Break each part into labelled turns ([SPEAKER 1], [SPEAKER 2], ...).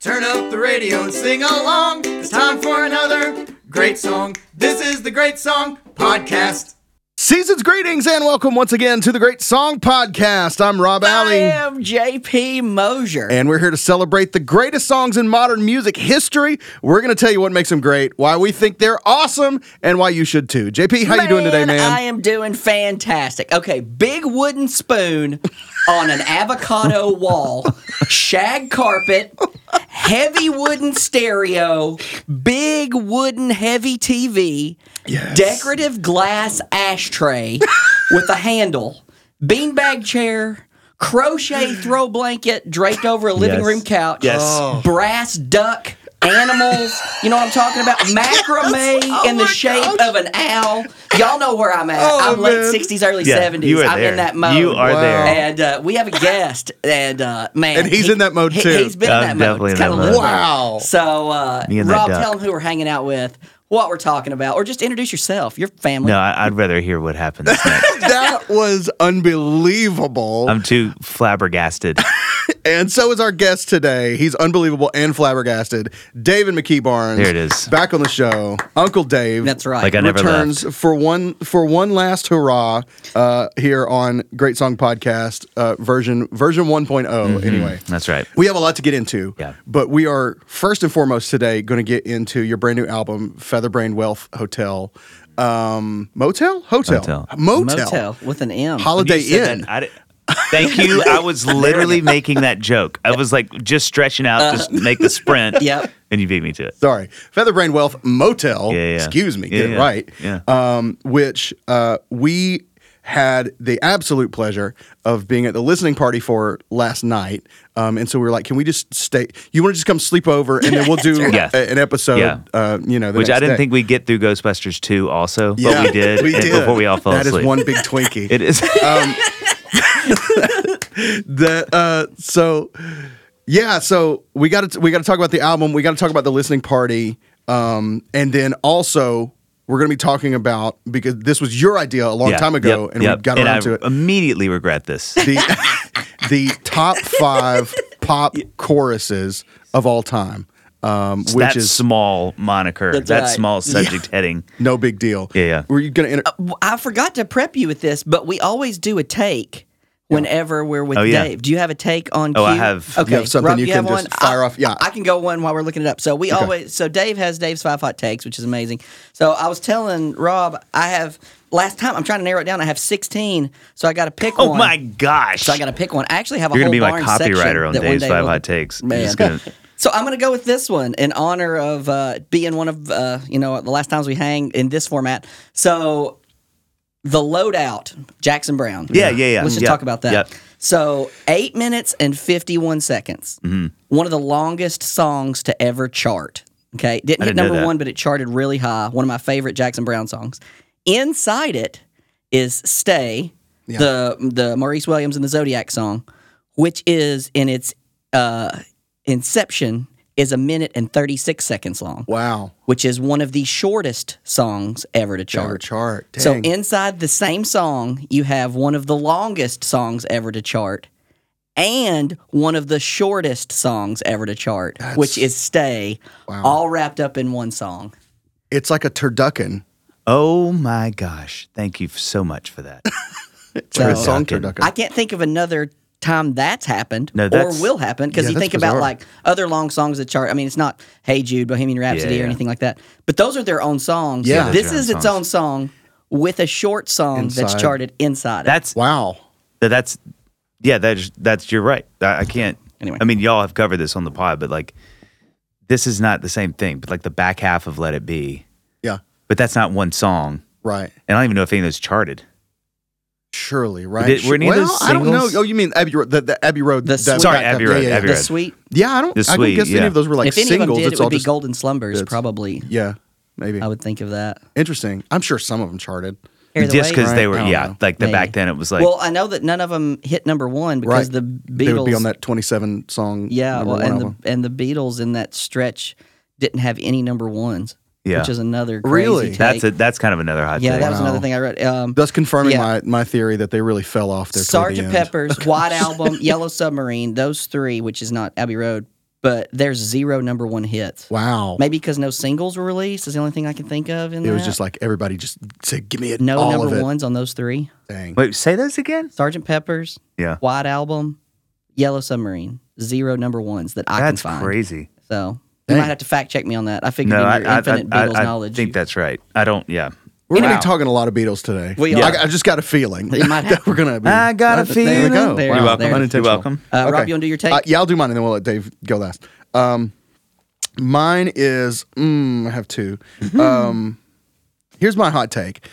[SPEAKER 1] Turn up the radio and sing along. It's time for another great song. This is the Great Song Podcast.
[SPEAKER 2] Season's greetings and welcome once again to the Great Song Podcast. I'm Rob
[SPEAKER 3] I
[SPEAKER 2] Alley,
[SPEAKER 3] am JP Mosier.
[SPEAKER 2] and we're here to celebrate the greatest songs in modern music history. We're going to tell you what makes them great, why we think they're awesome, and why you should too. JP, how you doing today, man?
[SPEAKER 3] I am doing fantastic. Okay, big wooden spoon on an avocado wall, shag carpet, heavy wooden stereo, big wooden heavy TV,
[SPEAKER 2] Yes.
[SPEAKER 3] decorative glass ashtray with a handle, beanbag chair. Crochet throw blanket draped over a living
[SPEAKER 4] Yes.
[SPEAKER 3] room couch.
[SPEAKER 4] Yes. Oh.
[SPEAKER 3] Brass duck, animals. You know what I'm talking about? Macrame
[SPEAKER 4] Oh
[SPEAKER 3] in the shape of an owl. Y'all know where I'm at.
[SPEAKER 2] Oh,
[SPEAKER 3] I'm late
[SPEAKER 2] man.
[SPEAKER 3] 60s, early
[SPEAKER 4] Yeah,
[SPEAKER 3] 70s.
[SPEAKER 4] you are
[SPEAKER 3] I'm in
[SPEAKER 4] there.
[SPEAKER 3] that mode.
[SPEAKER 4] You are
[SPEAKER 2] Wow.
[SPEAKER 4] there.
[SPEAKER 3] And uh, we have a guest, and uh, man,
[SPEAKER 2] And he's in that mode,
[SPEAKER 3] he-
[SPEAKER 2] too.
[SPEAKER 3] He's been
[SPEAKER 4] I'm
[SPEAKER 3] in that mode.
[SPEAKER 4] definitely
[SPEAKER 3] It's
[SPEAKER 4] in
[SPEAKER 3] kind of
[SPEAKER 4] that mode.
[SPEAKER 2] Wow.
[SPEAKER 3] So, uh,
[SPEAKER 4] Me and that
[SPEAKER 3] Rob,
[SPEAKER 4] duck.
[SPEAKER 3] tell them who we're hanging out with, what we're talking about, or just introduce yourself, your family.
[SPEAKER 4] No, I, I'd rather hear what happens next.
[SPEAKER 2] that was unbelievable.
[SPEAKER 4] I'm too flabbergasted.
[SPEAKER 2] and so is our guest today. He's unbelievable and flabbergasted. David McKee Barnes.
[SPEAKER 4] There it is.
[SPEAKER 2] Back on the show. Uncle Dave.
[SPEAKER 3] That's right.
[SPEAKER 4] Like I never
[SPEAKER 2] returns
[SPEAKER 4] left.
[SPEAKER 2] for one for one last hurrah uh, here on Great Song Podcast uh, version version one oh, Anyway,
[SPEAKER 4] Mm-hmm. That's right.
[SPEAKER 2] we have a lot to get into.
[SPEAKER 4] Yeah.
[SPEAKER 2] but we are first and foremost today going to get into your brand new album, Featherbrain Wealth Hotel, um, Motel, Hotel,
[SPEAKER 4] Motel.
[SPEAKER 2] Motel,
[SPEAKER 3] Motel with an M.
[SPEAKER 2] Holiday
[SPEAKER 4] You said
[SPEAKER 2] Inn.
[SPEAKER 4] that, I di- thank you. I was literally making that joke. I was like just stretching out, just
[SPEAKER 2] Uh,
[SPEAKER 4] make the sprint.
[SPEAKER 3] Yep.
[SPEAKER 4] And you beat me to it.
[SPEAKER 2] Sorry, Featherbrain Wealth Motel.
[SPEAKER 4] Yeah, yeah.
[SPEAKER 2] Excuse me,
[SPEAKER 4] Yeah,
[SPEAKER 2] get it
[SPEAKER 4] yeah.
[SPEAKER 2] right.
[SPEAKER 4] Yeah.
[SPEAKER 2] Um, which uh, we had the absolute pleasure of being at the listening party for last night. Um, and so we were like, can we just stay? You want to just come sleep over and then we'll do
[SPEAKER 4] Yes.
[SPEAKER 2] a- an episode,
[SPEAKER 4] Yeah.
[SPEAKER 2] uh, you know, the
[SPEAKER 4] Which I
[SPEAKER 2] next
[SPEAKER 4] didn't
[SPEAKER 2] day.
[SPEAKER 4] think we'd get through Ghostbusters 2 also,
[SPEAKER 2] Yeah,
[SPEAKER 4] but we did,
[SPEAKER 2] we
[SPEAKER 4] and
[SPEAKER 2] did.
[SPEAKER 4] before we all fell
[SPEAKER 2] That is
[SPEAKER 4] asleep.
[SPEAKER 2] one big Twinkie.
[SPEAKER 4] it is.
[SPEAKER 2] that uh so yeah so we got to we got to talk about the album we got to talk about the listening party um and then also we're going to be talking about because this was your idea a long
[SPEAKER 4] Yeah,
[SPEAKER 2] time ago
[SPEAKER 4] yep,
[SPEAKER 2] and
[SPEAKER 4] yep.
[SPEAKER 2] we got
[SPEAKER 4] And
[SPEAKER 2] around
[SPEAKER 4] I um,
[SPEAKER 2] to it
[SPEAKER 4] immediately regret this.
[SPEAKER 2] the the top 5 pop choruses of all time um which
[SPEAKER 4] that
[SPEAKER 2] is
[SPEAKER 4] small moniker,
[SPEAKER 3] That's
[SPEAKER 4] that
[SPEAKER 3] right.
[SPEAKER 4] small subject heading.
[SPEAKER 2] no big deal
[SPEAKER 4] Yeah, Uh, yeah.
[SPEAKER 2] were you going to enter-
[SPEAKER 3] I forgot to prep you with this, but we always do a take whenever we're with
[SPEAKER 4] Oh, yeah.
[SPEAKER 3] Dave. Do you have a take on?
[SPEAKER 4] Oh, I
[SPEAKER 3] cue?
[SPEAKER 4] have.
[SPEAKER 3] Okay,
[SPEAKER 2] You have something
[SPEAKER 3] Rob,
[SPEAKER 2] you
[SPEAKER 3] have
[SPEAKER 2] can just
[SPEAKER 3] one?
[SPEAKER 2] fire
[SPEAKER 3] I-
[SPEAKER 2] off? Yeah.
[SPEAKER 3] I can go one while we're looking it up. So we always. So Dave has Dave's five hot takes, which is amazing. So I was telling Rob, I have last time. I'm trying to narrow it down. I have 16, so I got to pick one.
[SPEAKER 4] Oh my gosh.
[SPEAKER 3] So I got to pick one. I actually have a
[SPEAKER 4] You're
[SPEAKER 3] whole
[SPEAKER 4] going to be my
[SPEAKER 3] darn section
[SPEAKER 4] copywriter on
[SPEAKER 3] that one
[SPEAKER 4] Dave's
[SPEAKER 3] day
[SPEAKER 4] Five
[SPEAKER 3] we'll-
[SPEAKER 4] Hot Takes. I'm
[SPEAKER 3] Man.
[SPEAKER 4] just gonna-
[SPEAKER 3] So I'm going to go with this one in honor of uh, being one of uh, you know the last times we hang in this format. So the loadout, Jackson Brown.
[SPEAKER 4] Yeah, yeah, yeah.
[SPEAKER 3] Let's just
[SPEAKER 4] Yeah.
[SPEAKER 3] talk about that.
[SPEAKER 4] Yep.
[SPEAKER 3] So eight minutes and fifty-one seconds.
[SPEAKER 4] Mm-hmm.
[SPEAKER 3] One of the longest songs to ever chart. Okay, didn't
[SPEAKER 4] I
[SPEAKER 3] hit
[SPEAKER 4] didn't know
[SPEAKER 3] number
[SPEAKER 4] that.
[SPEAKER 3] one, but it charted really high. One of my favorite Jackson Brown songs. Inside it is "Stay," the the Maurice Williams and the Zodiac song, which is in its uh, inception is a minute and thirty six seconds long,
[SPEAKER 4] uh,
[SPEAKER 2] wow
[SPEAKER 3] which is one of the shortest songs ever to chart.
[SPEAKER 2] Our chart Dang.
[SPEAKER 3] So inside the same song, you have one of the longest songs ever to chart and one of the shortest songs ever to chart, which is Stay, all wrapped up in one song.
[SPEAKER 2] it's like a turducken
[SPEAKER 4] Oh my gosh. Thank you so much for that.
[SPEAKER 2] it's like a
[SPEAKER 3] So-
[SPEAKER 2] song
[SPEAKER 4] Turducken.
[SPEAKER 2] turducken
[SPEAKER 3] I can't think of another time that's happened
[SPEAKER 4] No,
[SPEAKER 3] or
[SPEAKER 4] that's-
[SPEAKER 3] will happen because
[SPEAKER 2] Yeah,
[SPEAKER 3] you
[SPEAKER 2] that's
[SPEAKER 3] think about
[SPEAKER 2] bizarre.
[SPEAKER 3] like other long songs that chart. I mean, it's not Hey Jude, Bohemian Rhapsody,
[SPEAKER 4] Yeah,
[SPEAKER 3] or
[SPEAKER 4] yeah.
[SPEAKER 3] anything like that, but those are their own songs.
[SPEAKER 2] Yeah. Yeah,
[SPEAKER 3] this
[SPEAKER 4] they're
[SPEAKER 3] is
[SPEAKER 4] their own
[SPEAKER 3] its own song with a short song that's
[SPEAKER 2] Inside.
[SPEAKER 3] charted inside. it.
[SPEAKER 4] That's
[SPEAKER 2] wow
[SPEAKER 4] that- that's yeah that's that's you're right i, I can't
[SPEAKER 3] Anyway.
[SPEAKER 4] i mean y'all have covered this on the pod but like this is not the same thing but like the back half of let it be
[SPEAKER 2] yeah
[SPEAKER 4] but that's not one song
[SPEAKER 2] right
[SPEAKER 4] and i don't even know if any of those charted
[SPEAKER 2] Surely, right?
[SPEAKER 4] Did- were any of
[SPEAKER 2] well,
[SPEAKER 4] those
[SPEAKER 2] I don't know.
[SPEAKER 4] singles?
[SPEAKER 2] Oh, you mean Abbey Road? The, the Abbey Road.
[SPEAKER 3] The
[SPEAKER 2] that-
[SPEAKER 3] Sweet-
[SPEAKER 4] Sorry,
[SPEAKER 2] that-
[SPEAKER 4] Abbey
[SPEAKER 2] yeah,
[SPEAKER 4] Road,
[SPEAKER 2] Yeah, yeah,
[SPEAKER 4] Abbey
[SPEAKER 3] the
[SPEAKER 4] Road.
[SPEAKER 3] sweet.
[SPEAKER 2] Yeah, I don't.
[SPEAKER 4] The
[SPEAKER 2] I don't
[SPEAKER 4] Sweet,
[SPEAKER 2] guess any
[SPEAKER 4] yeah.
[SPEAKER 2] of those were like
[SPEAKER 3] if any
[SPEAKER 2] singles.
[SPEAKER 3] of them did,
[SPEAKER 2] it's
[SPEAKER 3] it
[SPEAKER 2] all
[SPEAKER 3] would be Oh.
[SPEAKER 2] just
[SPEAKER 3] Golden Slumbers,
[SPEAKER 2] it's-
[SPEAKER 3] probably.
[SPEAKER 2] yeah, maybe
[SPEAKER 3] I would think of that.
[SPEAKER 2] interesting. I'm sure some of them charted.
[SPEAKER 3] Carry the
[SPEAKER 4] just
[SPEAKER 3] Way? Oh,
[SPEAKER 4] because they
[SPEAKER 2] Right.
[SPEAKER 4] were
[SPEAKER 2] I don't
[SPEAKER 4] yeah
[SPEAKER 2] know.
[SPEAKER 4] like the
[SPEAKER 3] Maybe.
[SPEAKER 4] back then it was like
[SPEAKER 3] well, I know that none of them hit number one because
[SPEAKER 2] Right,
[SPEAKER 3] the
[SPEAKER 2] They would be
[SPEAKER 3] Beatles.
[SPEAKER 2] on that 27 song.
[SPEAKER 3] yeah,
[SPEAKER 2] number
[SPEAKER 3] well,
[SPEAKER 2] one
[SPEAKER 3] and
[SPEAKER 2] album.
[SPEAKER 3] the and the Beatles in that stretch didn't have any number ones.
[SPEAKER 4] Yeah.
[SPEAKER 3] which is another crazy
[SPEAKER 2] Really?
[SPEAKER 3] take.
[SPEAKER 4] that's a, that's kind of another hot
[SPEAKER 3] yeah,
[SPEAKER 4] take
[SPEAKER 3] that was
[SPEAKER 2] Wow.
[SPEAKER 3] another thing I read. Um,
[SPEAKER 2] thus confirming
[SPEAKER 3] Yeah.
[SPEAKER 2] my, my theory that they really fell off there. toward the
[SPEAKER 3] Sergeant
[SPEAKER 2] end.
[SPEAKER 3] Pepper's White Album, Yellow Submarine, those three, which is not Abbey Road, but there's zero number one hits.
[SPEAKER 2] Wow.
[SPEAKER 3] Maybe because no singles were released is the only thing I can think of. In
[SPEAKER 2] It was
[SPEAKER 3] that.
[SPEAKER 2] just like everybody just said, "Give me it."
[SPEAKER 3] no
[SPEAKER 2] all of
[SPEAKER 3] number
[SPEAKER 2] it.
[SPEAKER 3] ones on those three:
[SPEAKER 2] Dang.
[SPEAKER 4] Wait, say those again?
[SPEAKER 3] Sergeant Pepper's,
[SPEAKER 4] Yeah.
[SPEAKER 3] White Album, Yellow Submarine. Zero number ones that I
[SPEAKER 4] That's
[SPEAKER 3] can find.
[SPEAKER 4] crazy.
[SPEAKER 3] So you might have to fact check me on that. I figured
[SPEAKER 4] No,
[SPEAKER 3] in
[SPEAKER 4] I,
[SPEAKER 3] your
[SPEAKER 4] I, I,
[SPEAKER 3] infinite
[SPEAKER 4] I,
[SPEAKER 3] Beatles
[SPEAKER 4] I
[SPEAKER 3] knowledge,
[SPEAKER 4] think that's right. I don't, yeah.
[SPEAKER 2] We're gonna
[SPEAKER 4] Wow.
[SPEAKER 2] be talking a lot of Beatles today.
[SPEAKER 3] We
[SPEAKER 2] I,
[SPEAKER 3] are.
[SPEAKER 2] I just got a feeling
[SPEAKER 3] It might
[SPEAKER 2] that we're gonna. Be,
[SPEAKER 4] I got a
[SPEAKER 2] There
[SPEAKER 3] There
[SPEAKER 4] feeling.
[SPEAKER 2] we go.
[SPEAKER 3] There,
[SPEAKER 2] Wow.
[SPEAKER 4] You're welcome.
[SPEAKER 3] there.
[SPEAKER 4] You're
[SPEAKER 2] Unintentional.
[SPEAKER 4] welcome.
[SPEAKER 3] Uh, Rob,
[SPEAKER 2] Okay.
[SPEAKER 3] you want to do your take?
[SPEAKER 2] Uh, yeah, I'll do mine, and then we'll let Dave go last. Um, mine is mm, I have two. Um, here's my hot take.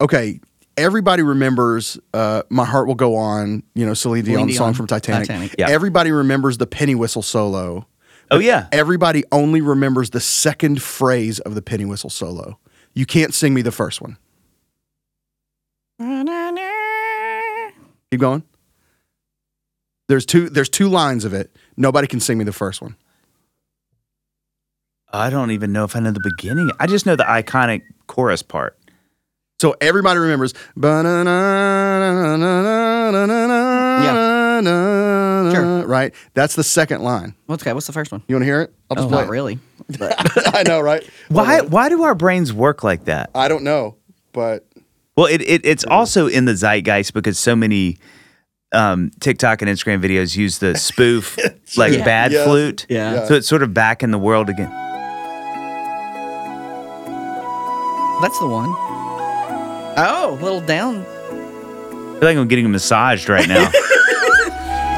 [SPEAKER 2] Okay, everybody remembers uh, "My Heart Will Go On." You know, Celine Dion's
[SPEAKER 3] Celine Dion,
[SPEAKER 2] song from Titanic.
[SPEAKER 3] Titanic.
[SPEAKER 4] Yeah.
[SPEAKER 2] Everybody remembers the penny whistle solo.
[SPEAKER 4] Oh, yeah.
[SPEAKER 2] Everybody only remembers the second phrase of the penny whistle solo. You can't sing me the first one. Keep going. There's two. There's two lines of it. Nobody can sing me the first one.
[SPEAKER 4] I don't even know if I know the beginning. I just know the iconic chorus part.
[SPEAKER 2] So everybody remembers. Yeah.
[SPEAKER 3] Sure.
[SPEAKER 2] Right. That's the second line.
[SPEAKER 3] What's okay? What's the first one?
[SPEAKER 2] You want to hear it? I'll just
[SPEAKER 3] Oh,
[SPEAKER 2] play.
[SPEAKER 3] not
[SPEAKER 2] it.
[SPEAKER 3] really. But
[SPEAKER 2] I know, right?
[SPEAKER 4] Why, why do our brains work like that?
[SPEAKER 2] I don't know, but
[SPEAKER 4] Well, it, it it's also in the zeitgeist because so many um, TikTok and Instagram videos use the spoof like
[SPEAKER 3] Yeah.
[SPEAKER 4] bad
[SPEAKER 2] Yes.
[SPEAKER 4] flute.
[SPEAKER 3] Yeah.
[SPEAKER 2] Yeah.
[SPEAKER 4] So it's sort of back in the world again.
[SPEAKER 3] that's the one. Oh, little down.
[SPEAKER 4] I feel like I'm getting massaged right now.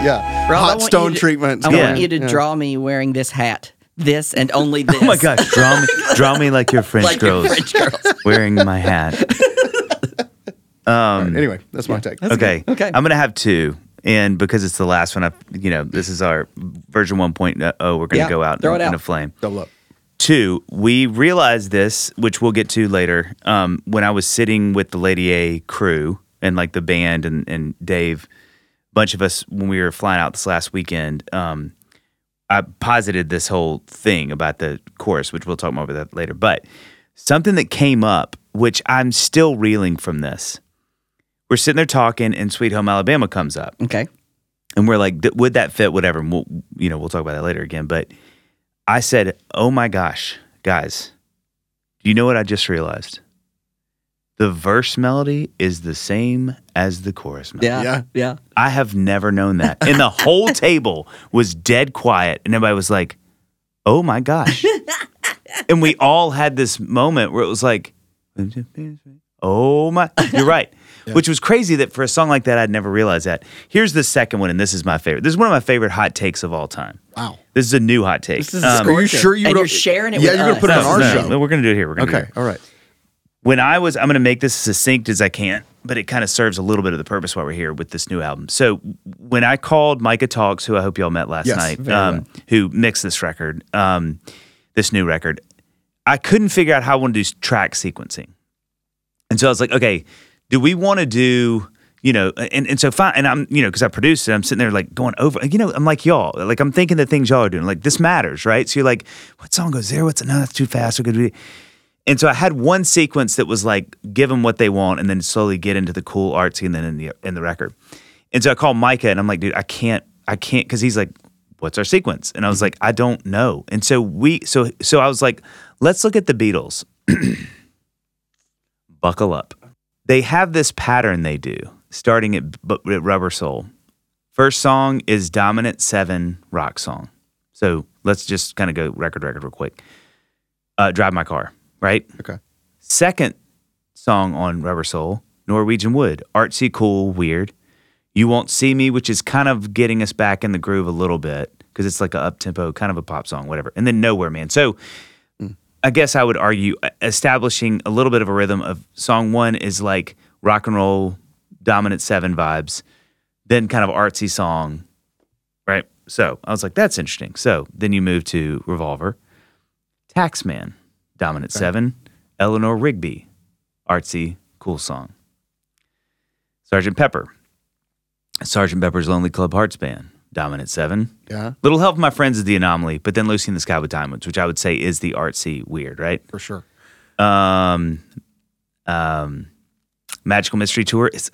[SPEAKER 2] yeah.
[SPEAKER 3] Rob, I
[SPEAKER 2] Hot
[SPEAKER 3] want
[SPEAKER 2] stone
[SPEAKER 3] you to-
[SPEAKER 2] treatment.
[SPEAKER 3] I
[SPEAKER 4] Yeah.
[SPEAKER 3] want you to draw me wearing this hat, this and only this.
[SPEAKER 4] oh my gosh, draw me draw me like your French
[SPEAKER 3] Like your
[SPEAKER 4] girls
[SPEAKER 3] French girls.
[SPEAKER 4] wearing my hat. Um,
[SPEAKER 2] Anyway, that's my take.
[SPEAKER 4] okay.
[SPEAKER 3] good. Okay.
[SPEAKER 4] I'm gonna have two. And because it's the last one, I, you know, this is our version 1.0. We're going to
[SPEAKER 3] Yeah,
[SPEAKER 4] go out
[SPEAKER 3] throw
[SPEAKER 4] in,
[SPEAKER 3] it
[SPEAKER 4] in
[SPEAKER 3] out.
[SPEAKER 4] a flame.
[SPEAKER 2] Double up.
[SPEAKER 4] Two, we realized this, which we'll get to later. Um, when I was sitting with the Lady A crew and like the band and, and Dave, bunch of us when we were flying out this last weekend, um, I posited this whole thing about the course, which we'll talk more about that later. But something that came up, which I'm still reeling from this. We're sitting there talking, and Sweet Home Alabama comes up
[SPEAKER 3] Okay.
[SPEAKER 4] and we're like, "Th- would that fit? Whatever. And we'll, you know, we'll talk about that later again. But I said, oh my gosh, guys, do you know what I just realized? The verse melody is the same as the chorus melody.
[SPEAKER 3] Yeah.
[SPEAKER 2] Yeah.
[SPEAKER 3] Yeah.
[SPEAKER 4] I have never known that. And the whole table was dead quiet, and everybody was like, oh my gosh. and we all had this moment where it was like, oh my, you're right. Which was crazy that for a song like that, I'd never realized that. Here's the second one, and this is my favorite. This is one of my favorite hot takes of all time.
[SPEAKER 2] Wow.
[SPEAKER 4] This is a new hot take.
[SPEAKER 3] This is
[SPEAKER 4] Um,
[SPEAKER 3] scorcher.
[SPEAKER 2] Are you sure you
[SPEAKER 3] and
[SPEAKER 2] don't-
[SPEAKER 3] you're sharing it
[SPEAKER 2] Yeah,
[SPEAKER 3] with
[SPEAKER 2] you're gonna
[SPEAKER 3] us.
[SPEAKER 2] put it on
[SPEAKER 4] no,
[SPEAKER 2] our
[SPEAKER 4] no,
[SPEAKER 2] show.
[SPEAKER 4] no, We're going to do it here. We're gonna do
[SPEAKER 2] Okay.
[SPEAKER 4] it.
[SPEAKER 2] All right.
[SPEAKER 4] When I was, I'm going to make this as succinct as I can, but it kind of serves a little bit of the purpose why we're here with this new album. So when I called Micah Talks, who I hope y'all met last
[SPEAKER 2] Yes,
[SPEAKER 4] night,
[SPEAKER 2] very
[SPEAKER 4] um, who mixed this record, um, this new record, I couldn't figure out how I want to do track sequencing. And so I was like, okay, do we want to do, you know, and, and so fine. And I'm, you know, because I produced it, I'm sitting there like going over, you know, I'm like, y'all, like I'm thinking the things y'all are doing, like this matters, right? So you're like, what song goes there? What's another? That's too fast. What could we? And so I had one sequence that was like, give them what they want and then slowly get into the cool artsy and then in the, in the record. And so I called Micah and I'm like, dude, I can't, I can't, because he's like, what's our sequence? And I was like, I don't know. And so we, so, so I was like, let's look at the Beatles buckle up. They have this pattern they do, starting at, bu- at Rubber Soul. First song is dominant seven rock song. So let's just kind of go record, record, real quick. Uh, Drive My Car, right?
[SPEAKER 2] Okay.
[SPEAKER 4] Second song on Rubber Soul, Norwegian Wood, artsy, cool, weird. You Won't See Me, which is kind of getting us back in the groove a little bit because it's like a up tempo, kind of a pop song, whatever. And then Nowhere Man. So I guess I would argue uh, establishing a little bit of a rhythm of song one is like rock and roll, dominant seven vibes, then kind of artsy song, right? So I was like, that's interesting. So then you move to Revolver, Taxman, dominant seven, Eleanor Rigby, artsy, cool song, Sergeant Pepper, Sergeant Pepper's Lonely Club Hearts Band, dominant seven,
[SPEAKER 2] Yeah.
[SPEAKER 4] Little Help from My Friends is the anomaly, but then Lucy in the Sky with Diamonds, which I would say is the artsy weird, right?
[SPEAKER 2] For sure.
[SPEAKER 4] Um, um, Magical Mystery Tour is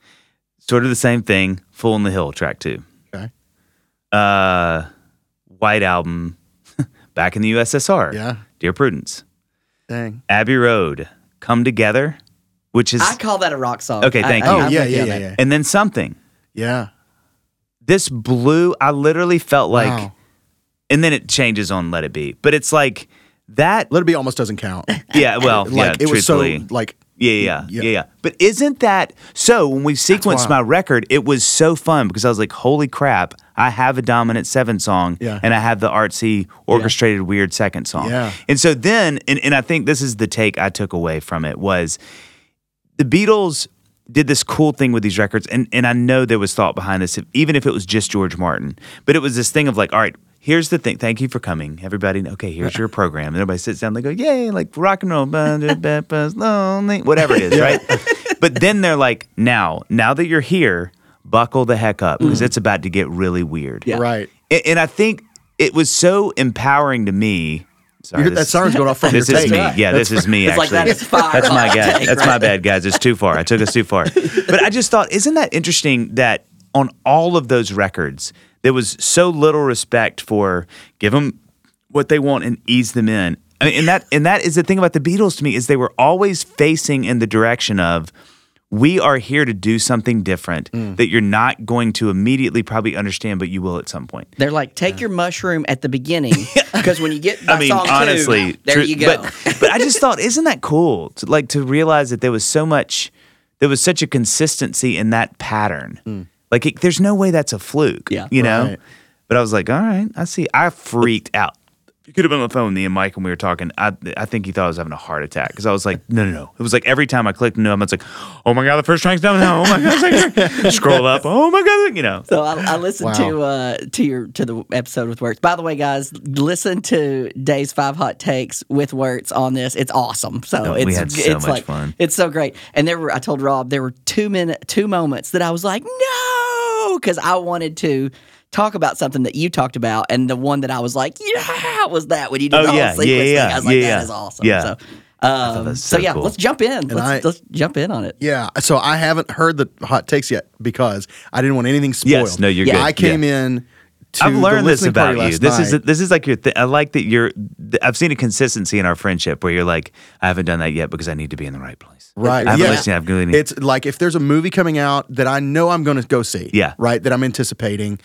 [SPEAKER 4] sort of the same thing. Fool in the Hill, track two.
[SPEAKER 2] Okay.
[SPEAKER 4] Uh, White album back in the USSR.
[SPEAKER 2] Yeah.
[SPEAKER 4] Dear Prudence.
[SPEAKER 2] Dang.
[SPEAKER 4] Abbey Road, Come Together, which is
[SPEAKER 3] I call that a rock song.
[SPEAKER 4] Okay,
[SPEAKER 3] I-
[SPEAKER 4] thank
[SPEAKER 3] I-
[SPEAKER 4] you.
[SPEAKER 2] Oh,
[SPEAKER 3] I'm
[SPEAKER 2] yeah,
[SPEAKER 3] with you
[SPEAKER 2] yeah,
[SPEAKER 3] on
[SPEAKER 2] yeah,
[SPEAKER 3] that.
[SPEAKER 2] yeah.
[SPEAKER 4] and then something.
[SPEAKER 2] Yeah.
[SPEAKER 4] This blew I literally felt like
[SPEAKER 2] Wow.
[SPEAKER 4] and then it changes on Let It Be. But it's like that
[SPEAKER 2] Let it be almost doesn't count.
[SPEAKER 4] yeah, well,
[SPEAKER 2] like
[SPEAKER 4] yeah,
[SPEAKER 2] it was so
[SPEAKER 4] truthfully.
[SPEAKER 2] like
[SPEAKER 4] Yeah, yeah,
[SPEAKER 2] Yeah.
[SPEAKER 4] yeah, yeah. But isn't that so? When we
[SPEAKER 2] wild.
[SPEAKER 4] sequenced my record, it was so fun because I was like, "Holy crap! I have a dominant seven song,
[SPEAKER 2] Yeah.
[SPEAKER 4] and I have the artsy, orchestrated, weird second song."
[SPEAKER 2] Yeah.
[SPEAKER 4] And so then, and, and I think this is the take I took away from it was the Beatles did this cool thing with these records, and and I know there was thought behind this, if, even if it was just George Martin. But it was this thing of like, all right, here's the thing. Thank you for coming, everybody. Okay, here's your program, and everybody sits down. They go, yay, like rock and roll, ba- da- ba- ba- lonely, whatever it is, right? But then they're like, now, now that you're here, buckle the heck up because
[SPEAKER 2] Mm-hmm.
[SPEAKER 4] it's about to get really weird.
[SPEAKER 3] Yeah.
[SPEAKER 2] right.
[SPEAKER 4] And, and I think it was so empowering to me. Sorry,
[SPEAKER 2] You heard that
[SPEAKER 4] this-
[SPEAKER 2] siren's going off from
[SPEAKER 4] this
[SPEAKER 2] your
[SPEAKER 4] is
[SPEAKER 2] tape.
[SPEAKER 4] me. Yeah, this is me.
[SPEAKER 3] It's like
[SPEAKER 4] actually.
[SPEAKER 3] that is fire.
[SPEAKER 4] That's my guy.
[SPEAKER 3] Take,
[SPEAKER 4] That's my
[SPEAKER 3] right?
[SPEAKER 4] bad, guys. It's too far. I took us too far. But I just thought, isn't that interesting that on all of those records there was so little respect for give them what they want and ease them in. I mean, and that and that is the thing about the Beatles to me is they were always facing in the direction of we are here to do something different
[SPEAKER 3] Mm.
[SPEAKER 4] that you're not going to immediately probably understand, but you will at some point.
[SPEAKER 3] They're like, take your mushroom at the beginning because when you get by
[SPEAKER 4] I mean,
[SPEAKER 3] song
[SPEAKER 4] honestly,
[SPEAKER 3] two, there
[SPEAKER 4] tru-
[SPEAKER 3] you go.
[SPEAKER 4] But, but I just thought, isn't that cool? To, like to realize that there was so much, there was such a consistency in that pattern. Like, it, there's no way that's a fluke.
[SPEAKER 3] Hmm. Yeah.
[SPEAKER 4] you know.
[SPEAKER 2] Right.
[SPEAKER 4] But I was like, all right, I see. I freaked out. You could have been on the phone, me and Mike, when we were talking. I, I think he thought I was having a heart attack because I was like, no, no, no. It was like every time I clicked into him, it's like, oh my god, the first track's done now. Oh my god, second track. scroll up. Oh my god, you know.
[SPEAKER 3] so I, I listened to uh, to your to the episode with Wertz. By the way, guys, listen to Day's Five Hot Takes with Wertz on this. It's awesome. So
[SPEAKER 4] No, Oh, we
[SPEAKER 3] it's
[SPEAKER 4] had so
[SPEAKER 3] it's
[SPEAKER 4] much
[SPEAKER 3] like
[SPEAKER 4] fun.
[SPEAKER 3] it's so great. And there were I told Rob there were two minute two moments that I was like no because I wanted to talk about something that you talked about and the one that I was like yeah was that when you did
[SPEAKER 4] Oh,
[SPEAKER 3] the whole
[SPEAKER 4] yeah,
[SPEAKER 3] sequence
[SPEAKER 4] yeah,
[SPEAKER 3] thing.
[SPEAKER 4] yeah,
[SPEAKER 3] I was like
[SPEAKER 4] yeah,
[SPEAKER 3] that
[SPEAKER 4] yeah.
[SPEAKER 3] is awesome.
[SPEAKER 4] Yeah.
[SPEAKER 3] So, um,
[SPEAKER 4] was
[SPEAKER 3] so
[SPEAKER 4] so
[SPEAKER 3] yeah,
[SPEAKER 4] cool.
[SPEAKER 3] let's jump in. Let's,
[SPEAKER 2] I-
[SPEAKER 3] let's jump in on it.
[SPEAKER 2] Yeah. So I haven't heard the hot takes yet because I didn't want anything spoiled.
[SPEAKER 4] Yes, no, you're
[SPEAKER 3] Yeah.
[SPEAKER 4] good.
[SPEAKER 2] I came in. To
[SPEAKER 4] I've learned
[SPEAKER 2] the
[SPEAKER 4] this
[SPEAKER 2] listening party
[SPEAKER 4] about you.
[SPEAKER 2] last
[SPEAKER 4] This is
[SPEAKER 2] night.
[SPEAKER 4] this is like your. Th- I like that you're. Th- I've seen a consistency in our friendship where you're like, I haven't done that yet because I need to be in the right place.
[SPEAKER 2] Right.
[SPEAKER 4] I haven't
[SPEAKER 2] yeah.
[SPEAKER 4] listened. I've really need-
[SPEAKER 2] It's like if there's a movie coming out that I know I'm going to go see.
[SPEAKER 4] Yeah.
[SPEAKER 2] Right. That I'm anticipating.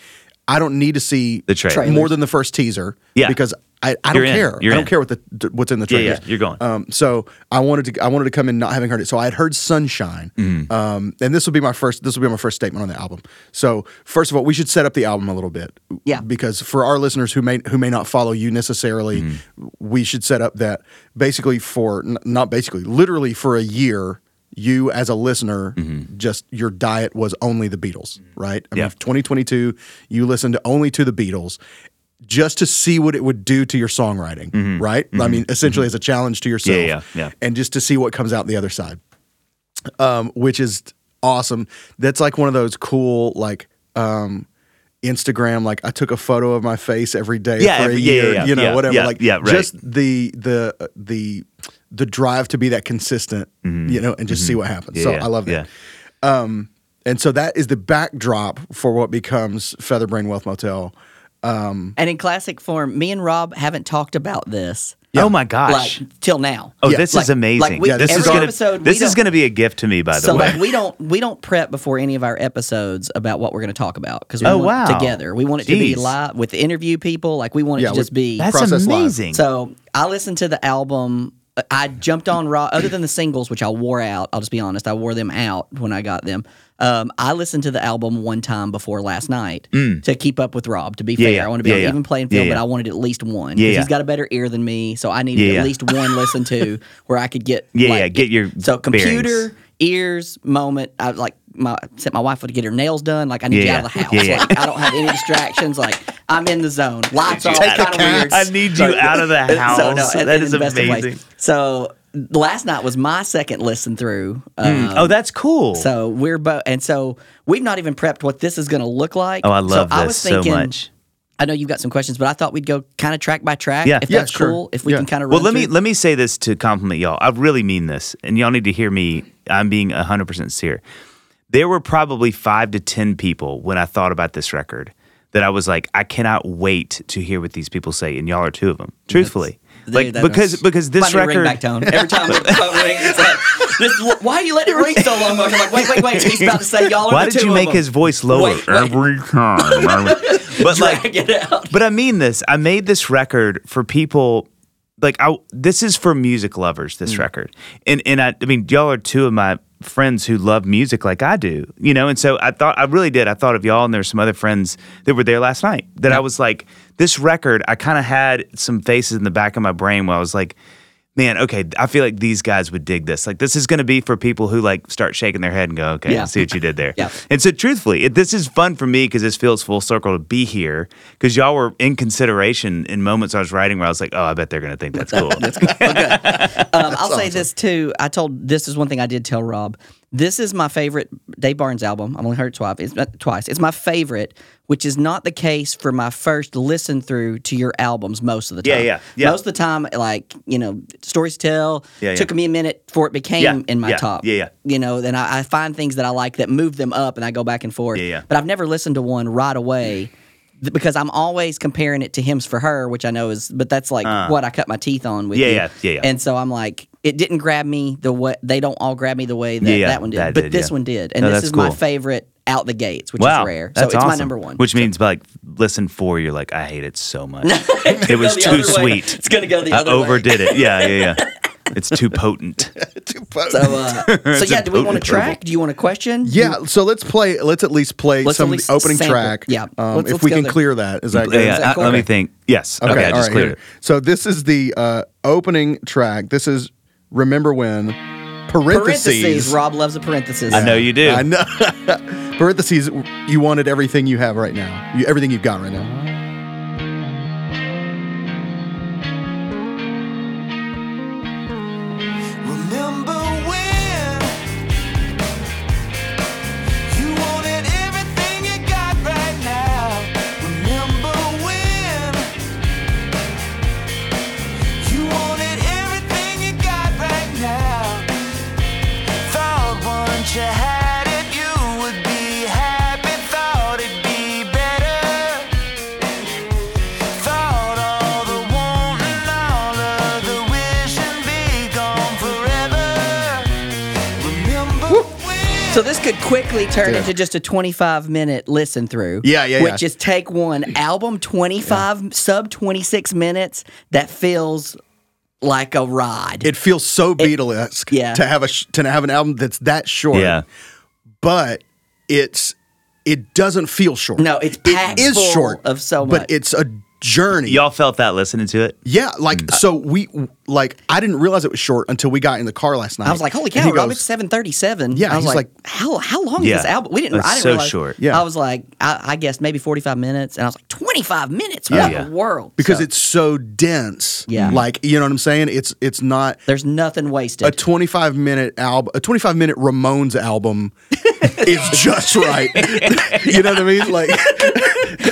[SPEAKER 2] I don't need to see
[SPEAKER 4] The trailer.
[SPEAKER 2] more than the first teaser.
[SPEAKER 4] Yeah.
[SPEAKER 2] Because I, I
[SPEAKER 4] You're
[SPEAKER 2] don't
[SPEAKER 4] in.
[SPEAKER 2] care.
[SPEAKER 4] You're
[SPEAKER 2] I don't
[SPEAKER 4] in.
[SPEAKER 2] care what the what's in the
[SPEAKER 4] Yeah,
[SPEAKER 2] trailer.
[SPEAKER 4] yeah, you're going.
[SPEAKER 2] Um, so I wanted to I wanted to come in not having heard it. So I had heard Sunshine. Um, and this will be my first this will be my first statement on the album. So first of all, we should set up the album a little bit.
[SPEAKER 3] Yeah.
[SPEAKER 2] Because for our listeners who may who may not follow you necessarily, we should set up that basically for n- not basically literally for a year. You as a listener, just your diet was only the Beatles, right? I
[SPEAKER 4] Yeah.
[SPEAKER 2] 2022, you listened only to the Beatles just to see what it would do to your songwriting, right? I mean, essentially as a challenge to yourself.
[SPEAKER 4] Mm-hmm. Yeah, yeah, yeah.
[SPEAKER 2] And just to see what comes out the other side, um, which is awesome. That's like one of those cool, like, um, Instagram, like I took a photo of my face every day
[SPEAKER 4] Yeah,
[SPEAKER 2] for a
[SPEAKER 4] every- yeah,
[SPEAKER 2] year,
[SPEAKER 4] yeah, yeah,
[SPEAKER 2] you know,
[SPEAKER 4] yeah,
[SPEAKER 2] whatever.
[SPEAKER 4] yeah,
[SPEAKER 2] like,
[SPEAKER 4] yeah, right.
[SPEAKER 2] just the the the the drive to be that consistent, you know, and just see what happens.
[SPEAKER 4] Mm-hmm. Yeah,
[SPEAKER 2] so
[SPEAKER 4] yeah,
[SPEAKER 2] I love that.
[SPEAKER 4] yeah.
[SPEAKER 2] And so that is the backdrop for what becomes Featherbrain Wealth Motel.
[SPEAKER 3] And in classic form, me and Rob haven't talked about this
[SPEAKER 4] Oh my gosh.
[SPEAKER 3] like till now.
[SPEAKER 4] oh,
[SPEAKER 2] yeah,
[SPEAKER 4] this
[SPEAKER 3] like-
[SPEAKER 4] is amazing.
[SPEAKER 3] like we-
[SPEAKER 2] Yeah,
[SPEAKER 4] this
[SPEAKER 2] every
[SPEAKER 4] is gonna.
[SPEAKER 3] episode we
[SPEAKER 4] this is
[SPEAKER 3] don't-
[SPEAKER 4] gonna be a gift to me, by the
[SPEAKER 3] so
[SPEAKER 4] way.
[SPEAKER 3] like we don't we don't prep before any of our episodes about what we're going to talk about because we
[SPEAKER 4] Oh,
[SPEAKER 3] want it
[SPEAKER 4] wow.
[SPEAKER 3] together. We want it to be
[SPEAKER 4] Jeez.
[SPEAKER 3] live with interview people. Like we want it
[SPEAKER 2] Yeah,
[SPEAKER 3] to
[SPEAKER 2] we-
[SPEAKER 3] just be.
[SPEAKER 4] That's
[SPEAKER 2] Process Live.
[SPEAKER 4] amazing.
[SPEAKER 3] So I listened to the album. uh, I jumped on raw. Other than the singles, which I wore out, I'll just be honest. I wore them out when I got them. Um, I listened to the album one time before last night to keep up with Rob. To be fair,
[SPEAKER 4] Mm. yeah.
[SPEAKER 3] I want to be
[SPEAKER 4] Yeah,
[SPEAKER 3] able to
[SPEAKER 4] yeah.
[SPEAKER 3] even play and
[SPEAKER 4] Yeah,
[SPEAKER 3] film, but
[SPEAKER 4] yeah.
[SPEAKER 3] I wanted at least one
[SPEAKER 4] Yeah,
[SPEAKER 3] because
[SPEAKER 4] yeah.
[SPEAKER 3] he's got a better ear than me. So I needed
[SPEAKER 4] Yeah,
[SPEAKER 3] at
[SPEAKER 4] yeah.
[SPEAKER 3] least one listen to where I could get
[SPEAKER 4] Yeah,
[SPEAKER 3] like,
[SPEAKER 4] yeah, get your
[SPEAKER 3] so computer
[SPEAKER 4] bearings.
[SPEAKER 3] ears moment. I like my sent my wife to get her nails done. Like I need
[SPEAKER 4] Yeah,
[SPEAKER 3] you out of the
[SPEAKER 4] yeah.
[SPEAKER 3] house.
[SPEAKER 4] Yeah, yeah.
[SPEAKER 3] Like I don't have any distractions. Like I'm in the zone. Lights off.
[SPEAKER 4] Take the
[SPEAKER 3] Kind of weird.
[SPEAKER 4] I need you out of the house.
[SPEAKER 3] So, no, in-
[SPEAKER 4] that
[SPEAKER 3] in
[SPEAKER 4] is
[SPEAKER 3] the best of ways.
[SPEAKER 4] amazing.
[SPEAKER 3] So last night was my second listen through. Um,
[SPEAKER 4] oh, that's cool.
[SPEAKER 3] So we're both, and so we've not even prepped what this is going to look like.
[SPEAKER 4] oh, I
[SPEAKER 3] So
[SPEAKER 4] love
[SPEAKER 3] I
[SPEAKER 4] this
[SPEAKER 3] was thinking,
[SPEAKER 4] so much.
[SPEAKER 3] I know you've got some questions, but I thought we'd go kind of track by track.
[SPEAKER 4] Yeah.
[SPEAKER 3] if
[SPEAKER 2] Yeah,
[SPEAKER 3] that's
[SPEAKER 2] sure.
[SPEAKER 3] cool, if we
[SPEAKER 2] Yeah.
[SPEAKER 3] can kind of
[SPEAKER 4] Well, let me let me say this to compliment y'all. I really mean this, and y'all need to hear me. I'm being 100% sincere. There were probably five to 10 people when I thought about this record that I was like, I cannot wait to hear what these people say, and y'all are two of them. Truthfully,
[SPEAKER 3] Dude,
[SPEAKER 4] like
[SPEAKER 3] that
[SPEAKER 4] because
[SPEAKER 3] was-
[SPEAKER 4] because this
[SPEAKER 3] find me a
[SPEAKER 4] record
[SPEAKER 3] ringback tone every time the phone rings. It's like, this, why do you let it ring so long? Mark? I'm like, wait, wait, wait. He's about to say y'all are
[SPEAKER 4] Why
[SPEAKER 3] the
[SPEAKER 4] did
[SPEAKER 3] two
[SPEAKER 4] you
[SPEAKER 3] of
[SPEAKER 4] make
[SPEAKER 3] them.
[SPEAKER 4] his voice lower
[SPEAKER 3] Wait, wait.
[SPEAKER 4] every time? I would- but
[SPEAKER 3] drag
[SPEAKER 4] like,
[SPEAKER 3] it out?
[SPEAKER 4] but I mean this. I made this record for people. Like, I this is for music lovers. This record, and and I, I mean, y'all are two of my friends who love music like I do, you know. And so I thought I really did. I thought of y'all, and there were some other friends that were there last night. That I was like, this record. I kind of had some faces in the back of my brain where I was like. Man, okay, I feel like these guys would dig this. Like, this is going to be for people who like start shaking their head and go, "Okay,
[SPEAKER 3] Yeah.
[SPEAKER 4] I see what you did there."
[SPEAKER 3] Yeah.
[SPEAKER 4] And so, truthfully, it, this is fun for me because this feels full circle to be here because y'all were in consideration in moments I was writing where I was like, oh, I bet they're going to think that's cool.
[SPEAKER 3] Um, I'll say this too. I told this is one thing I did tell Rob. This is my favorite Dave Barnes album. I've only heard it twice. It's not twice. It's my favorite, which is not the case for my first listen through to your albums most of the
[SPEAKER 4] Yeah,
[SPEAKER 3] time.
[SPEAKER 4] yeah, yeah.
[SPEAKER 3] Most of the time, like you know, stories to tell.
[SPEAKER 4] Yeah, yeah.
[SPEAKER 3] took me a minute before it became
[SPEAKER 4] Yeah,
[SPEAKER 3] in my
[SPEAKER 4] yeah,
[SPEAKER 3] top.
[SPEAKER 4] yeah, yeah.
[SPEAKER 3] You know, then I, I find things that I like that move them up, and I go back and forth.
[SPEAKER 4] Yeah, yeah.
[SPEAKER 3] But I've never listened to one right away. th- Because I'm always comparing it to hymns for her, which I know is, but that's like
[SPEAKER 4] Uh.
[SPEAKER 3] what I cut my teeth on with
[SPEAKER 4] Yeah,
[SPEAKER 3] you.
[SPEAKER 4] yeah, yeah, yeah.
[SPEAKER 3] And so I'm like, it didn't grab me the way they don't all grab me the way that
[SPEAKER 4] Yeah, yeah,
[SPEAKER 3] that one did,
[SPEAKER 4] that
[SPEAKER 3] but
[SPEAKER 4] did,
[SPEAKER 3] this
[SPEAKER 4] yeah.
[SPEAKER 3] one did, and
[SPEAKER 4] No,
[SPEAKER 3] this
[SPEAKER 4] that's
[SPEAKER 3] is my
[SPEAKER 4] cool.
[SPEAKER 3] favorite out the gates, which
[SPEAKER 4] wow.
[SPEAKER 3] is rare. So
[SPEAKER 4] That's
[SPEAKER 3] it's my
[SPEAKER 4] awesome.
[SPEAKER 3] number one.
[SPEAKER 4] Which means, like, listen four, you're like, I hate it so much. it was
[SPEAKER 3] The
[SPEAKER 4] too
[SPEAKER 3] other way.
[SPEAKER 4] sweet.
[SPEAKER 3] It's gonna go the
[SPEAKER 4] I
[SPEAKER 3] other way.
[SPEAKER 4] overdid it. Yeah, yeah, yeah. It's too potent.
[SPEAKER 2] Too potent.
[SPEAKER 3] So, uh, so
[SPEAKER 4] It's
[SPEAKER 3] yeah,
[SPEAKER 4] a
[SPEAKER 3] do we want a
[SPEAKER 4] potent
[SPEAKER 3] track? Do you want a question?
[SPEAKER 2] yeah, so let's play. Let's at least play
[SPEAKER 3] Let's
[SPEAKER 2] some
[SPEAKER 3] at
[SPEAKER 2] of
[SPEAKER 3] least
[SPEAKER 2] the opening
[SPEAKER 3] sample-
[SPEAKER 2] track.
[SPEAKER 3] yeah.
[SPEAKER 2] um,
[SPEAKER 3] Let's-
[SPEAKER 2] if
[SPEAKER 3] let's
[SPEAKER 2] we
[SPEAKER 3] go
[SPEAKER 2] can
[SPEAKER 3] there.
[SPEAKER 2] clear that, is that good?
[SPEAKER 4] Yeah, I-
[SPEAKER 3] cool?
[SPEAKER 4] let me
[SPEAKER 3] Okay.
[SPEAKER 4] think. Yes. Okay, I
[SPEAKER 2] all
[SPEAKER 4] just
[SPEAKER 2] right,
[SPEAKER 4] cleared
[SPEAKER 2] here.
[SPEAKER 4] it.
[SPEAKER 2] So this is the uh, opening track. This is "Remember When." Parentheses.
[SPEAKER 3] Parentheses. Rob loves a parenthesis.
[SPEAKER 4] I know you do.
[SPEAKER 2] I know. parentheses. You wanted everything you have right now. You, everything you've got right
[SPEAKER 3] Uh-huh.
[SPEAKER 2] now.
[SPEAKER 5] Remember when you wanted everything you got right now. Remember when you wanted everything you got right now. Thought once you had it, you would be happy. Thought it'd be better. Thought all the wanting, all of the wishing be gone forever. Remember when
[SPEAKER 3] So this could quickly turn
[SPEAKER 2] Yeah.
[SPEAKER 3] into just a 25 minute listen through.
[SPEAKER 2] Yeah, yeah, yeah.
[SPEAKER 3] Which is take one album 25 sub 26 minutes that feels like a ride.
[SPEAKER 2] It feels so Beatlesque.
[SPEAKER 3] yeah.
[SPEAKER 2] To have a sh- to have an album that's that short.
[SPEAKER 4] Yeah.
[SPEAKER 2] But it's it doesn't feel short.
[SPEAKER 3] No, it's packed
[SPEAKER 2] it is
[SPEAKER 3] full
[SPEAKER 2] short
[SPEAKER 3] of so much.
[SPEAKER 2] But it's a journey.
[SPEAKER 4] Y'all felt that listening to it?
[SPEAKER 2] Yeah, like
[SPEAKER 3] Mm.
[SPEAKER 2] so we like I didn't realize it was short until we got in the car last night.
[SPEAKER 3] I was like, "Holy
[SPEAKER 2] And he
[SPEAKER 3] cow, Rob!
[SPEAKER 2] goes,
[SPEAKER 3] It's seven thirty-seven.
[SPEAKER 2] Yeah,
[SPEAKER 3] I was
[SPEAKER 2] he's
[SPEAKER 3] like,
[SPEAKER 2] like-
[SPEAKER 3] "How how long
[SPEAKER 4] Yeah.
[SPEAKER 3] is this album? We didn't.
[SPEAKER 4] That's
[SPEAKER 3] I didn't
[SPEAKER 4] so
[SPEAKER 3] realize.
[SPEAKER 4] short.
[SPEAKER 2] Yeah.
[SPEAKER 3] I was like, I, I guess maybe forty-five minutes, and I was like, twenty-five minutes. What
[SPEAKER 4] Yeah.
[SPEAKER 3] in the world?
[SPEAKER 2] because
[SPEAKER 3] So,
[SPEAKER 2] it's so dense.
[SPEAKER 3] Yeah.
[SPEAKER 2] like you know what I'm saying. It's it's not
[SPEAKER 3] there's nothing wasted.
[SPEAKER 2] a 25 minute album. A 25 minute Ramones album is just right. you know what I mean? Like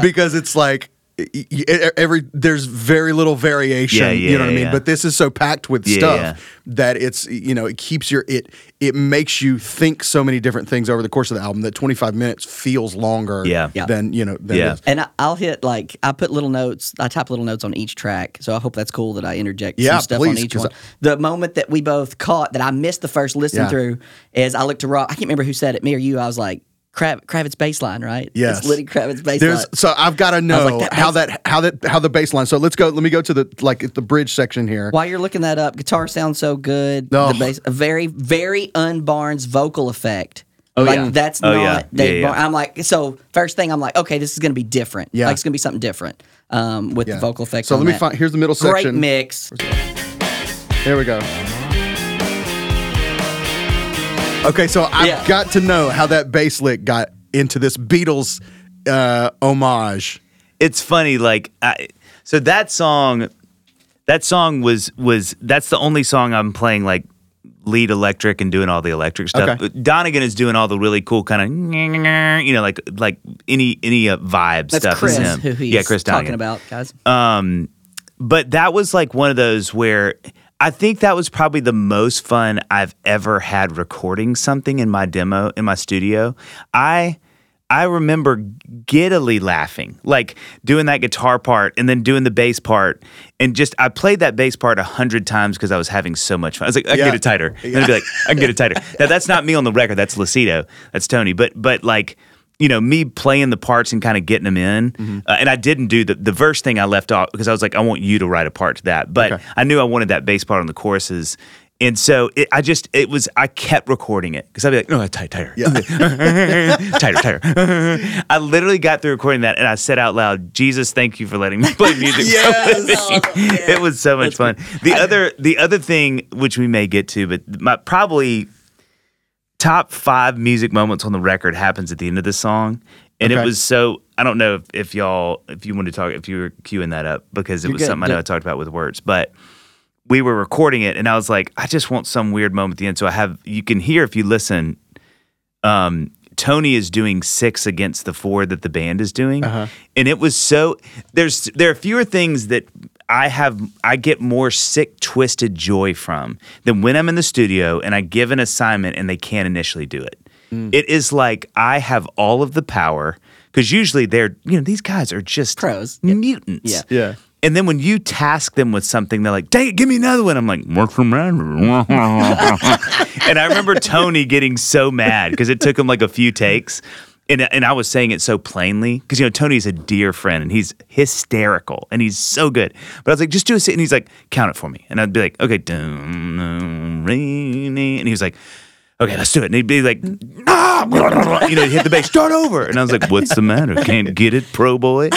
[SPEAKER 2] because it's like. y- y- Every there's very little variation,
[SPEAKER 4] Yeah, yeah,
[SPEAKER 2] you know what I mean.
[SPEAKER 4] yeah.
[SPEAKER 2] But this is so packed with
[SPEAKER 4] Yeah,
[SPEAKER 2] stuff
[SPEAKER 4] yeah.
[SPEAKER 2] that it's you know it keeps your it it makes you think so many different things over the course of the album that 25 minutes feels longer
[SPEAKER 4] Yeah. Yeah.
[SPEAKER 2] than you know than it
[SPEAKER 4] Yeah.
[SPEAKER 2] is.
[SPEAKER 3] and I, I'll hit like I put little notes. I type little notes on each track, so I hope that's cool that I interject
[SPEAKER 2] Yeah,
[SPEAKER 3] some stuff on
[SPEAKER 2] please,
[SPEAKER 3] each
[SPEAKER 2] 'cause
[SPEAKER 3] one. the moment that we both caught that I missed the first listen
[SPEAKER 2] Yeah.
[SPEAKER 3] through is I looked to Rob. I can't remember who said it, me or you. I was like Krav, Kravitz baseline, right?
[SPEAKER 2] Yes.
[SPEAKER 3] it's Liddy Kravitz baseline.
[SPEAKER 2] There's so I've got to know
[SPEAKER 3] like, that
[SPEAKER 2] how
[SPEAKER 3] bass-
[SPEAKER 2] that how that how the bass line. So let's go. Let me go to the like the bridge section here.
[SPEAKER 3] While you're looking that up, guitar sounds so good.
[SPEAKER 2] Oh.
[SPEAKER 3] The bass, a very, very unbarns vocal effect. Oh, like
[SPEAKER 2] yeah.
[SPEAKER 3] that's
[SPEAKER 4] Oh,
[SPEAKER 3] not
[SPEAKER 4] yeah.
[SPEAKER 3] Dave
[SPEAKER 4] Yeah, yeah.
[SPEAKER 3] Barnes. I'm like, so first thing I'm like, okay, this is gonna be different.
[SPEAKER 2] Yeah.
[SPEAKER 3] Like it's gonna be something different. Um with
[SPEAKER 2] Yeah.
[SPEAKER 3] the vocal effects.
[SPEAKER 2] So
[SPEAKER 3] on
[SPEAKER 2] let me
[SPEAKER 3] that.
[SPEAKER 2] find- here's the middle
[SPEAKER 3] Great
[SPEAKER 2] section.
[SPEAKER 3] mix.
[SPEAKER 2] Here we go. Okay, so I've
[SPEAKER 3] Yeah.
[SPEAKER 2] got to know how that bass lick got into this Beatles uh, homage.
[SPEAKER 4] it's funny like I, so that song that song was was that's the only song i'm playing like lead electric and doing all the electric stuff
[SPEAKER 2] Okay.
[SPEAKER 4] But donegan is doing all the really cool kind of you know like like any any uh, vibe
[SPEAKER 3] That's
[SPEAKER 4] stuff
[SPEAKER 3] Chris
[SPEAKER 4] is him.
[SPEAKER 3] who he's
[SPEAKER 4] yeah chris
[SPEAKER 3] talking
[SPEAKER 4] Donegan.
[SPEAKER 3] about, guys.
[SPEAKER 4] but that was like one of those where I think that was probably the most fun I've ever had recording something in my demo in my studio. I I remember giddily laughing, like doing that guitar part and then doing the bass part. And just, I played that bass part a hundred times because I was having so much fun. I was like, I can
[SPEAKER 2] Yeah.
[SPEAKER 4] get it tighter. And I'd be like, I can get it tighter. now, that's not me on the record. That's Lucido. That's Tony. But, but like, you know, me playing the parts and kind of getting them in. Uh, and I didn't do the, the verse thing I left off because I was like, I want you to write a part to that. But I knew I wanted that bass part on the choruses. And so it, I just, it was, I kept recording it because I'd be like, no, tight, tighter. tighter, tighter. I literally got through recording that and I said out loud, Jesus, thank you for letting me play music.
[SPEAKER 2] Yes. Oh,
[SPEAKER 4] it was so much fun. The other the other thing which we may get to, but my probably top five music moments on the record happens at the end of this song. And
[SPEAKER 2] Okay.
[SPEAKER 4] it was so I don't know if, if y'all if you want to talk if you were queuing that up because it was
[SPEAKER 3] good,
[SPEAKER 4] something I know
[SPEAKER 3] yeah.
[SPEAKER 4] I talked about with words, but we were recording it and I was like, I just want some weird moment at the end. So I have you can hear if you listen, um, Tony is doing six against the four that the band is doing, and it was so. There's there are fewer things that I have I get more sick twisted joy from than when I'm in the studio and I give an assignment and they can't initially do it. It is like I have all of the power because usually they're you know these guys are just
[SPEAKER 3] Pros.
[SPEAKER 4] mutants.
[SPEAKER 3] Yeah.
[SPEAKER 2] Yeah.
[SPEAKER 4] And then when you task them with something, they're like, dang it, give me another one. I'm like, work from around. and I remember Tony getting so mad because it took him like a few takes. And, and I was saying it so plainly because, you know, Tony's a dear friend and he's hysterical and he's so good. But I was like, just do a sit. And he's like, count it for me. And I'd be like, okay. dum, dum, re, ne. And he was like, okay, let's do it. And he'd be like, ah, you know, he'd hit the bass, start over. And I was like, what's the matter? Can't get it, pro boy?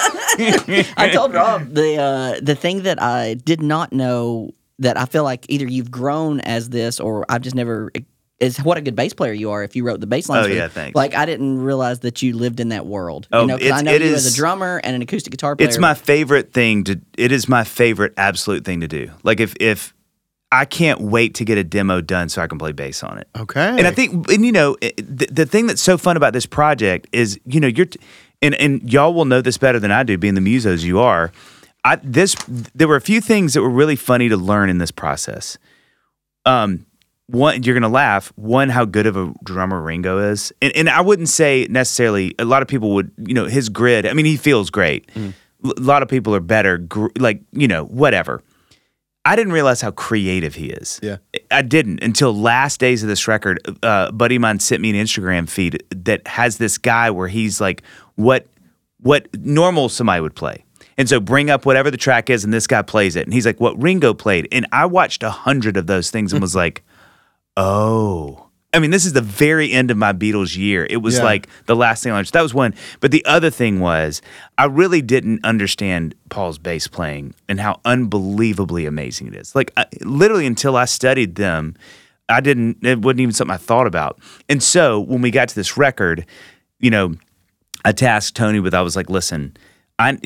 [SPEAKER 3] I told Rob the uh, the thing that I did not know that I feel like either you've grown as this or I've just never is what a good bass player you are if you wrote the bass lines.
[SPEAKER 4] Oh,
[SPEAKER 3] for
[SPEAKER 4] yeah,
[SPEAKER 3] you.
[SPEAKER 4] thanks.
[SPEAKER 3] Like I didn't realize that you lived in that world.
[SPEAKER 4] Oh,
[SPEAKER 3] you know, 'cause
[SPEAKER 4] it's-
[SPEAKER 3] I know
[SPEAKER 4] it
[SPEAKER 3] you
[SPEAKER 4] is-
[SPEAKER 3] as a drummer and an acoustic guitar player.
[SPEAKER 4] It's my favorite thing to. It is my favorite absolute thing to do. Like if if I can't wait to get a demo done so I can play bass on it.
[SPEAKER 2] Okay.
[SPEAKER 4] And I think, and you know, it- the, the thing that's so fun about this project is, you know, you're, t- and and y'all will know this better than I do, being the musos you are. I this there were a few things that were really funny to learn in this process. Um, one you're gonna laugh. One, how good of a drummer Ringo is, and and I wouldn't say necessarily. A lot of people would, you know, his grid. I mean, he feels great. L- A lot of people are better, gr- like you know, whatever. I didn't realize how creative he is.
[SPEAKER 2] Yeah.
[SPEAKER 4] I didn't until last days of this record. Uh, a buddy of mine sent me an Instagram feed that has this guy where he's like, what what normal somebody would play. And so bring up whatever the track is, and this guy plays it. And he's like, what Ringo played. And I watched a hundred of those things and was like, oh. I mean, this is the very end of my Beatles year. It was
[SPEAKER 2] Yeah.
[SPEAKER 4] like the last thing I understood. That was one. But the other thing was, I really didn't understand Paul's bass playing and how unbelievably amazing it is. Like, I, literally, until I studied them, I didn't, it wasn't even something I thought about. And so when we got to this record, you know, I tasked Tony with, I was like, listen, I,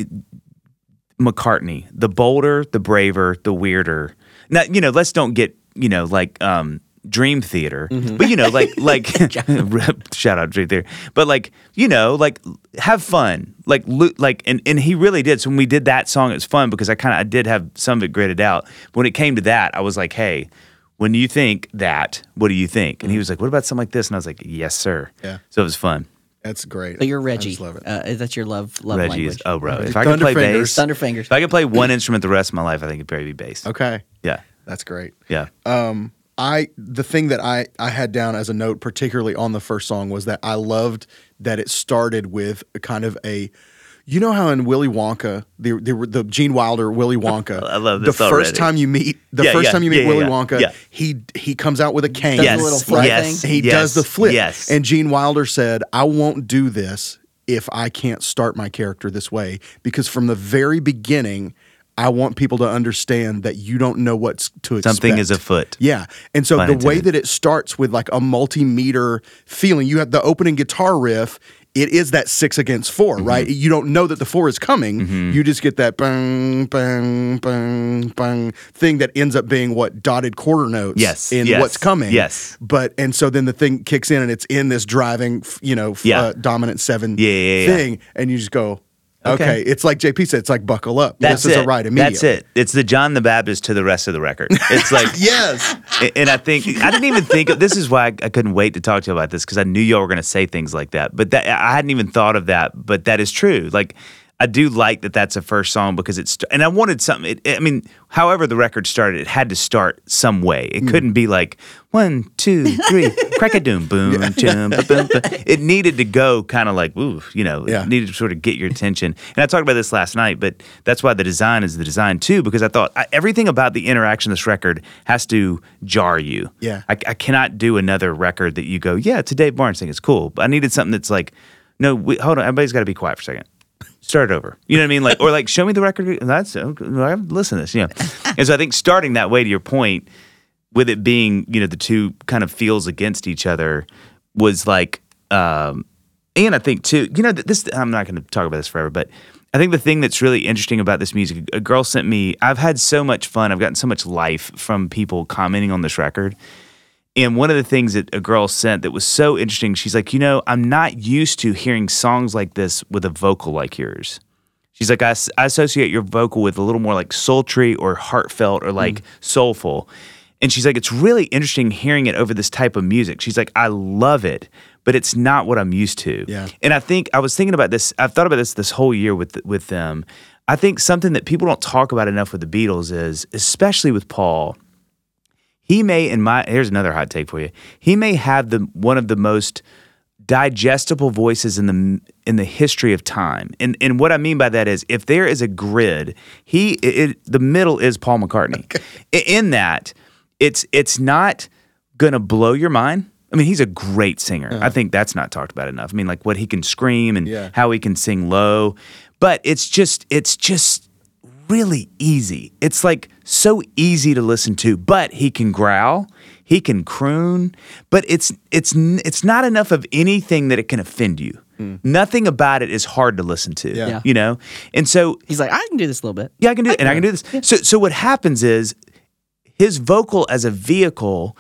[SPEAKER 4] McCartney, the bolder, the braver, the weirder. Now, you know, let's don't get, you know, like um Dream Theater. But you know, like like rip, shout out Dream Theater. But like, you know, like have fun. Like lo- like and and he really did. So when we did that song, it was fun because I kind of I did have some of it gridded out. But when it came to that, I was like, "Hey, when you think that, what do you think?" And he was like, "What about something like this?" And I was like, "Yes, sir."
[SPEAKER 2] Yeah.
[SPEAKER 4] So it was fun.
[SPEAKER 2] That's great.
[SPEAKER 3] But you're
[SPEAKER 2] I
[SPEAKER 3] Reggie.
[SPEAKER 2] just love it.
[SPEAKER 3] Uh, that's your love love
[SPEAKER 4] Reggie
[SPEAKER 3] language.
[SPEAKER 4] is oh bro. If I could
[SPEAKER 2] Thunderfingers.
[SPEAKER 4] play bass,
[SPEAKER 3] Thunderfingers.
[SPEAKER 4] if I could play one instrument the rest of my life, I think it'd probably be bass.
[SPEAKER 2] okay.
[SPEAKER 4] Yeah.
[SPEAKER 2] That's great.
[SPEAKER 4] Yeah.
[SPEAKER 2] I the thing that I I had down as a note, particularly on the first song, was that I loved that it started with a kind of a, you know how in Willy Wonka the the, the Gene Wilder Willy Wonka,
[SPEAKER 4] I love this
[SPEAKER 2] the first
[SPEAKER 4] already.
[SPEAKER 2] time you meet the
[SPEAKER 4] Yeah,
[SPEAKER 2] first
[SPEAKER 4] yeah,
[SPEAKER 2] time you meet
[SPEAKER 4] yeah,
[SPEAKER 2] Willy
[SPEAKER 4] yeah,
[SPEAKER 2] Wonka,
[SPEAKER 4] yeah.
[SPEAKER 2] he he comes out with a cane,
[SPEAKER 3] Does a Yes, little flip yes, thing.
[SPEAKER 2] he
[SPEAKER 4] yes,
[SPEAKER 2] does the flip,
[SPEAKER 4] yes.
[SPEAKER 2] and Gene Wilder said, I won't do this if I can't start my character this way because from the very beginning. I want people to understand that you don't know what's to expect.
[SPEAKER 4] Something is afoot.
[SPEAKER 2] Yeah. And so
[SPEAKER 4] Pun
[SPEAKER 2] the way
[SPEAKER 4] intended.
[SPEAKER 2] that it starts with like a multimeter feeling, you have the opening guitar riff, it is that six against 4
[SPEAKER 4] Mm-hmm.
[SPEAKER 2] right? You don't know that the four is coming. You just get that bang, bang, bang, bang thing that ends up being what dotted quarter notes
[SPEAKER 4] Yes,
[SPEAKER 2] in
[SPEAKER 4] yes,
[SPEAKER 2] what's coming.
[SPEAKER 4] yes.
[SPEAKER 2] But, and so then the thing kicks in and it's in this driving, f- you know, f-
[SPEAKER 4] Yeah.
[SPEAKER 2] uh, dominant seven
[SPEAKER 4] Yeah, yeah, yeah.
[SPEAKER 2] thing. And you just go, Okay.
[SPEAKER 4] Okay.
[SPEAKER 2] It's like JP said, it's like buckle up.
[SPEAKER 4] That's
[SPEAKER 2] this is a
[SPEAKER 4] it.
[SPEAKER 2] ride immediately.
[SPEAKER 4] That's it. It's the John the Baptist to the rest of the record. It's like
[SPEAKER 2] Yes.
[SPEAKER 4] A- and I think I didn't even think of this is why I, I couldn't wait to talk to you about this because I knew y'all were going to say things like that. But that I hadn't even thought of that. But that is true. Like I do like that that's a first song because it's and I wanted something. It, I mean, however the record started, it had to start some way. It couldn't be like one, two, three, crack a doom, boom, chum, ba, boom, ba. It needed to go kind of like ooh, you know,
[SPEAKER 2] Yeah.
[SPEAKER 4] it needed to sort of get your attention. And I talked about this last night, but that's why the design is the design too because I thought I, everything about the interaction of this record has to jar you.
[SPEAKER 2] Yeah.
[SPEAKER 4] I, I cannot do another record that you go, yeah, it's a Dave Barnes thing. It's cool. But I needed something that's like, no, we, hold on, everybody's got to be quiet for a second. Start over. You know what I mean? Like, or like, show me the record. That's okay, I haven't listened to this. You know, and so I think starting that way to your point, with it being you know the two kind of feels against each other was like, um, and I think too, you know, th- this I'm not going to talk about this forever, but I think the thing that's really interesting about this music, a girl sent me. I've had so much fun. I've gotten so much life from people commenting on this record. And one of the things that a girl sent that was so interesting, she's like, you know, I'm not used to hearing songs like this with a vocal like yours. She's like, I, s- I associate your vocal with a little more like sultry or heartfelt or like soulful. And she's like, it's really interesting hearing it over this type of music. She's like, I love it, but it's not what I'm used to.
[SPEAKER 2] Yeah.
[SPEAKER 4] And I think I was thinking about this. I've thought about this this whole year with with them. I think something that people don't talk about enough with the Beatles is, especially with Paul, he may in my here's another hot take for you. He may have the one of the most digestible voices in the in the history of time. And and what I mean by that is if there is a grid, he it, it- the middle is Paul McCartney. I- In that, it's it's not going to blow your mind. I mean, he's a great singer. I think that's not talked about enough. I mean, like what he can scream and
[SPEAKER 2] Yeah.
[SPEAKER 4] how he can sing low, but it's just it's just really easy. It's like so easy to listen to, but he can growl, he can croon, but it's it's n- it's not enough of anything that it can offend you. Nothing about it is hard to listen to,
[SPEAKER 2] Yeah.
[SPEAKER 3] Yeah.
[SPEAKER 4] you know. And so
[SPEAKER 3] He's like, I can do this a little bit.
[SPEAKER 4] yeah, I can do and I can do this. So so what happens is his vocal as a vehicle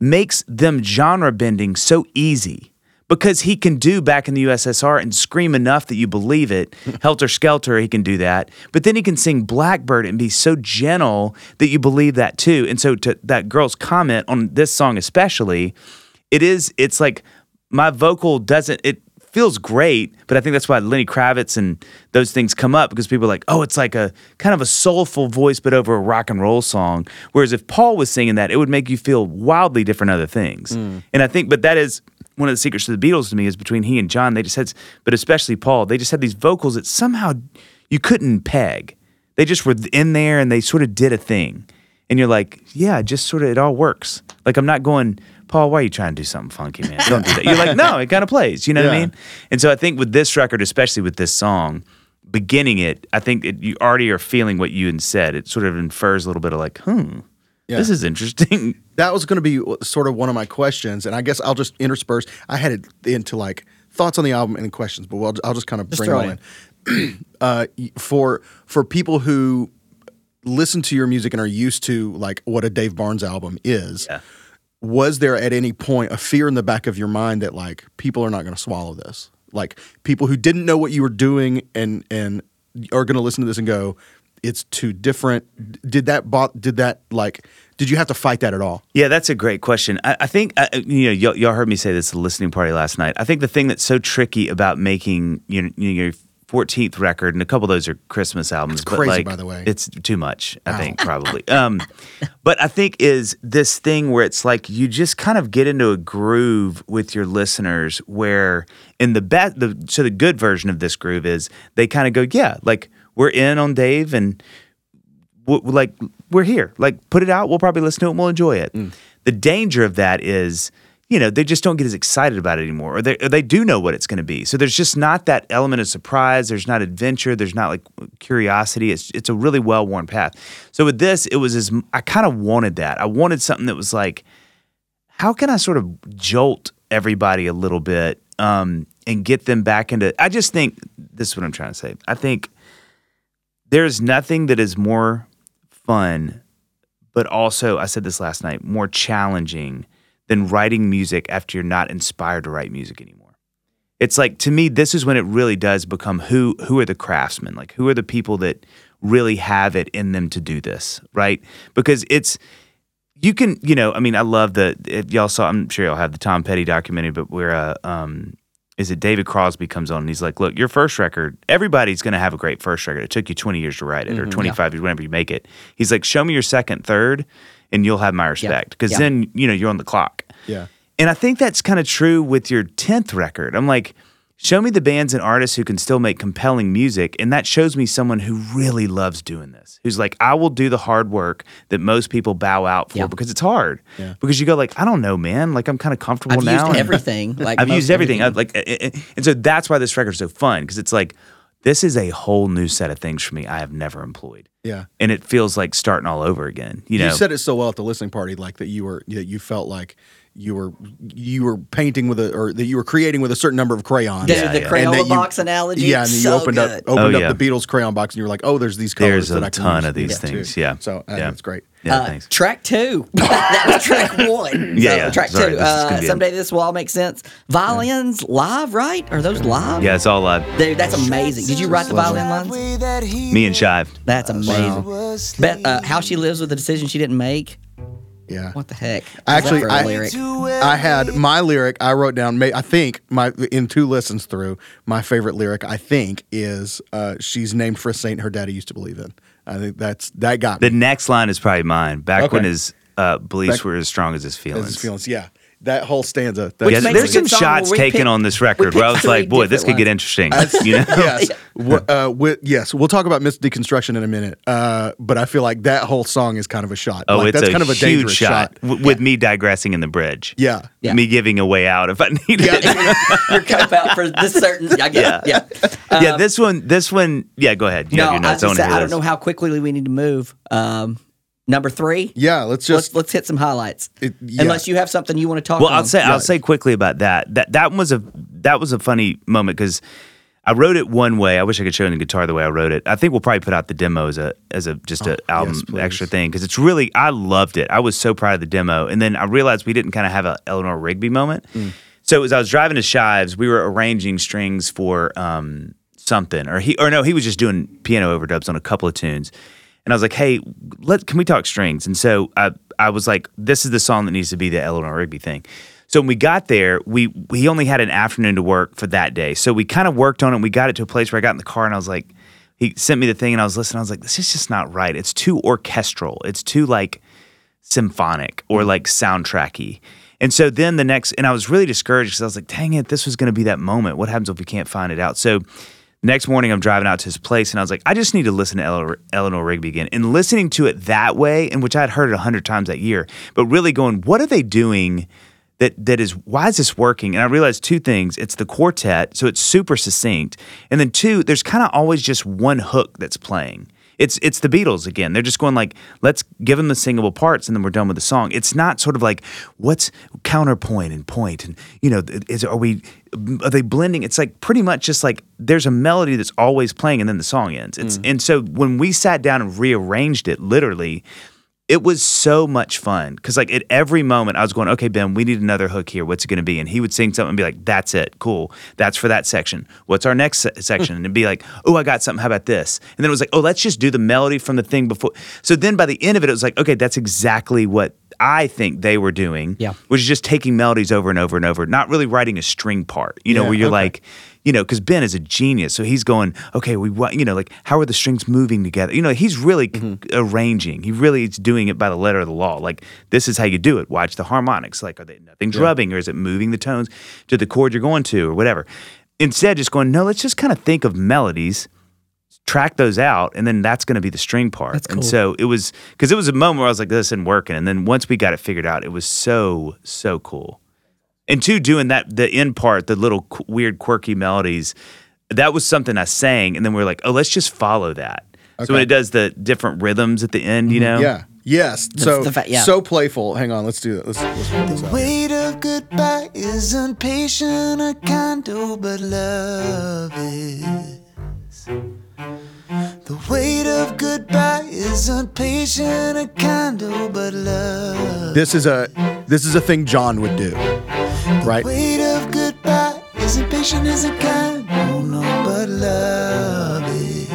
[SPEAKER 4] makes them genre bending so easy because he can do back in the USSR and scream enough that you believe it. Helter Skelter, he can do that. But then he can sing Blackbird and be so gentle that you believe that too. And so to that girl's comment on this song especially, it is it's like my vocal doesn't it feels great, but I think that's why Lenny Kravitz and those things come up because people are like, oh, it's like a kind of a soulful voice, but over a rock and roll song. Whereas if Paul was singing that, it would make you feel wildly different other things. And I think, but that is one of the secrets to the Beatles to me is between he and John, they just had, but especially Paul, they just had these vocals that somehow you couldn't peg. They just were in there and they sort of did a thing. And you're like, yeah, just sort of, it all works. Like, I'm not going, Paul, why are you trying to do something funky, man? Don't do that. You're like, no, it kind of plays. You know what I
[SPEAKER 2] Yeah.
[SPEAKER 4] mean? And so I think with this record, especially with this song, beginning it, I think it, you already are feeling what you had said. It sort of infers a little bit of like, hmm, this is interesting.
[SPEAKER 2] that was going to be sort of one of my questions, and I guess I'll just intersperse. I had it into like thoughts on the album and questions, but we'll, I'll just kind of bring it
[SPEAKER 3] throw
[SPEAKER 2] all
[SPEAKER 3] it
[SPEAKER 2] in. uh, y- for for people who listen to your music and are used to like what a Dave Barnes album is, was there at any point a fear in the back of your mind that like people are not going to swallow this? Like people who didn't know what you were doing and and are going to listen to this and go, it's too different. D- Did that bo- did that like did you have to fight that at all?
[SPEAKER 4] Yeah, that's a great question. I, I think I, you know y'all, y'all heard me say this at the listening party last night. I think the thing that's so tricky about making you know, you know, your 14th record, and a couple of those are Christmas albums. but,
[SPEAKER 2] crazy,
[SPEAKER 4] like,
[SPEAKER 2] by the way.
[SPEAKER 4] It's too much, I think probably. Um, but I think is this thing where it's like you just kind of get into a groove with your listeners, where in the best, the so the good version of this groove is they kind of go, yeah, like we're in on Dave and w- w- like we're here. Like put it out. We'll probably listen to it. and We'll enjoy it. The danger of that is, you know, they just don't get as excited about it anymore, or they or they do know what it's going to be. So there's just not that element of surprise. There's not adventure. There's not like curiosity. It's it's a really well worn path. So with this, it was as m- I kind of wanted that. I wanted something that was like how can I sort of jolt everybody a little bit um, and get them back into? I just think this is what I'm trying to say. I think there's nothing that is more fun, but also, I said this last night, more challenging than writing music after you're not inspired to write music anymore. it's like to me this is when it really does become who who are the craftsmen like who are the people that really have it in them to do this right because it's you can you know i mean i love the if y'all saw i'm sure y'all have the tom petty documentary but where uh, um is it david crosby comes on and he's like look your first record everybody's going to have a great first record it took you 20 years to write
[SPEAKER 3] Mm-hmm,
[SPEAKER 4] it or 25 years whenever you make it he's like show me your second third and you'll have my respect because
[SPEAKER 3] yeah.
[SPEAKER 4] then you know you're on the clock
[SPEAKER 2] Yeah.
[SPEAKER 4] and I think that's kind of true with your 10th record. I'm like, show me the bands and artists who can still make compelling music. And that shows me someone who really loves doing this, who's like, I will do the hard work that most people bow out for
[SPEAKER 3] Yeah.
[SPEAKER 4] because it's hard. Because you go, like, I don't know, man. Like, I'm kind of comfortable
[SPEAKER 3] I've
[SPEAKER 4] now.
[SPEAKER 3] used
[SPEAKER 4] and-
[SPEAKER 3] everything. Like
[SPEAKER 4] I've
[SPEAKER 3] most
[SPEAKER 4] used everything. I've, like, eh, eh, eh. and so that's why this record's so fun because it's like, this is a whole new set of things for me I have never employed.
[SPEAKER 2] Yeah.
[SPEAKER 4] And it feels like starting all over again. You
[SPEAKER 2] You,
[SPEAKER 4] know,
[SPEAKER 2] said it so well at the listening party, like that you were that you felt like you were you were painting with a or that you were creating with a certain number of crayons.
[SPEAKER 3] The,
[SPEAKER 4] Yeah,
[SPEAKER 3] the
[SPEAKER 2] And
[SPEAKER 4] yeah.
[SPEAKER 2] that
[SPEAKER 3] Crayola
[SPEAKER 2] you-
[SPEAKER 3] box analogy.
[SPEAKER 2] Yeah, and then
[SPEAKER 3] so
[SPEAKER 2] you opened
[SPEAKER 3] good.
[SPEAKER 2] up opened
[SPEAKER 4] Oh,
[SPEAKER 2] up
[SPEAKER 4] yeah.
[SPEAKER 2] the Beatles crayon box, and you were like, "Oh, there's these colors."
[SPEAKER 4] there's
[SPEAKER 2] that I
[SPEAKER 4] a
[SPEAKER 2] can
[SPEAKER 4] ton
[SPEAKER 2] use
[SPEAKER 4] of these
[SPEAKER 2] too."
[SPEAKER 4] things. Yeah.
[SPEAKER 2] so I think
[SPEAKER 4] yeah.
[SPEAKER 2] it's great.
[SPEAKER 4] Yeah,
[SPEAKER 3] Uh,
[SPEAKER 4] thanks.
[SPEAKER 3] Track two. that was track one.
[SPEAKER 4] Yeah,
[SPEAKER 3] So,
[SPEAKER 4] yeah.
[SPEAKER 3] Track
[SPEAKER 4] Sorry,
[SPEAKER 3] two.
[SPEAKER 4] this is gonna
[SPEAKER 3] Uh,
[SPEAKER 4] be a-
[SPEAKER 3] someday this will all make sense. Violins live, right? Are those live?
[SPEAKER 4] Yeah, it's all uh, live.
[SPEAKER 3] Dude, that's amazing. Did you write the violin lines?
[SPEAKER 4] Me and Shive.
[SPEAKER 3] That's amazing.
[SPEAKER 5] Was
[SPEAKER 3] Bet uh, how she lives with the decision she didn't make.
[SPEAKER 2] Yeah.
[SPEAKER 3] What the heck? Is
[SPEAKER 2] Actually,
[SPEAKER 3] that for a
[SPEAKER 2] I-
[SPEAKER 3] lyric?
[SPEAKER 2] I had my lyric. I wrote down. may- I think my in two listens through my favorite lyric. I think is uh, she's named for a saint her daddy used to believe in. I think that's that got me.
[SPEAKER 4] The next line is probably mine. Back
[SPEAKER 2] Okay.
[SPEAKER 4] when his uh, beliefs
[SPEAKER 2] Back-
[SPEAKER 4] were as strong as his
[SPEAKER 2] That's
[SPEAKER 4] feelings.
[SPEAKER 2] his feelings. Yeah, that whole stanza. That
[SPEAKER 3] Which
[SPEAKER 4] Yeah,
[SPEAKER 3] makes
[SPEAKER 4] there's
[SPEAKER 3] a good
[SPEAKER 4] some
[SPEAKER 3] song.
[SPEAKER 4] shots
[SPEAKER 3] We
[SPEAKER 4] taken
[SPEAKER 3] picked-
[SPEAKER 4] on this
[SPEAKER 3] we
[SPEAKER 4] record
[SPEAKER 3] picked
[SPEAKER 4] where I was
[SPEAKER 3] three
[SPEAKER 4] like, boy, this could
[SPEAKER 3] different
[SPEAKER 4] get
[SPEAKER 3] ones.
[SPEAKER 4] interesting. you know?
[SPEAKER 2] yes. Wh- uh, wi- yes. We'll talk about Miss Deconstruction in a minute. Uh, but I feel like that whole song is kind of a shot.
[SPEAKER 4] Oh,
[SPEAKER 2] like,
[SPEAKER 4] it's
[SPEAKER 2] that's
[SPEAKER 4] a
[SPEAKER 2] kind of a
[SPEAKER 4] huge
[SPEAKER 2] dangerous shot.
[SPEAKER 4] shot, w- with me digressing in the bridge.
[SPEAKER 2] Yeah.
[SPEAKER 3] Yeah.
[SPEAKER 4] Me giving a way out if I needed it.
[SPEAKER 3] Your cup out for this certain. I guess. Yeah.
[SPEAKER 4] yeah, this one, this one, yeah, go ahead. You
[SPEAKER 3] no,
[SPEAKER 4] have
[SPEAKER 3] I,
[SPEAKER 4] your notes.
[SPEAKER 3] was
[SPEAKER 4] I,
[SPEAKER 3] gonna
[SPEAKER 4] wanna
[SPEAKER 3] say,
[SPEAKER 4] hear
[SPEAKER 3] I don't
[SPEAKER 4] this.
[SPEAKER 3] know how quickly we need to move. Um, number three.
[SPEAKER 2] Yeah. Let's
[SPEAKER 3] let's
[SPEAKER 2] just.
[SPEAKER 3] let's hit some highlights.
[SPEAKER 2] It- yeah.
[SPEAKER 3] Unless you have something you want to talk.
[SPEAKER 4] Well,
[SPEAKER 3] on.
[SPEAKER 4] I'll say I'll
[SPEAKER 2] Right.
[SPEAKER 4] say quickly about that. That that was a that was a funny moment because I wrote it one way. I wish I could show you the guitar the way I wrote it. I think we'll probably put out the demo as a as a just a album
[SPEAKER 2] please.
[SPEAKER 4] extra thing because it's really I loved it. I was so proud of the demo, and then I realized we didn't kind of have a Eleanor Rigby moment. So as I was driving to Shives, we were arranging strings for um, something, or he or no, he was just doing piano overdubs on a couple of tunes. And I was like, "Hey, let can we talk strings?" And so I I was like, "This is the song that needs to be the Eleanor Rigby thing." So when we got there, we we only had an afternoon to work for that day. So we kind of worked on it. We got it to a place where I got in the car and I was like, he sent me the thing and I was listening. I was like, "This is just not right. It's too orchestral. It's too like." symphonic or like soundtracky. And so then the next, and I was really discouraged because I was like, dang it, this was going to be that moment. What happens if we can't find it out? So next morning, I'm driving out to his place and I was like, I just need to listen to Ele- Eleanor Rigby again. And listening to it that way, in which I had heard it a hundred times that year, but really going, what are they doing? that that is why is this working? And I realized two things. It's the quartet, so it's super succinct. And then two, there's kind of always just one hook that's playing. It's it's the Beatles again. They're just going like, let's give them the singable parts, and then we're done with the song. It's not sort of like what's counterpoint and point, and you know, is are we are they blending? It's like pretty much just like there's a melody that's always playing, and then the song ends. It's and so when we sat down and rearranged it, literally, it was so much fun because like at every moment i was going okay ben we need another hook here what's it going to be and he would sing something and be like that's it cool that's for that section what's our next se- section and it'd be like oh i got something how about this and then it was like oh let's just do the melody from the thing before so then by the end of it it was like okay that's exactly what i think they were doing
[SPEAKER 3] Yeah.
[SPEAKER 4] which is just taking melodies over and over and over not really writing a string part you know
[SPEAKER 2] Yeah,
[SPEAKER 4] where you're
[SPEAKER 2] okay.
[SPEAKER 4] like you know, because Ben is a genius. So he's going, okay, we, wa- you know, like, how are the strings moving together? You know, he's really c- arranging. He really is doing it by the letter of the law. Like, this is how you do it. Watch the harmonics. Like, are they nothing's rubbing or is it moving the tones to the chord you're going to or whatever? Instead, just going, no, let's just kind of think of melodies, track those out, and then that's going to be the string part.
[SPEAKER 3] That's
[SPEAKER 4] And
[SPEAKER 3] cool.
[SPEAKER 4] so it was, because it was a moment where I was like, this isn't working. And then once we got it figured out, it was so, so cool and two doing that the end part the little qu- weird quirky melodies that was something i sang and then we were like oh let's just follow that so when
[SPEAKER 2] Okay. Mm-hmm.
[SPEAKER 4] it does the different rhythms at the end you know
[SPEAKER 2] Yeah. Yes. So
[SPEAKER 3] um, the fa- yeah.
[SPEAKER 2] so playful. Hang on. Let's do that. Let's, let's put this
[SPEAKER 5] The
[SPEAKER 2] out.
[SPEAKER 5] weight of goodbye is impatient or condo, but love is. The weight of goodbye is impatient or condo, but love.
[SPEAKER 2] This is a this is a thing John would do, right?
[SPEAKER 5] Weight of goodbye is impatient Passion isn't kind, oh no, but love is.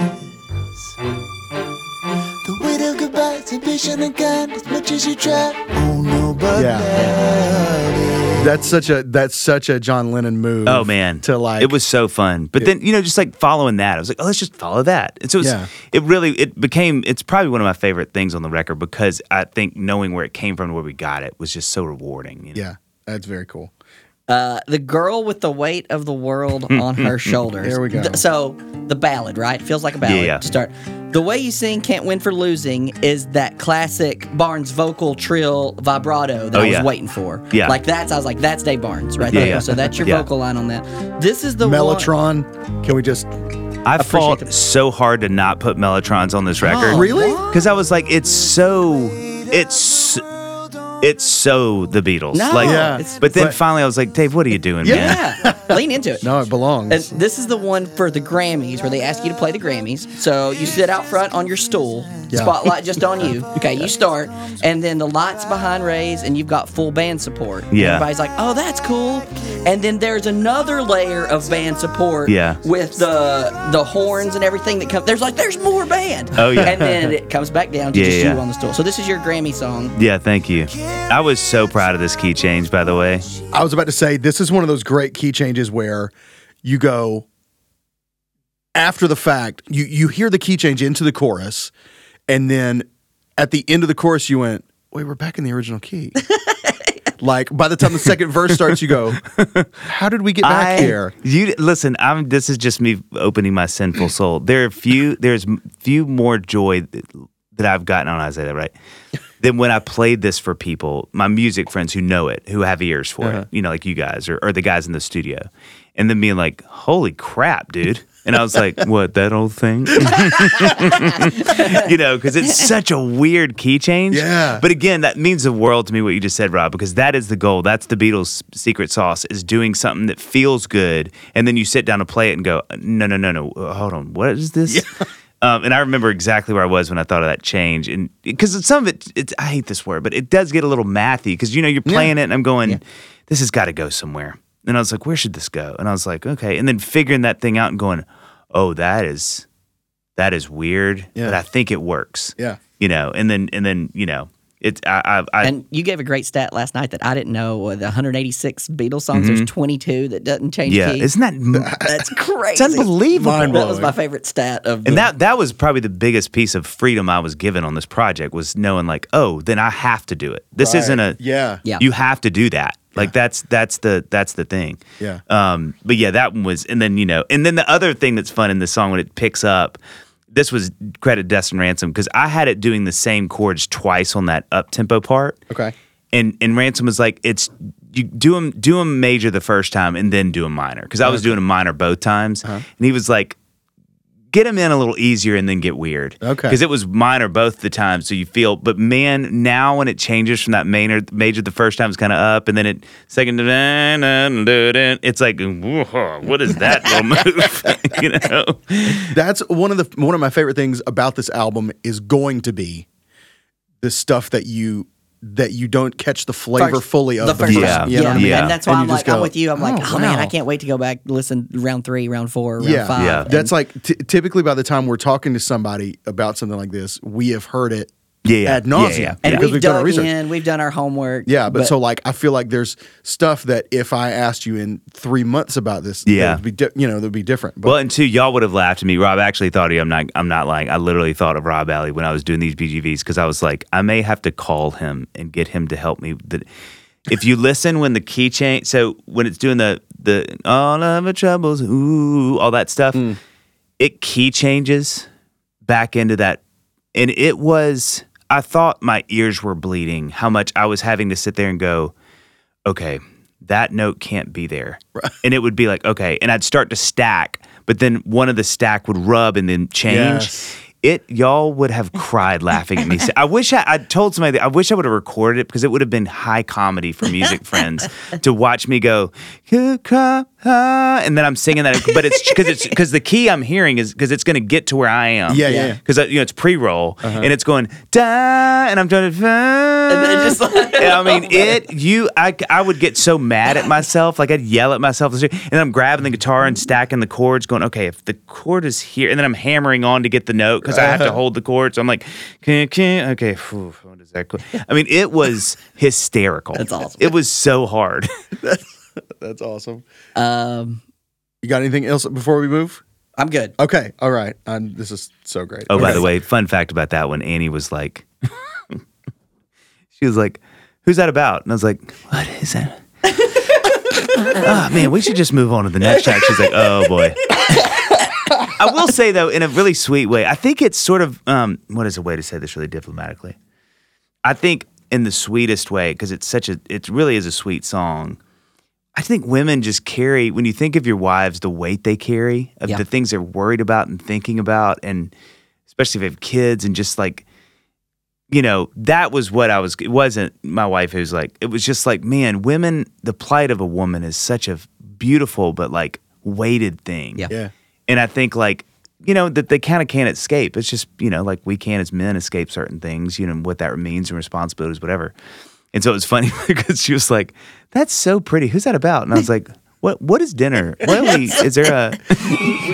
[SPEAKER 5] The weight of goodbyes, ambition and kind, as much as you try, oh no, but
[SPEAKER 2] Yeah.
[SPEAKER 5] love is.
[SPEAKER 2] That's such a that's such a John Lennon move.
[SPEAKER 4] Oh man,
[SPEAKER 2] to like
[SPEAKER 4] it was so fun. But then you know, just like following that, I was like, oh, let's just follow that. And so it's,
[SPEAKER 2] Yeah.
[SPEAKER 4] it really it became it's probably one of my favorite things on the record because I think knowing where it came from, to where we got it, was just so rewarding. you know?
[SPEAKER 2] yeah, that's very cool.
[SPEAKER 3] Uh, the girl with the weight of the world on her shoulders.
[SPEAKER 2] There we go.
[SPEAKER 3] Th- so the ballad, right? Feels like a ballad.
[SPEAKER 4] Yeah, yeah.
[SPEAKER 3] to Start. The way you sing "Can't Win for Losing" is that classic Barnes vocal trill vibrato that
[SPEAKER 4] Oh,
[SPEAKER 3] I was
[SPEAKER 4] yeah.
[SPEAKER 3] waiting for.
[SPEAKER 4] Yeah.
[SPEAKER 3] Like that's I was like that's Dave Barnes right
[SPEAKER 4] Yeah,
[SPEAKER 3] there.
[SPEAKER 4] yeah.
[SPEAKER 3] So that's your
[SPEAKER 4] Yeah.
[SPEAKER 3] vocal line on that. This is the One,
[SPEAKER 2] Mellotron, can we just
[SPEAKER 4] I
[SPEAKER 3] Appreciate
[SPEAKER 4] fought
[SPEAKER 3] the-
[SPEAKER 4] so hard to not put Mellotrons on this record.
[SPEAKER 3] Oh,
[SPEAKER 2] Really?
[SPEAKER 3] what?
[SPEAKER 4] Because I was like, it's so, it's, it's so the Beatles.
[SPEAKER 3] No,
[SPEAKER 4] like,
[SPEAKER 2] Yeah.
[SPEAKER 3] it's-
[SPEAKER 4] But then
[SPEAKER 2] but-
[SPEAKER 4] finally, I was like, Dave, what are you doing,
[SPEAKER 2] Yeah.
[SPEAKER 4] man?
[SPEAKER 3] Yeah. Lean into it.
[SPEAKER 2] no? It belongs.
[SPEAKER 3] And this is the one for the Grammys where they ask you to play the Grammys. So you sit out front on your stool,
[SPEAKER 2] Yeah.
[SPEAKER 3] spotlight just on you. Okay, you start, and then the lights behind Ray's, and you've got full band support. And
[SPEAKER 4] Yeah.
[SPEAKER 3] everybody's like, "Oh, that's cool." And then there's another layer of band support.
[SPEAKER 4] Yeah.
[SPEAKER 3] with the the horns and everything that comes. There's like, there's more band.
[SPEAKER 4] Oh, yeah.
[SPEAKER 3] And then it comes back down to
[SPEAKER 4] Yeah,
[SPEAKER 3] just
[SPEAKER 4] yeah.
[SPEAKER 3] you on the stool. So this is your Grammy song.
[SPEAKER 4] Yeah, thank you. I was so proud of this key change, by the way.
[SPEAKER 2] I was about to say this is one of those great key changes where you go after the fact, you you hear the key change into the chorus, and then at the end of the chorus you went, Wait, we're back in the original key. like by the time the second verse starts, you go, How did we get back here?
[SPEAKER 4] You listen. I'm. This is just me opening my sinful soul. There are few. There's m- few more joy that, that I've gotten on. I say that right. Than when I played this for people, my music friends who know it, who have ears for
[SPEAKER 2] Uh-huh.
[SPEAKER 4] it. You know, like you guys or, or the guys in the studio, and then being like, "Holy crap, dude!" And I was like, "What that old thing?" you know, because it's such a weird key change.
[SPEAKER 2] Yeah.
[SPEAKER 4] But again, that means the world to me what you just said, Rob, because that is the goal. That's the Beatles' secret sauce is doing something that feels good, and then you sit down to play it and go, no, no, no, no, uh, hold on, what is this? Um, and I remember exactly where I was when I thought of that change, and because some of it, it's, I hate this word, but it does get a little mathy because you know you're playing it, and I'm going, this has got to go somewhere, and I was like, where should this go? And I was like, okay, and then figuring that thing out and going, oh, that is that is weird,
[SPEAKER 2] Yeah.
[SPEAKER 4] but I think it works.
[SPEAKER 2] Yeah.
[SPEAKER 4] You know, and then and then you know, it's I I, I
[SPEAKER 3] And you gave a great stat last night that I didn't know. uh, The 186 Beatles songs, there's 22 that doesn't change
[SPEAKER 4] Mm-hmm. yeah,
[SPEAKER 3] key.
[SPEAKER 4] isn't that m-
[SPEAKER 3] That's crazy.
[SPEAKER 4] it's unbelievable?
[SPEAKER 3] That was my favorite stat of the,
[SPEAKER 4] and that that was probably the biggest piece of freedom I was given on this project was knowing like, oh, then I have to do it. This isn't a
[SPEAKER 2] Yeah.
[SPEAKER 3] Yeah.
[SPEAKER 4] You have to do that. Like that's that's the that's the thing.
[SPEAKER 2] Yeah.
[SPEAKER 4] Um. But yeah, that one was, and then you know, and then the other thing that's fun in the song when it picks up, this was credit Destin Ransom because I had it doing the same chords twice on that up tempo part.
[SPEAKER 2] Okay.
[SPEAKER 4] and and ransom was like it's you do him do him major the first time and then do him minor because i was doing a minor both times
[SPEAKER 2] Uh-huh.
[SPEAKER 4] and he was like get him in a little easier and then get weird
[SPEAKER 2] Okay.
[SPEAKER 4] because it was minor both the times so you feel but man now when it changes from that minor major the first time is kind of up and then it second it's like whoa, what is that little move you know
[SPEAKER 2] That's one of the one of my favorite things about this album is going to be the stuff that you that you don't catch the flavor
[SPEAKER 3] First-
[SPEAKER 2] fully of
[SPEAKER 3] the first
[SPEAKER 4] Yeah.
[SPEAKER 3] round.
[SPEAKER 2] You know what I mean?
[SPEAKER 4] Yeah.
[SPEAKER 3] And that's why
[SPEAKER 2] And
[SPEAKER 3] I'm
[SPEAKER 2] you just
[SPEAKER 3] like, I'm
[SPEAKER 2] go,
[SPEAKER 3] with you. I'm like,
[SPEAKER 2] "Oh,
[SPEAKER 3] oh man,
[SPEAKER 2] wow."
[SPEAKER 3] I can't wait to go back listen round three, round four, round
[SPEAKER 2] Yeah.
[SPEAKER 3] five.
[SPEAKER 4] Yeah.
[SPEAKER 3] And
[SPEAKER 2] That's like t- typically by the time we're talking to somebody about something like this, we have heard it
[SPEAKER 4] Yeah, yeah.
[SPEAKER 2] ad
[SPEAKER 4] Yeah,
[SPEAKER 2] nauseum
[SPEAKER 4] yeah.
[SPEAKER 3] and
[SPEAKER 4] Yeah.
[SPEAKER 2] because
[SPEAKER 3] we've,
[SPEAKER 2] we've done our
[SPEAKER 3] dug
[SPEAKER 2] research.
[SPEAKER 3] in, we've done our homework.
[SPEAKER 2] Yeah, but, so like I feel like there's stuff that if I asked you in three months about this,
[SPEAKER 4] Yeah.
[SPEAKER 2] that would be di- you know, that'd be different. But
[SPEAKER 4] Well, and two, y'all would have laughed at me. Rob actually thought of you. I'm not. I'm not lying. I literally thought of Rob Alley when I was doing these BGVs because I was like, I may have to call him and get him to help me. That if you listen when the key change, so when it's doing the the all of our troubles, ooh, all that stuff, it key changes back into that, and it was. I thought my ears were bleeding. How much I was having to sit there and go, okay, that note can't be there. And it would be like, okay. And I'd start to stack, but then one of the stack would rub and then change.
[SPEAKER 2] Yes.
[SPEAKER 4] It y'all would have cried laughing at me. I wish I, I told somebody. That, I wish I would have recorded it because it would have been high comedy for music friends to watch me go, "You cry, ah," and then I'm singing that. But it's because it's because the key I'm hearing is because it's going to get to where I am.
[SPEAKER 2] Yeah, yeah, yeah.
[SPEAKER 4] Because you know it's pre-roll and it's going da, and I'm doing it. And
[SPEAKER 3] then just like- Oh,
[SPEAKER 4] I mean it. You, I, I would get so mad at myself. Like I'd yell at myself, and I'm grabbing the guitar and stacking the chords, going, okay, if the chord is here, and then I'm hammering on to get the note because I have to hold the chord. So I'm like, can, can, okay, phew, what is that? chord? I mean, it was hysterical.
[SPEAKER 3] That's awesome.
[SPEAKER 4] It was so hard.
[SPEAKER 2] That's awesome.
[SPEAKER 3] Um,
[SPEAKER 2] You got anything else before we move?
[SPEAKER 3] I'm good.
[SPEAKER 2] Okay. All right. Um, this is so great.
[SPEAKER 4] Oh, by
[SPEAKER 2] Okay.
[SPEAKER 4] the way, fun fact about that one. Annie was like, she was like, "Who's that about?" And I was like, "What is that?" oh man, we should just move on to the next track. She's like, "Oh boy." I will say though, in a really sweet way, I think it's sort of um, what is a way to say this really diplomatically. I think in the sweetest way because it's such a it really is a sweet song. I think women just carry when you think of your wives the weight they carry of
[SPEAKER 3] Yeah.
[SPEAKER 4] the things they're worried about and thinking about and especially if they have kids and just like you know that was what I was it wasn't my wife who's like it was just like man women the plight of a woman is such a beautiful but like weighted thing.
[SPEAKER 3] Yeah.
[SPEAKER 2] Yeah.
[SPEAKER 4] And I think like you know that they kind of can't escape. It's just you know like we can as men escape certain things. You know what that means and responsibilities, whatever. And so it was funny because she was like, "That's so pretty. Who's that about?" And I was like, "What? What is dinner? What are we, is there a?"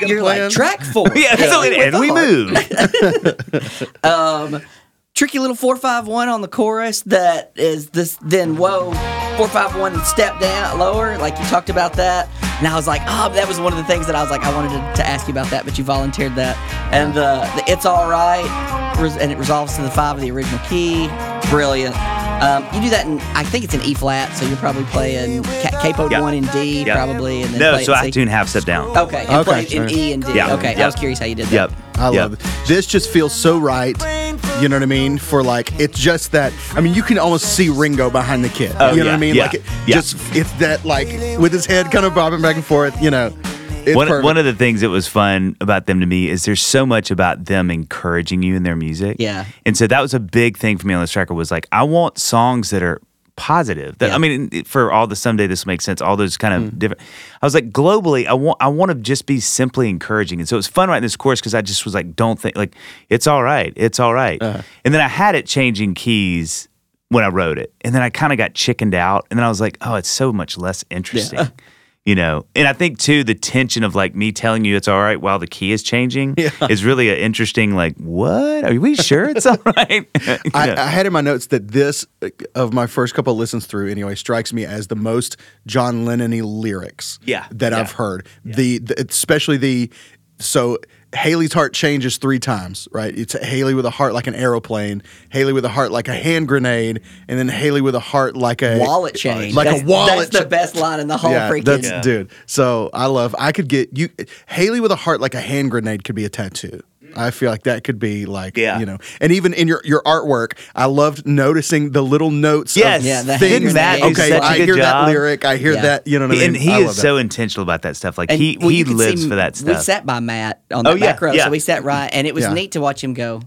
[SPEAKER 3] You're like track four.
[SPEAKER 4] yeah. So
[SPEAKER 3] With
[SPEAKER 4] it, and
[SPEAKER 3] the
[SPEAKER 4] we
[SPEAKER 3] heart.
[SPEAKER 4] move.
[SPEAKER 3] tricky little 451 on the chorus that is this then whoa 451 and step down lower like you talked about that and i was like oh that was one of the things that i was like i wanted to, to ask you about that but you volunteered that and the, the it's all right res- and it resolves to the five of the original key brilliant um, you do that in i think it's in e flat so you're probably playing ca- capo
[SPEAKER 4] Yeah.
[SPEAKER 3] 1 in d
[SPEAKER 4] Yeah.
[SPEAKER 3] probably and then
[SPEAKER 4] No,
[SPEAKER 3] play
[SPEAKER 4] so
[SPEAKER 3] it in
[SPEAKER 4] I
[SPEAKER 3] C.
[SPEAKER 4] tune half step down.
[SPEAKER 3] okay and
[SPEAKER 2] Okay,
[SPEAKER 3] play it in
[SPEAKER 2] sure.
[SPEAKER 3] e and d
[SPEAKER 4] E. Yeah.
[SPEAKER 3] okay i
[SPEAKER 4] Yeah.
[SPEAKER 3] was curious how you did that
[SPEAKER 4] Yep.
[SPEAKER 2] I
[SPEAKER 4] yep.
[SPEAKER 2] love it. This just feels so right. You know what I mean? For like, it's just that. I mean, you can almost see Ringo behind the kid.
[SPEAKER 4] Oh,
[SPEAKER 2] you know what
[SPEAKER 4] yeah,
[SPEAKER 2] I mean?
[SPEAKER 4] yeah,
[SPEAKER 2] like, it,
[SPEAKER 4] yeah.
[SPEAKER 2] just it's that like with his head kind of bobbing back and forth. You know, it's
[SPEAKER 4] One,
[SPEAKER 2] perfect.
[SPEAKER 4] one of the things that was fun about them to me is there's so much about them encouraging you in their music.
[SPEAKER 3] Yeah.
[SPEAKER 4] And so that was a big thing for me on this record was like, I want songs that are positive. That,
[SPEAKER 3] Yeah.
[SPEAKER 4] I mean, for all the someday this will make sense, all those kind of different. I was like, globally, I want I want to just be simply encouraging. And so it was fun writing this course because I just was like, don't think like it's all right, it's all right. And then I had it changing keys when I wrote it, and then I kind of got chickened out, and then I was like, oh, it's so much less interesting. You know, and I think too the tension of like me telling you it's all right while the key is changing is really an interesting like what are we sure it's all right? You
[SPEAKER 2] I,
[SPEAKER 4] know.
[SPEAKER 2] I had in my notes that this uh, of my first couple of listens through anyway strikes me as the most John Lennon-y lyrics
[SPEAKER 4] Yeah,
[SPEAKER 2] that
[SPEAKER 4] yeah,
[SPEAKER 2] I've heard. The, the especially the so Haley's heart changes three times, right? It's Haley with a heart like an aeroplane, Haley with a heart like a hand grenade, and then Haley with a heart like a
[SPEAKER 3] wallet change
[SPEAKER 2] like
[SPEAKER 3] that's,
[SPEAKER 2] a wallet.
[SPEAKER 3] that's the
[SPEAKER 2] cha-
[SPEAKER 3] best line in the whole
[SPEAKER 2] yeah,
[SPEAKER 3] freaking
[SPEAKER 2] that's dude. So I love. I could get you Haley with a heart like a hand grenade could be a tattoo. I feel like that could be like
[SPEAKER 4] Yeah.
[SPEAKER 2] you know, and even in your your artwork, I loved noticing the little notes. of
[SPEAKER 4] Yes.
[SPEAKER 3] Yeah, the hand
[SPEAKER 2] things.
[SPEAKER 3] grenade. Matt do
[SPEAKER 2] okay,
[SPEAKER 3] such a
[SPEAKER 2] I
[SPEAKER 4] good
[SPEAKER 2] hear
[SPEAKER 4] job.
[SPEAKER 2] that lyric. I hear
[SPEAKER 3] Yeah.
[SPEAKER 2] that. You know what I mean?
[SPEAKER 4] and he
[SPEAKER 2] I love
[SPEAKER 4] is
[SPEAKER 2] that.
[SPEAKER 4] so intentional about that stuff. Like
[SPEAKER 3] And,
[SPEAKER 4] he
[SPEAKER 3] well,
[SPEAKER 4] he
[SPEAKER 3] you could
[SPEAKER 4] lives
[SPEAKER 3] see-
[SPEAKER 4] for that
[SPEAKER 3] We
[SPEAKER 4] stuff.
[SPEAKER 3] sat by Matt on
[SPEAKER 4] Oh,
[SPEAKER 3] the back
[SPEAKER 4] yeah,
[SPEAKER 3] row,
[SPEAKER 4] yeah.
[SPEAKER 3] so we sat right, and it was
[SPEAKER 2] Yeah.
[SPEAKER 3] neat to watch him go.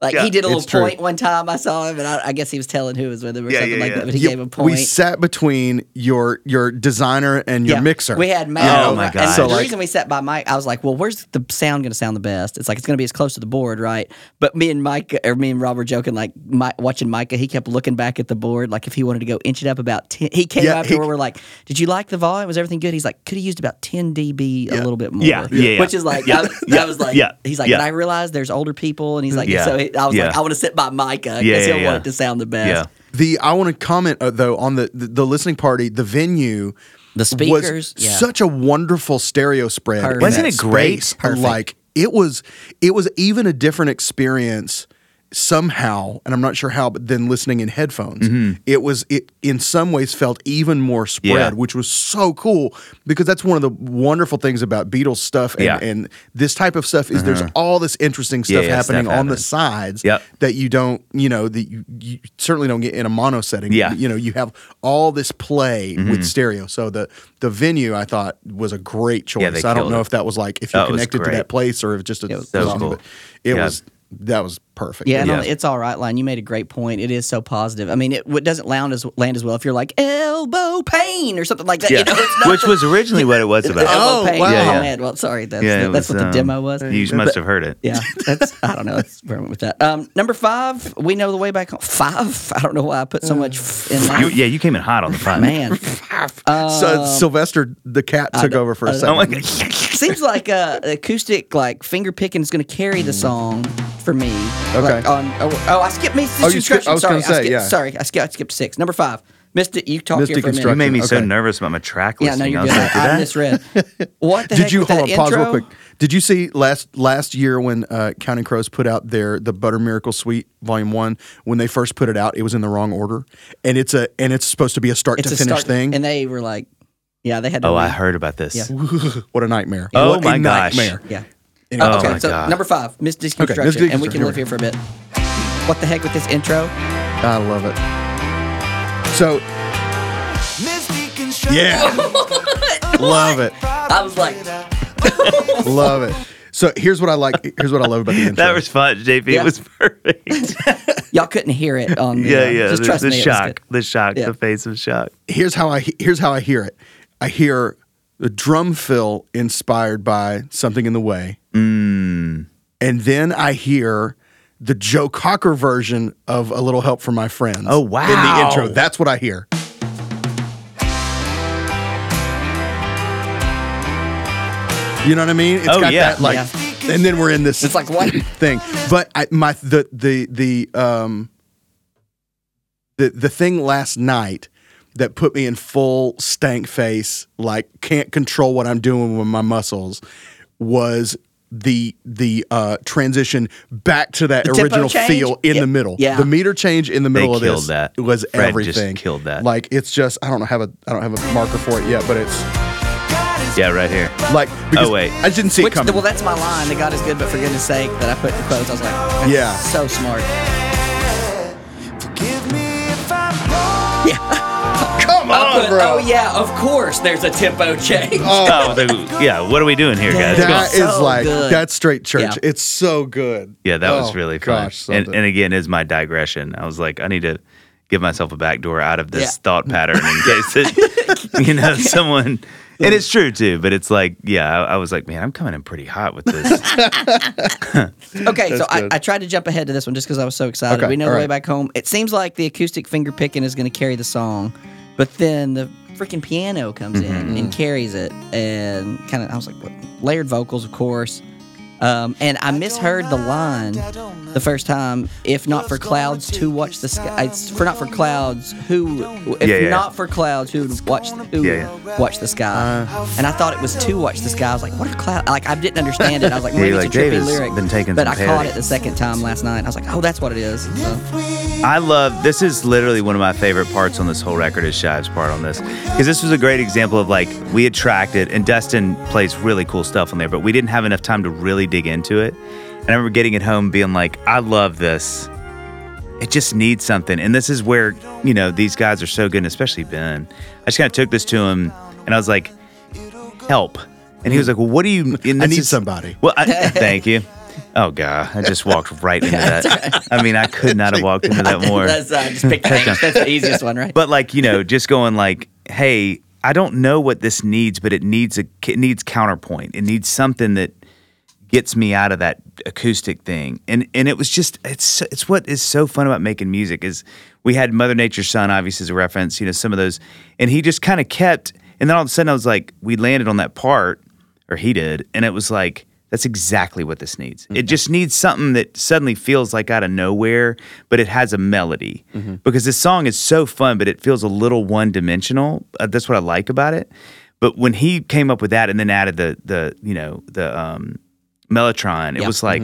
[SPEAKER 3] Like
[SPEAKER 4] Yeah,
[SPEAKER 3] he did a little
[SPEAKER 2] it's true.
[SPEAKER 3] point one time. I saw him, and I, I guess he was telling who was with him or
[SPEAKER 4] Yeah,
[SPEAKER 3] something
[SPEAKER 4] yeah,
[SPEAKER 3] like
[SPEAKER 4] yeah.
[SPEAKER 3] that. But he
[SPEAKER 2] You-
[SPEAKER 3] gave a point.
[SPEAKER 2] we sat between your your designer and your
[SPEAKER 3] Yeah.
[SPEAKER 2] mixer.
[SPEAKER 3] We had Matt.
[SPEAKER 4] Oh,
[SPEAKER 3] and
[SPEAKER 4] my
[SPEAKER 3] Mike.
[SPEAKER 4] gosh.
[SPEAKER 3] And
[SPEAKER 4] So,
[SPEAKER 3] the
[SPEAKER 2] like-
[SPEAKER 3] reason we sat by Mike, I was like, "Well, where's the sound going to sound the best?" It's like it's going to be as close to the board, right? But me and Mike, or me and Rob were joking, like Mike, watching Micah. He kept looking back at the board, like if he wanted to go inch it up about ten. He came
[SPEAKER 2] Yeah,
[SPEAKER 3] up
[SPEAKER 2] he-
[SPEAKER 3] to where we're like, "Did you like the volume? Was everything good?" He's like, "Could have used about ten dB a little bit more."
[SPEAKER 4] Yeah, yeah, yeah.
[SPEAKER 3] Which is like, I, was- I was like,
[SPEAKER 4] yeah,
[SPEAKER 3] he's like,
[SPEAKER 4] yeah.
[SPEAKER 3] "But I realize there's older people," and he's like,
[SPEAKER 4] Yeah,
[SPEAKER 3] "So he- I was like,
[SPEAKER 4] yeah.
[SPEAKER 3] I want to sit by Micah because
[SPEAKER 4] Yeah, yeah,
[SPEAKER 3] he'll
[SPEAKER 4] yeah.
[SPEAKER 3] want it to sound the best."
[SPEAKER 4] yeah.
[SPEAKER 2] The I want to comment uh, though on the, the the listening party, the venue,
[SPEAKER 3] The speakers,
[SPEAKER 2] was
[SPEAKER 3] yeah.
[SPEAKER 2] such a wonderful stereo spread. in
[SPEAKER 3] Wasn't
[SPEAKER 2] that
[SPEAKER 4] it great?
[SPEAKER 2] space.
[SPEAKER 3] Perfect.
[SPEAKER 2] Like it was, it was even a different experience somehow, and I'm not sure how, but then listening in headphones, it was it in some ways felt even more spread,
[SPEAKER 4] Yeah.
[SPEAKER 2] which was so cool because that's one of the wonderful things about Beatles stuff and,
[SPEAKER 4] Yeah.
[SPEAKER 2] and this type of stuff is there's all this interesting
[SPEAKER 4] Yeah,
[SPEAKER 2] stuff
[SPEAKER 4] yeah, stuff
[SPEAKER 2] happening on the
[SPEAKER 4] happens.
[SPEAKER 2] sides
[SPEAKER 4] Yep.
[SPEAKER 2] that you don't, you know, that you, you certainly don't get in a mono setting.
[SPEAKER 4] Yeah. Mm-hmm.
[SPEAKER 2] You know, you have all this play with stereo. So the the venue I thought was a great choice.
[SPEAKER 4] Yeah, they
[SPEAKER 2] I don't
[SPEAKER 4] killed
[SPEAKER 2] know
[SPEAKER 4] it.
[SPEAKER 2] if that was like if you're
[SPEAKER 4] Oh, it was
[SPEAKER 2] connected to
[SPEAKER 4] great.
[SPEAKER 2] that place or if just a
[SPEAKER 3] was
[SPEAKER 4] so
[SPEAKER 2] song,
[SPEAKER 4] cool.
[SPEAKER 2] but it
[SPEAKER 4] Yeah.
[SPEAKER 2] was that was perfect.
[SPEAKER 3] Yeah, and on
[SPEAKER 4] Yeah.
[SPEAKER 3] the it's all right line. You made a great point. It is so positive. I mean, it, it doesn't land as land as well if you're like elbow pain or something like that. You know, it's not
[SPEAKER 4] Which was originally what it was about.
[SPEAKER 3] elbow
[SPEAKER 2] Oh,
[SPEAKER 3] pain.
[SPEAKER 2] wow. Mm-hmm.
[SPEAKER 3] Oh,
[SPEAKER 4] Yeah, yeah.
[SPEAKER 3] man. Well, sorry. That's,
[SPEAKER 4] Yeah, it
[SPEAKER 3] that's
[SPEAKER 4] was,
[SPEAKER 3] what the
[SPEAKER 4] um,
[SPEAKER 3] demo was.
[SPEAKER 4] You must have heard it.
[SPEAKER 3] Yeah, that's I don't know. That's where I went with that. Um, number five, we know the way back home. Five, I don't know why I
[SPEAKER 2] Mm.
[SPEAKER 3] put so much f- in
[SPEAKER 4] You,
[SPEAKER 3] that.
[SPEAKER 4] yeah, you came in hot on the five.
[SPEAKER 3] Man, um,
[SPEAKER 2] so Sylvester the cat took over for a second.
[SPEAKER 4] Oh my god.
[SPEAKER 3] seems like uh, acoustic like finger picking is going to carry the song for me. Like,
[SPEAKER 2] Hmm. Okay.
[SPEAKER 3] on oh, oh, I skipped Miss
[SPEAKER 2] Oh, you
[SPEAKER 3] Instruction.
[SPEAKER 2] skipped- I was
[SPEAKER 3] sorry,
[SPEAKER 2] gonna say,
[SPEAKER 3] skipped,
[SPEAKER 2] yeah.
[SPEAKER 3] sorry, I skipped, I skipped six. Number five, missed it. You talked here for a
[SPEAKER 4] You
[SPEAKER 3] minute.
[SPEAKER 2] Misdeconstruction.
[SPEAKER 4] made me so
[SPEAKER 2] Okay.
[SPEAKER 4] nervous about my track
[SPEAKER 3] Yeah, no,
[SPEAKER 4] listing.
[SPEAKER 3] you're
[SPEAKER 4] I
[SPEAKER 3] good.
[SPEAKER 4] was like, did
[SPEAKER 3] I
[SPEAKER 4] I?
[SPEAKER 3] misread. What the
[SPEAKER 2] Did
[SPEAKER 3] heck
[SPEAKER 2] you
[SPEAKER 3] with
[SPEAKER 2] hold on?
[SPEAKER 3] that
[SPEAKER 2] Pause real
[SPEAKER 3] intro?
[SPEAKER 2] quick. Did you see last last year when uh, Counting Crows put out their the Butter Miracle Suite Volume One? When they first put it out, it was in the wrong order, and it's a and it's supposed to be a start
[SPEAKER 3] It's
[SPEAKER 2] to
[SPEAKER 3] a
[SPEAKER 2] finish
[SPEAKER 3] start,
[SPEAKER 2] thing.
[SPEAKER 3] and they were like, "Yeah, they had." To
[SPEAKER 4] Oh, I
[SPEAKER 3] re-
[SPEAKER 4] heard about this.
[SPEAKER 3] Yeah.
[SPEAKER 2] what a nightmare!
[SPEAKER 4] Oh
[SPEAKER 2] what
[SPEAKER 4] my
[SPEAKER 2] a
[SPEAKER 4] gosh.
[SPEAKER 2] nightmare!
[SPEAKER 3] Yeah.
[SPEAKER 2] Anyway,
[SPEAKER 4] Oh
[SPEAKER 3] okay,
[SPEAKER 4] my
[SPEAKER 3] so
[SPEAKER 4] God.
[SPEAKER 3] number five, misconstruction,
[SPEAKER 2] Okay, misconstruction.
[SPEAKER 3] and we can
[SPEAKER 2] Here
[SPEAKER 3] live
[SPEAKER 2] we
[SPEAKER 3] here for a bit. What the heck with this intro?
[SPEAKER 2] I love it. So yeah, love it,
[SPEAKER 3] I was like,
[SPEAKER 2] love it. So here's what I like. Here's what I love about the intro.
[SPEAKER 4] That was fun, JP.
[SPEAKER 3] Yeah.
[SPEAKER 4] It was perfect.
[SPEAKER 3] y'all couldn't hear it on. The,
[SPEAKER 4] yeah,
[SPEAKER 3] uh,
[SPEAKER 4] yeah.
[SPEAKER 3] Just
[SPEAKER 4] the,
[SPEAKER 3] trust
[SPEAKER 4] the
[SPEAKER 3] me, it was
[SPEAKER 4] shock,
[SPEAKER 3] good.
[SPEAKER 4] the shock,
[SPEAKER 3] Yeah.
[SPEAKER 4] the face of shock.
[SPEAKER 2] here's how I he- here's how I hear it. I hear the drum fill inspired by something in the way, and then I hear the Joe Cocker version of "A Little Help from My Friends."
[SPEAKER 4] Oh, wow.
[SPEAKER 2] In the intro, that's what I hear. You know what I mean? It's
[SPEAKER 4] Oh,
[SPEAKER 2] got
[SPEAKER 4] yeah.
[SPEAKER 2] that like,
[SPEAKER 5] Yeah.
[SPEAKER 2] and then we're in this
[SPEAKER 3] It's like what?
[SPEAKER 2] thing. But I, my the the the um the the thing last night that put me in full stank face, like can't control what I'm doing with my muscles, was the the uh transition back to that
[SPEAKER 3] tempo
[SPEAKER 2] original
[SPEAKER 3] change?
[SPEAKER 2] feel in
[SPEAKER 3] Yeah.
[SPEAKER 2] the middle.
[SPEAKER 3] Yeah.
[SPEAKER 2] The meter change in the middle of
[SPEAKER 4] killed
[SPEAKER 2] this
[SPEAKER 4] that.
[SPEAKER 2] was
[SPEAKER 4] Fred just
[SPEAKER 2] everything.
[SPEAKER 4] killed that.
[SPEAKER 2] Like it's just I don't have a I don't have a marker for it yet, but it's
[SPEAKER 4] Yeah, right here.
[SPEAKER 2] like because
[SPEAKER 4] Oh, wait.
[SPEAKER 2] I didn't see
[SPEAKER 3] Which,
[SPEAKER 2] it coming.
[SPEAKER 3] well, that's my line. The God is good, but for goodness sake, that I put in quotes. I was like, that's
[SPEAKER 2] Yeah.
[SPEAKER 3] so smart.
[SPEAKER 5] Forgive me if I'm wrong.
[SPEAKER 2] Come
[SPEAKER 3] I
[SPEAKER 2] on,
[SPEAKER 3] put,
[SPEAKER 2] bro.
[SPEAKER 3] oh yeah, of course. There's a tempo change.
[SPEAKER 4] Oh, the- yeah. What are we doing here, guys? Come on.
[SPEAKER 2] That is
[SPEAKER 3] so
[SPEAKER 2] like
[SPEAKER 3] good.
[SPEAKER 2] that's straight church.
[SPEAKER 3] Yeah.
[SPEAKER 2] It's so good.
[SPEAKER 4] Yeah, that was
[SPEAKER 2] Oh,
[SPEAKER 4] really fun.
[SPEAKER 2] gosh,
[SPEAKER 4] and,
[SPEAKER 2] something.
[SPEAKER 4] and again, is my digression. I was like, I need to give myself a backdoor out of this
[SPEAKER 3] Yeah.
[SPEAKER 4] thought pattern in case it, you know, someone. And it's true too, but it's like, yeah, I, I was like, man, I'm coming in pretty hot with this.
[SPEAKER 3] Okay, so I,
[SPEAKER 2] good.
[SPEAKER 3] I tried to jump ahead to this one just because I was so excited.
[SPEAKER 2] Okay,
[SPEAKER 3] we know the
[SPEAKER 2] all
[SPEAKER 3] way
[SPEAKER 2] right.
[SPEAKER 3] back home. It seems like the acoustic finger picking is going to carry the song, but then the freaking piano comes in and carries it, and kind of I was like, what? layered vocals, of course. Um, and I misheard the line the first time. If not for clouds, to watch the sky. It's for not for clouds, who? If
[SPEAKER 4] Yeah, yeah.
[SPEAKER 3] not for clouds, who would watch? Who
[SPEAKER 4] Yeah, yeah.
[SPEAKER 3] watch the sky? and I thought it was to watch the sky. I was like, what are clouds? Like I didn't understand it. I was like,
[SPEAKER 4] Yeah,
[SPEAKER 3] maybe
[SPEAKER 4] you're
[SPEAKER 3] it's
[SPEAKER 4] like,
[SPEAKER 3] a trippy
[SPEAKER 4] David's
[SPEAKER 3] lyric.
[SPEAKER 4] been taking
[SPEAKER 3] but
[SPEAKER 4] some
[SPEAKER 3] I caught
[SPEAKER 4] peyote.
[SPEAKER 3] it the second time last night. I was like, oh, that's what it is. So,
[SPEAKER 4] I love this is literally one of my favorite parts on this whole record is Shive's part on this. Because this was a great example of like we had tracked it and Dustin plays really cool stuff on there, but we didn't have enough time to really dig into it. And I remember getting it home being like, I love this. it just needs something. And this is where, you know, these guys are so good, and especially Ben. I just kind of took this to him and I was like, help. And he was like, well, what do you. and
[SPEAKER 2] I
[SPEAKER 4] this
[SPEAKER 2] need
[SPEAKER 4] is-
[SPEAKER 2] somebody.
[SPEAKER 4] Well, I, thank you. Oh, God. I just walked right into that. I mean, I could not have walked into that more.
[SPEAKER 3] that's uh, just pick the that's the easiest one, right?
[SPEAKER 4] But like, you know, just going like, hey, I don't know what this needs, but it needs a it needs counterpoint. It needs something that gets me out of that acoustic thing. And and it was just it's it's what is so fun about making music is we had Mother Nature's Son obviously as a reference, you know, some of those and he just kind of kept and then all of a sudden I was like we landed on that part or he did and it was like that's exactly what this needs. It just needs something that suddenly feels like out of nowhere, but it has a melody. Because this song is so fun, but it feels a little one-dimensional. Uh, that's what I like about it. But when he came up with that and then added the the you know the um, Mellotron, it
[SPEAKER 3] Yeah. Mm-hmm.
[SPEAKER 4] was like,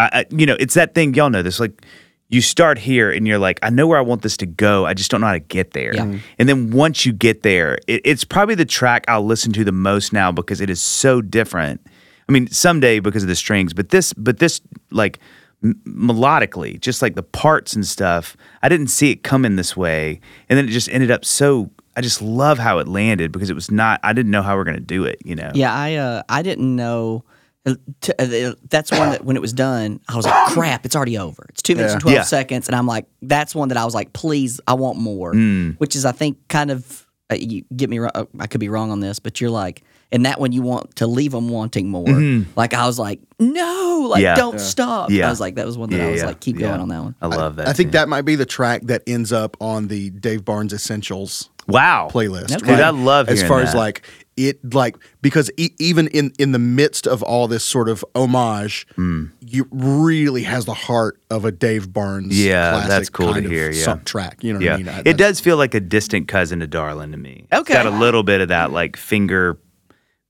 [SPEAKER 4] I, I, you know, it's that thing y'all know this like. You start here and you're like, I know where I want this to go. I just don't know how to get there.
[SPEAKER 3] Yeah. Mhm.
[SPEAKER 4] And then once you get there, it, it's probably the track I'll listen to the most now because it is so different. I mean, someday because of the strings, but this, but this, like m- melodically, just like the parts and stuff, I didn't see it coming this way, and then it just ended up so. I just love how it landed because it was not. I didn't know how we are gonna do it. You know.
[SPEAKER 3] Yeah, I uh, I didn't know uh, t- uh, the- that's one that when it was done, I was like, crap, it's already over. It's two minutes and
[SPEAKER 2] Yeah.
[SPEAKER 3] 12
[SPEAKER 4] Yeah.
[SPEAKER 3] seconds. And I'm like, that's one that I was like, please, I want more.
[SPEAKER 4] Hmm.
[SPEAKER 3] Which is, I think, kind of, uh, you get me wrong, uh, I could be wrong on this, but you're like, and that one you want to leave them wanting more. Like, I was like, no, like,
[SPEAKER 4] Mm-hmm. Yeah.
[SPEAKER 3] don't
[SPEAKER 4] Yeah.
[SPEAKER 3] stop.
[SPEAKER 4] Yeah.
[SPEAKER 3] I was like, that was one that I was like, keep
[SPEAKER 4] yeah.
[SPEAKER 3] going on that one.
[SPEAKER 4] I love that.
[SPEAKER 2] I think
[SPEAKER 4] thing.
[SPEAKER 2] that might be the track that ends up on the Dave Barnes Essentials
[SPEAKER 4] wow
[SPEAKER 2] playlist.
[SPEAKER 3] Okay.
[SPEAKER 4] Dude, I love
[SPEAKER 2] as
[SPEAKER 4] hearing
[SPEAKER 2] far
[SPEAKER 4] that.
[SPEAKER 2] as like it like because e- even in in the midst of all this sort of homage,
[SPEAKER 4] Hmm.
[SPEAKER 2] you really has the heart of a Dave Barnes.
[SPEAKER 4] Yeah,
[SPEAKER 2] classic
[SPEAKER 4] that's cool to
[SPEAKER 2] kind of
[SPEAKER 4] hear, yeah.
[SPEAKER 2] sub- track. You know what
[SPEAKER 4] Yeah,
[SPEAKER 2] I mean? I-
[SPEAKER 4] it
[SPEAKER 2] that's-
[SPEAKER 4] does feel like a distant cousin to Darlin to me. It's
[SPEAKER 3] Okay.
[SPEAKER 4] got a little bit of that like finger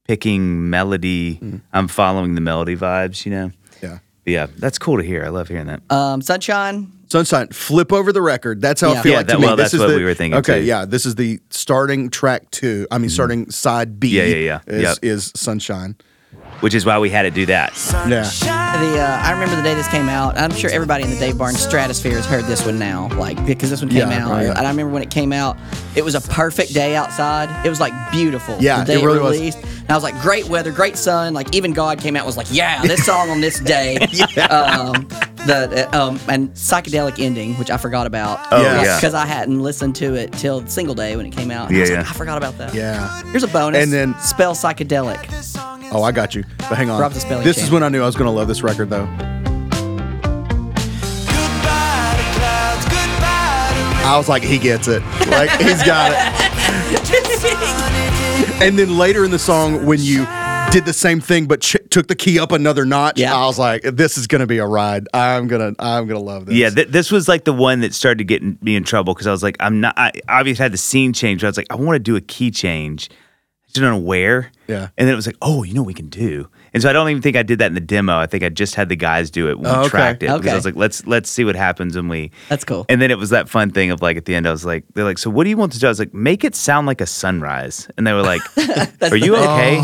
[SPEAKER 4] picking melody.
[SPEAKER 2] Mm.
[SPEAKER 4] I'm following the melody vibes, you know.
[SPEAKER 2] Yeah.
[SPEAKER 4] But yeah, that's cool to hear. I love hearing that.
[SPEAKER 3] Um, Sunshine,
[SPEAKER 2] Sunshine, flip over the record. That's how
[SPEAKER 3] Yeah.
[SPEAKER 2] I feel
[SPEAKER 4] Yeah,
[SPEAKER 2] like
[SPEAKER 4] that-
[SPEAKER 2] to me.
[SPEAKER 4] well,
[SPEAKER 2] this
[SPEAKER 4] that's
[SPEAKER 2] is
[SPEAKER 4] what
[SPEAKER 2] the,
[SPEAKER 4] we were thinking,
[SPEAKER 2] Okay,
[SPEAKER 4] too. Mm-hmm.
[SPEAKER 2] yeah, this is the starting track two. I mean, starting side B.
[SPEAKER 4] Yeah, yeah, yeah.
[SPEAKER 2] Is,
[SPEAKER 4] Yep.
[SPEAKER 2] is Sunshine.
[SPEAKER 4] Which is why we had to do that.
[SPEAKER 2] Yeah.
[SPEAKER 3] The uh, I remember the day this came out. I'm sure everybody in the Dave Barnes stratosphere has heard this one now, like because this one came
[SPEAKER 2] Yeah,
[SPEAKER 3] out.
[SPEAKER 2] right.
[SPEAKER 3] And I remember when it came out, it was a perfect day outside. It was like beautiful.
[SPEAKER 2] Yeah,
[SPEAKER 3] the day
[SPEAKER 2] it really was.
[SPEAKER 3] released. And I was like, great weather, great sun. Like even God came out and was like, yeah, this song on this day. um, the uh, um, and psychedelic ending, which I forgot about.
[SPEAKER 4] Oh, yeah.
[SPEAKER 3] because I hadn't listened to it till single day when it came out. And I
[SPEAKER 4] Yeah,
[SPEAKER 3] was like,
[SPEAKER 4] yeah.
[SPEAKER 3] I forgot about that.
[SPEAKER 2] Yeah.
[SPEAKER 3] Here's a bonus.
[SPEAKER 2] And then-
[SPEAKER 3] spell psychedelic.
[SPEAKER 2] Oh, I got you. But hang on.
[SPEAKER 3] Rob's a spelling
[SPEAKER 2] this
[SPEAKER 3] champ.
[SPEAKER 2] is when I knew I was going to love this record, though.
[SPEAKER 5] Goodbye to clouds, goodbye to rain.
[SPEAKER 2] I was like, he gets it. Like, he's got it.
[SPEAKER 5] Sunny
[SPEAKER 2] And then later in the song, when you did the same thing but ch- took the key up another notch,
[SPEAKER 3] Yeah.
[SPEAKER 2] I was like, this is going to be a ride. I'm going to, I'm going to love this.
[SPEAKER 4] Yeah, th- this was like the one that started getting me in trouble because I was like, I'm not. I obviously had the scene change. But I was like, I want to do a key change. I just don't know where.
[SPEAKER 2] Yeah.
[SPEAKER 4] And then it was like, oh, you know, what we can do. And so I don't even think I did that in the demo. I think I just had the guys do it when
[SPEAKER 2] Oh,
[SPEAKER 4] we
[SPEAKER 2] okay.
[SPEAKER 4] tracked it because
[SPEAKER 3] Okay.
[SPEAKER 4] I was like, let's let's see what happens when we.
[SPEAKER 3] That's cool.
[SPEAKER 4] And then it was that fun thing of like at the end, I was like, they're like, so what do you want to do? I was like, make it sound like a sunrise. And they were like, are you okay?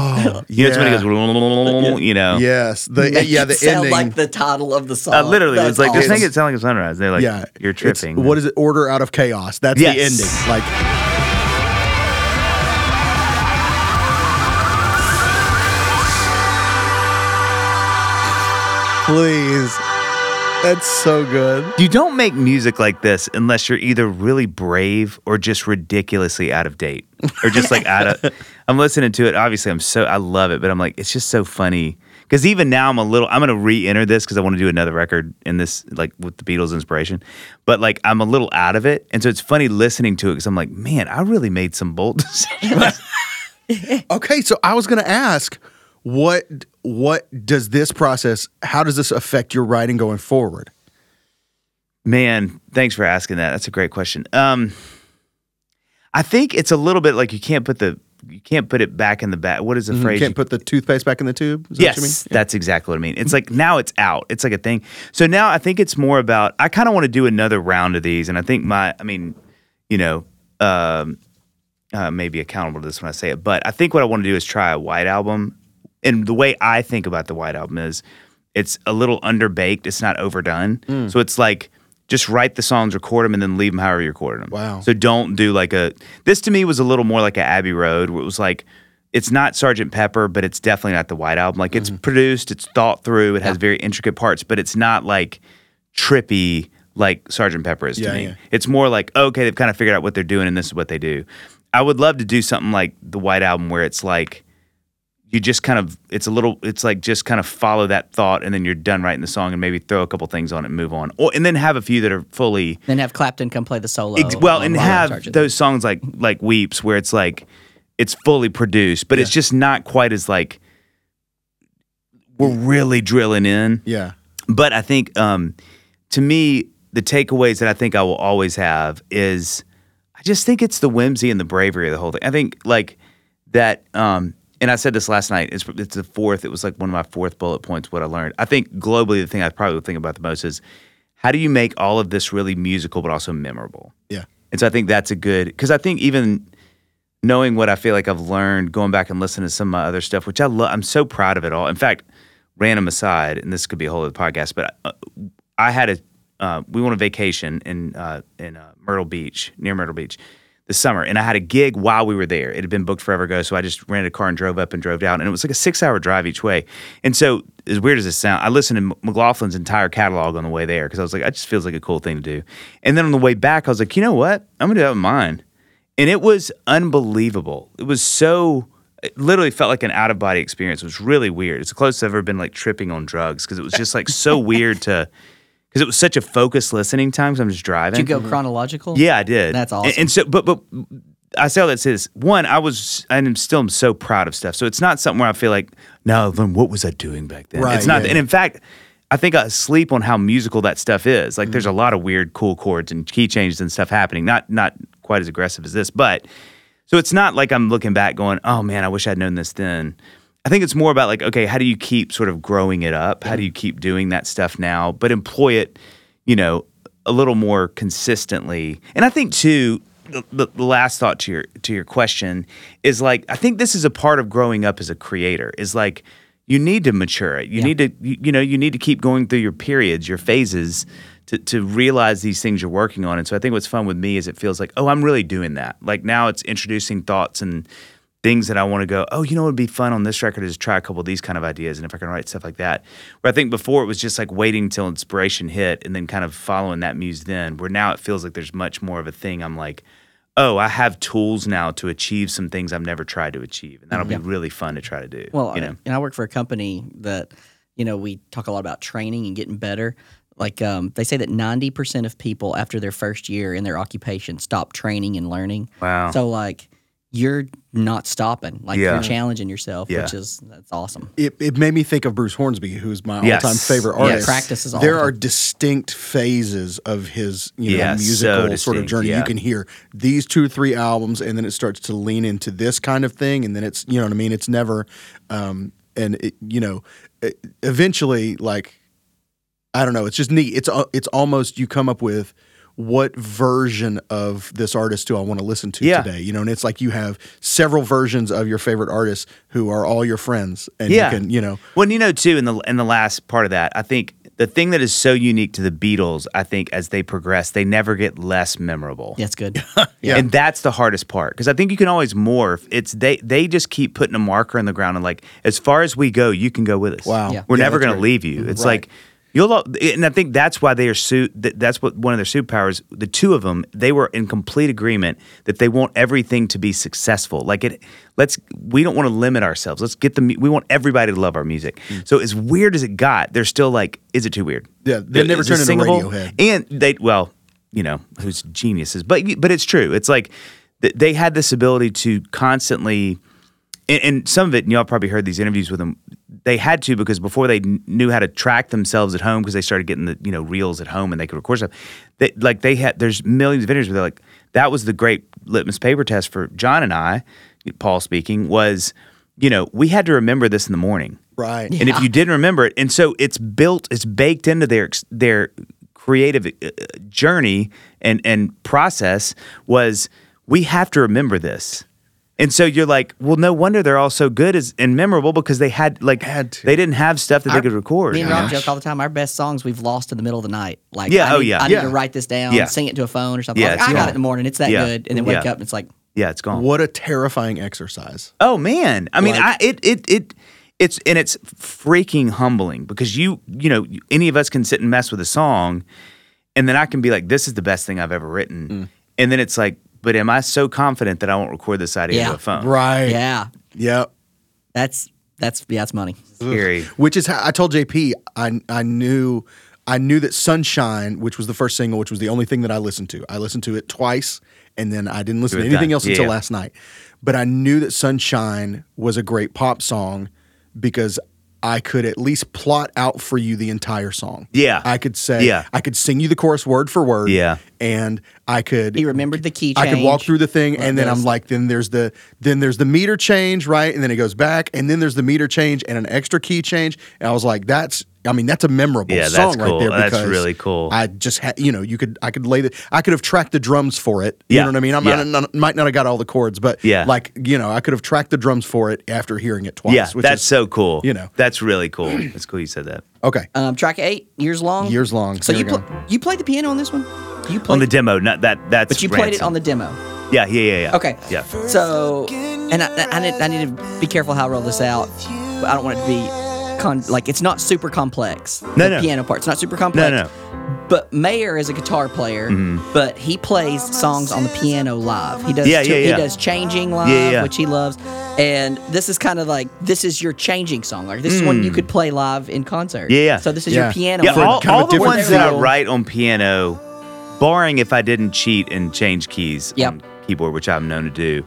[SPEAKER 4] you know, it's when
[SPEAKER 2] Oh, yeah.
[SPEAKER 4] it goes, you know.
[SPEAKER 2] Yes. The, yeah, the
[SPEAKER 3] it sound
[SPEAKER 2] ending.
[SPEAKER 3] like the title of the song.
[SPEAKER 4] Uh, literally, it
[SPEAKER 3] That's
[SPEAKER 4] was like, just
[SPEAKER 3] awesome.
[SPEAKER 4] make it sound like a sunrise. They're like,
[SPEAKER 2] yeah.
[SPEAKER 4] you're
[SPEAKER 2] It's-
[SPEAKER 4] tripping.
[SPEAKER 2] what is it? Order out of chaos. That's the
[SPEAKER 4] Yes.
[SPEAKER 2] ending. Like, please. That's so good.
[SPEAKER 4] You don't make music like this unless you're either really brave or just ridiculously out of date or just like out of. I'm listening to it. Obviously, I'm so I love it, but I'm like, it's just so funny. Because even now, I'm a little. I'm gonna re-enter this because I want to do another record in this, like with the Beatles inspiration. But like, I'm a little out of it, and so it's funny listening to it because I'm like, man, I really made some bold decisions.
[SPEAKER 2] Okay, so I was going to ask what what does this process how does this affect your writing going forward?
[SPEAKER 4] Man, thanks for asking that. That's a great question. Um, I think it's a little bit like you can't put the you can't put it back in the back. What is the
[SPEAKER 2] Mm-hmm. You
[SPEAKER 4] phrase?
[SPEAKER 2] can't put the toothpaste back in the tube? Is that what
[SPEAKER 4] yes,
[SPEAKER 2] you mean? Mm-hmm.
[SPEAKER 4] that's exactly what I mean. It's like now it's out. It's like a thing. So now I think it's more about I kind of want to do another round of these, and I think my I mean, you know, um, uh, maybe accountable to this when I say it, but I think what I want to do is try a white album. And the way I think about the white album is it's a little underbaked, it's not overdone. So it's like just write the songs, record them, and then leave them however you recorded them.
[SPEAKER 2] Wow.
[SPEAKER 4] So don't do like a. This to me was a little more like an Abbey Road, where it was like, it's not Sergeant Pepper, but it's definitely not the White Album. Like it's produced, it's thought through, it has very intricate parts, but it's not like trippy like Sergeant Pepper is
[SPEAKER 2] Yeah,
[SPEAKER 4] to me.
[SPEAKER 2] yeah.
[SPEAKER 4] It's more like okay, they've kind of figured out what they're doing, and this is what they do. I would love to do something like the White Album, where it's like you just kind of it's a little it's like just kind of follow that thought and then you're done writing the song and maybe throw a couple things on it and move on or and then have a few that are fully
[SPEAKER 3] Then have Clapton come play the solo.
[SPEAKER 4] Ex- well,
[SPEAKER 3] on
[SPEAKER 4] and
[SPEAKER 3] Robert
[SPEAKER 4] have
[SPEAKER 3] Sargent.
[SPEAKER 4] those songs like like Weeps, where it's like it's fully produced, but it's just not quite as like we're really drilling in.
[SPEAKER 2] Yeah.
[SPEAKER 4] But I think um, to me, the takeaways that I think I will always have is I just think it's the whimsy and the bravery of the whole thing. I think like that, um, and I said this last night. It's it's the fourth. It was like one of my fourth bullet points. What I learned. I think globally, the thing I probably would think about the most is how do you make all of this really musical but also memorable.
[SPEAKER 2] Yeah.
[SPEAKER 4] And so I think that's a good because I think even knowing what I feel like I've learned, going back and listening to some of my other stuff, which I love, I'm so proud of it all. In fact, random aside, and this could be a whole other podcast, but uh, I had a uh, we went on vacation in uh, in uh, Myrtle Beach near Myrtle Beach. this summer, and I had a gig while we were there. It had been booked forever ago, so I just rented a car and drove up and drove down, and it was like a six-hour drive each way. And so, as weird as this sounds, I listened to M- McLaughlin's entire catalog on the way there because I was like, that just feels like a cool thing to do. And then on the way back, I was like, you know what? I'm gonna do that with mine and it was unbelievable. It was so it literally felt like an out of body experience. It was really weird. It's the closest I've ever been like tripping on drugs because it was just like so weird to because it was such a focused listening time. Because I'm just driving.
[SPEAKER 3] Did you go chronological?
[SPEAKER 4] Mhm. Yeah, I did.
[SPEAKER 3] That's
[SPEAKER 4] And-
[SPEAKER 3] awesome.
[SPEAKER 4] And, so, but but I say all that says one, I was and I'm still so proud of stuff. So it's not something where I feel like, no, then what was I doing back then?
[SPEAKER 2] Right,
[SPEAKER 4] it's not.
[SPEAKER 2] yeah.
[SPEAKER 4] And in fact, I think I sleep on how musical that stuff is. Like,
[SPEAKER 2] Mm.
[SPEAKER 4] there's a lot of weird, cool chords and key changes and stuff happening. Not not quite as aggressive as this, but so it's not like I'm looking back going, oh man, I wish I'd known this then. I think it's more about like, okay, how do you keep sort of growing it up? How do you keep doing that stuff now, but employ it, you know, a little more consistently? And I think too, the, the the last thought to your to your question is like, I think this is a part of growing up as a creator. Is like you need to mature it. You need to you, you know you need to keep going through your periods, your phases to to realize these things you're working on. And so I think what's fun with me is it feels like, oh, I'm really doing that. Like now it's introducing thoughts and things that I want to go, oh, you know what would be fun on this record is try a couple of these kind of ideas and if I can write stuff like that. Where I think before it was just like waiting till inspiration hit and then kind of following that muse then. Where now it feels like there's much more of a thing. I'm like, oh, I have tools now to achieve some things I've never tried to achieve. And that'll be really fun to try to do.
[SPEAKER 3] Well,
[SPEAKER 4] you
[SPEAKER 3] I-
[SPEAKER 4] know.
[SPEAKER 3] and I work for a company that, you know, we talk a lot about training and getting better. Like um, they say that ninety percent of people after their first year in their occupation stop training and learning.
[SPEAKER 4] Wow.
[SPEAKER 3] So like you're not stopping. Like
[SPEAKER 4] Yeah.
[SPEAKER 3] you're challenging yourself,
[SPEAKER 4] Yeah.
[SPEAKER 3] which is that's awesome.
[SPEAKER 2] it, it made me think of Bruce Hornsby, who's my
[SPEAKER 4] Yes.
[SPEAKER 2] all-time favorite
[SPEAKER 4] Yes.
[SPEAKER 2] artist.
[SPEAKER 3] Practices all
[SPEAKER 2] there
[SPEAKER 3] the
[SPEAKER 2] are
[SPEAKER 3] time.
[SPEAKER 2] distinct phases of his you know,
[SPEAKER 4] Yeah, so
[SPEAKER 2] musical sort of
[SPEAKER 4] distinct,
[SPEAKER 2] journey.
[SPEAKER 4] yeah.
[SPEAKER 2] You can hear these two, three albums, and then it starts to lean into this kind of thing, and then it's you know what I mean. It's never, um, and it, you know, it, eventually, like I don't know. It's just neat. It's al- it's almost you come up with what version of this artist do I want to listen to
[SPEAKER 4] Yeah.
[SPEAKER 2] today? You know, and it's like you have several versions of your favorite artists who are all your friends, and
[SPEAKER 4] Yeah.
[SPEAKER 2] you can you know
[SPEAKER 4] Well, and you know, too, in the in the last part of that, I think the thing that is so unique to the Beatles, I think, as they progress, they never get less memorable.
[SPEAKER 3] That's good.
[SPEAKER 2] Yeah.
[SPEAKER 4] And that's the hardest part because I think you can always morph. It's they they just keep putting a marker in the ground and like as far as we go, you can go with us.
[SPEAKER 2] Wow.
[SPEAKER 3] Yeah.
[SPEAKER 4] we're
[SPEAKER 2] Yeah,
[SPEAKER 4] never
[SPEAKER 2] that's Mm-hmm.
[SPEAKER 4] going to
[SPEAKER 2] right.
[SPEAKER 4] leave you. It's
[SPEAKER 2] Right.
[SPEAKER 4] like you'll al- and I think that's why they are suit. That's what one of their superpowers. The two of them, they were in complete agreement that they want everything to be successful. Like it, let's we don't want to limit ourselves. Let's get the mu- we want everybody to love our music. So as weird as it got, they're still like, is it too weird?
[SPEAKER 2] Mm. Yeah, they
[SPEAKER 4] Is
[SPEAKER 2] never
[SPEAKER 4] it
[SPEAKER 2] turn into
[SPEAKER 4] singable?
[SPEAKER 2] Radiohead.
[SPEAKER 4] and they well you know who's geniuses but but it's true it's like th- they had this ability to constantly and, and some of it and y'all probably heard these interviews with them they had to because before they kn- knew how to track themselves at home because they started getting the you know reels at home and they could record stuff they, like they had there's millions of interviews where they're like that was the great litmus paper test for john and i paul speaking was you know we had to remember this in the morning
[SPEAKER 2] right.
[SPEAKER 4] and if you didn't remember it, and so it's built, it's baked into their ex- their creative uh, journey and and process was we have to remember this. And so you're like, well, no wonder they're all so good as, and memorable because they had like
[SPEAKER 2] Had to.
[SPEAKER 4] they didn't have stuff that they could record.
[SPEAKER 3] Me and
[SPEAKER 4] you
[SPEAKER 3] Rob
[SPEAKER 4] know?
[SPEAKER 3] joke all the time. Our best songs we've lost in the middle of the night. Like,
[SPEAKER 4] Yeah,
[SPEAKER 3] I need,
[SPEAKER 4] oh, yeah.
[SPEAKER 3] I need
[SPEAKER 2] Yeah.
[SPEAKER 3] to write this down,
[SPEAKER 4] Yeah.
[SPEAKER 3] sing it to a phone or something.
[SPEAKER 4] Yeah,
[SPEAKER 3] like,
[SPEAKER 4] it's
[SPEAKER 3] I got
[SPEAKER 4] gone.
[SPEAKER 3] it in the morning. It's that
[SPEAKER 4] Yeah.
[SPEAKER 3] good, and then wake
[SPEAKER 4] Yeah.
[SPEAKER 3] up and it's like,
[SPEAKER 4] yeah, it's gone.
[SPEAKER 2] What a terrifying exercise.
[SPEAKER 4] Oh man, I mean,
[SPEAKER 2] Like-
[SPEAKER 4] I, it it it it's and it's freaking humbling because you you know you- any of us can sit and mess with a song, and then I can be like, this is the best thing I've ever written, and then it's like, but am I so confident that I won't record this idea
[SPEAKER 3] Yeah.
[SPEAKER 4] to a phone?
[SPEAKER 2] Right.
[SPEAKER 3] yeah,
[SPEAKER 2] Yep.
[SPEAKER 3] that's that's yeah, that's money.
[SPEAKER 4] Scary.
[SPEAKER 2] Which is how I told JP I I knew I knew that Sunshine, which was the first single, which was the only thing that I listened to. I listened to it twice and then I didn't listen
[SPEAKER 4] You
[SPEAKER 2] to
[SPEAKER 4] were
[SPEAKER 2] anything
[SPEAKER 4] done.
[SPEAKER 2] else until
[SPEAKER 4] Yeah.
[SPEAKER 2] last night. But I knew that Sunshine was a great pop song because I could at least plot out for you the entire song.
[SPEAKER 4] Yeah.
[SPEAKER 2] I could say
[SPEAKER 4] Yeah.
[SPEAKER 2] I could sing you the chorus word for word.
[SPEAKER 4] Yeah.
[SPEAKER 2] And I could
[SPEAKER 3] He remembered the key. Change.
[SPEAKER 2] I could walk through the thing, and then I'm
[SPEAKER 3] this.
[SPEAKER 2] like, then there's the then there's the meter change, right? And then it goes back, and then there's the meter change and an extra key change. And I was like, that's, I mean, that's a memorable
[SPEAKER 4] Yeah, that's
[SPEAKER 2] song right
[SPEAKER 4] cool.
[SPEAKER 2] there.
[SPEAKER 4] That's
[SPEAKER 2] because
[SPEAKER 4] really cool.
[SPEAKER 2] I just had, you know, you could, I could lay the, I could have tracked the drums for it. You
[SPEAKER 4] Yeah.
[SPEAKER 2] know what I mean? I
[SPEAKER 4] Yeah.
[SPEAKER 2] might, not, might not have got all the chords, but
[SPEAKER 4] Yeah.
[SPEAKER 2] like, you know, I could have tracked the drums for it after hearing it twice.
[SPEAKER 4] yeah,
[SPEAKER 2] which
[SPEAKER 4] that's
[SPEAKER 2] is,
[SPEAKER 4] so cool.
[SPEAKER 2] you know.
[SPEAKER 4] that's really cool. That's cool. You said that
[SPEAKER 2] okay.
[SPEAKER 3] Um, track eight, years long.
[SPEAKER 2] Years long.
[SPEAKER 3] So
[SPEAKER 2] Here
[SPEAKER 3] you
[SPEAKER 2] we go.
[SPEAKER 3] pl- you played the piano on this one. You played,
[SPEAKER 4] on the demo. Not that. That's
[SPEAKER 3] but you played it
[SPEAKER 4] Ransom.
[SPEAKER 3] on the demo.
[SPEAKER 4] Yeah, yeah, yeah, yeah.
[SPEAKER 3] Okay.
[SPEAKER 4] Yeah.
[SPEAKER 3] So, and I, I, need, I need to be careful how I roll this out. But I don't want it to be con- like it's not super complex.
[SPEAKER 4] No,
[SPEAKER 3] the
[SPEAKER 4] no.
[SPEAKER 3] piano part's not super
[SPEAKER 4] No,
[SPEAKER 3] complex.
[SPEAKER 4] no. Mm-hmm.
[SPEAKER 3] But Mayer is a guitar player, but he plays songs on the piano live. He does
[SPEAKER 4] Yeah, yeah, yeah.
[SPEAKER 3] he does changing live,
[SPEAKER 4] Yeah, yeah.
[SPEAKER 3] which he loves. And this is kind of like this is your changing song. Like this is one you could play live in concert.
[SPEAKER 4] Mm. Yeah, yeah.
[SPEAKER 3] So this is
[SPEAKER 2] Yeah.
[SPEAKER 3] your piano.
[SPEAKER 4] Yeah,
[SPEAKER 2] For
[SPEAKER 3] live.
[SPEAKER 4] all,
[SPEAKER 2] kind of
[SPEAKER 4] all
[SPEAKER 2] a
[SPEAKER 4] the
[SPEAKER 2] different
[SPEAKER 4] ones that I
[SPEAKER 2] feel.
[SPEAKER 4] write on piano, barring if I didn't cheat and change keys
[SPEAKER 3] Yep.
[SPEAKER 4] on keyboard, which I'm known to do,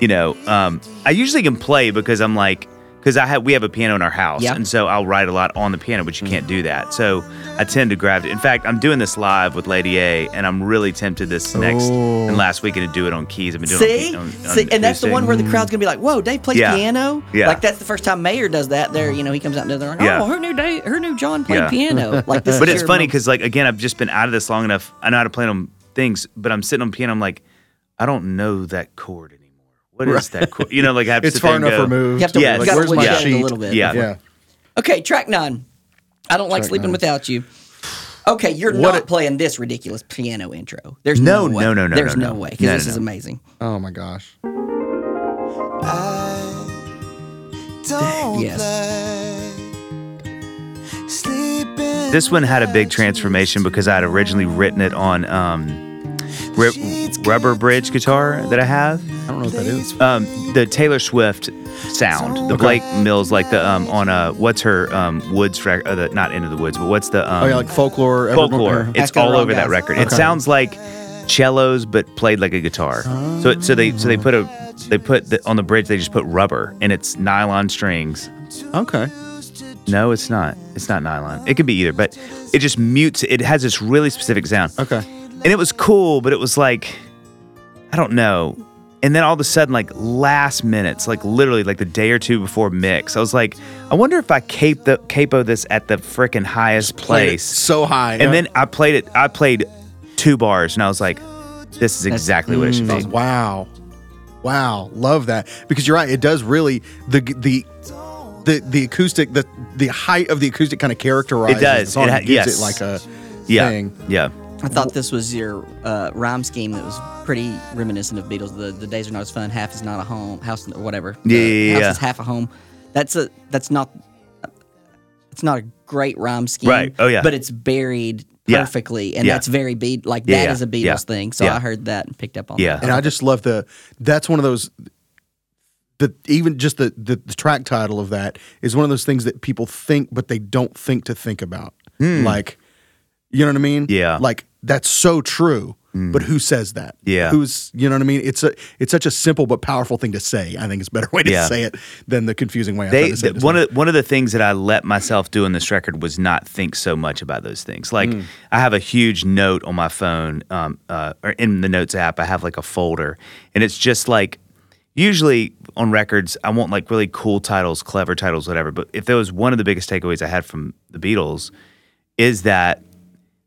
[SPEAKER 4] you know, um, I usually can play because I'm like, because I have we have a piano in our house,
[SPEAKER 3] Yeah.
[SPEAKER 4] and so I'll write a lot on the piano, but you can't do that. So I tend to grab it. In fact, I'm doing this live with Lady A, and I'm really tempted this next and last weekend to do it on keys. I've been doing
[SPEAKER 3] Oh. See,
[SPEAKER 4] it on, on, on
[SPEAKER 3] see, and that's the
[SPEAKER 4] acoustic.
[SPEAKER 3] one where the crowd's gonna be like, "Whoa, Dave plays
[SPEAKER 4] Yeah.
[SPEAKER 3] piano!"
[SPEAKER 4] Yeah.
[SPEAKER 3] Like that's the first time Mayer does that. There, you know, he comes out and they're like, "Oh,
[SPEAKER 4] Yeah.
[SPEAKER 3] her new Dave, her new John played
[SPEAKER 4] Yeah.
[SPEAKER 3] piano." Like this.
[SPEAKER 4] But
[SPEAKER 3] is
[SPEAKER 4] it's
[SPEAKER 3] your
[SPEAKER 4] funny
[SPEAKER 3] moment.
[SPEAKER 4] because, like, again, I've just been out of this long enough. I know how to play on things, but I'm sitting on piano. I'm like, I don't know that chord anymore. What is that chord? You know, like I have to
[SPEAKER 2] It's
[SPEAKER 4] sit there
[SPEAKER 2] far
[SPEAKER 4] and
[SPEAKER 2] enough
[SPEAKER 4] go,
[SPEAKER 2] removed.
[SPEAKER 3] you have to,
[SPEAKER 4] Yeah,
[SPEAKER 3] you
[SPEAKER 4] like,
[SPEAKER 3] gotta
[SPEAKER 2] where's my
[SPEAKER 3] wish it in
[SPEAKER 2] sheet?
[SPEAKER 3] a little bit.
[SPEAKER 4] Yeah.
[SPEAKER 2] Yeah.
[SPEAKER 3] Okay, track nine. I don't like sleeping
[SPEAKER 2] nine.
[SPEAKER 3] without you. Okay, you're
[SPEAKER 2] What
[SPEAKER 3] not
[SPEAKER 2] a-
[SPEAKER 3] playing this ridiculous piano intro. There's
[SPEAKER 4] No,
[SPEAKER 3] no, way.
[SPEAKER 4] no, no, no,
[SPEAKER 3] There's
[SPEAKER 4] no,
[SPEAKER 3] no,
[SPEAKER 4] no.
[SPEAKER 3] way because
[SPEAKER 4] No, no,
[SPEAKER 3] this is
[SPEAKER 4] no.
[SPEAKER 3] amazing.
[SPEAKER 2] Oh my gosh.
[SPEAKER 5] Don't
[SPEAKER 3] Yes.
[SPEAKER 5] like sleeping
[SPEAKER 4] This one had a big transformation because I had originally written it on um, ru- rubber bridge guitar that I have.
[SPEAKER 2] I don't know what that is.
[SPEAKER 4] Um, the Taylor Swift sound, the Blake Mills, like the um, on a what's her um, Woods record? Uh, the- not Into the Woods, but what's the um,
[SPEAKER 2] Oh yeah, like folklore. evermore-
[SPEAKER 4] folklore.
[SPEAKER 2] or-
[SPEAKER 4] It's
[SPEAKER 3] Asking the
[SPEAKER 4] all
[SPEAKER 3] Wrong
[SPEAKER 4] over that
[SPEAKER 3] Guys.
[SPEAKER 4] record. It
[SPEAKER 2] Okay.
[SPEAKER 4] sounds like cellos, but played like a guitar. So it, so they so they put a they put the, on the bridge. They just put rubber, and it's nylon strings.
[SPEAKER 2] Okay.
[SPEAKER 4] No, it's not. It's not nylon. It could be either, but it just mutes. It has this really specific sound.
[SPEAKER 2] Okay.
[SPEAKER 4] And it was cool, but it was like, I don't know. And then all of a sudden, like last minutes, like literally like the day or two before mix, I was like, I wonder if I cape the capo this at the freaking highest
[SPEAKER 2] Played it
[SPEAKER 4] place.
[SPEAKER 2] so high.
[SPEAKER 4] And
[SPEAKER 2] yeah.
[SPEAKER 4] then I played it. I played two bars, and I was like, "This is exactly what it
[SPEAKER 2] mm,
[SPEAKER 4] should be."
[SPEAKER 2] Wow. Wow. Love that. Because you're right, it does really the the the, the acoustic the the height of the acoustic kind of characterizes
[SPEAKER 4] It does.
[SPEAKER 2] the song.
[SPEAKER 4] It ha-
[SPEAKER 2] gives
[SPEAKER 4] yes.
[SPEAKER 2] it like a
[SPEAKER 4] Yeah,
[SPEAKER 2] thing.
[SPEAKER 4] yeah.
[SPEAKER 3] I thought this was your uh, rhyme scheme that was pretty reminiscent of Beatles. The, the days are not as fun. Half is not a home house or whatever. The
[SPEAKER 4] Yeah, yeah,
[SPEAKER 3] house
[SPEAKER 4] yeah.
[SPEAKER 3] is half a home. That's a that's not it's not a great rhyme scheme.
[SPEAKER 4] Right. Oh, yeah.
[SPEAKER 3] But it's buried
[SPEAKER 4] Yeah.
[SPEAKER 3] perfectly, and
[SPEAKER 4] Yeah.
[SPEAKER 3] that's very beat like
[SPEAKER 4] Yeah,
[SPEAKER 3] that
[SPEAKER 4] yeah,
[SPEAKER 3] is a Beatles
[SPEAKER 4] yeah,
[SPEAKER 3] thing. So
[SPEAKER 4] yeah.
[SPEAKER 3] I heard that and picked up on
[SPEAKER 4] Yeah.
[SPEAKER 3] that.
[SPEAKER 2] And I just love the that's one of those the even just the, the the track title of that is one of those things that people think but they don't think to think about. Like you know what I mean?
[SPEAKER 4] Hmm. Yeah. Hmm.
[SPEAKER 2] Like that's so true. But who says that?
[SPEAKER 4] Yeah.
[SPEAKER 2] Who's you know what I mean? It's a it's such a simple but powerful thing to say. I think it's a better way to
[SPEAKER 4] Yeah.
[SPEAKER 2] say it than the confusing way I tried
[SPEAKER 4] They
[SPEAKER 2] to say
[SPEAKER 4] th-
[SPEAKER 2] it. just
[SPEAKER 4] one
[SPEAKER 2] now.
[SPEAKER 4] of one of the things that I let myself do in this record was not think so much about those things. Like
[SPEAKER 2] Mm.
[SPEAKER 4] I have a huge note on my phone, um, uh, or in the Notes app, I have like a folder, and it's just like usually on records I want like really cool titles, clever titles, whatever. But if there was one of the biggest takeaways I had from the Beatles is that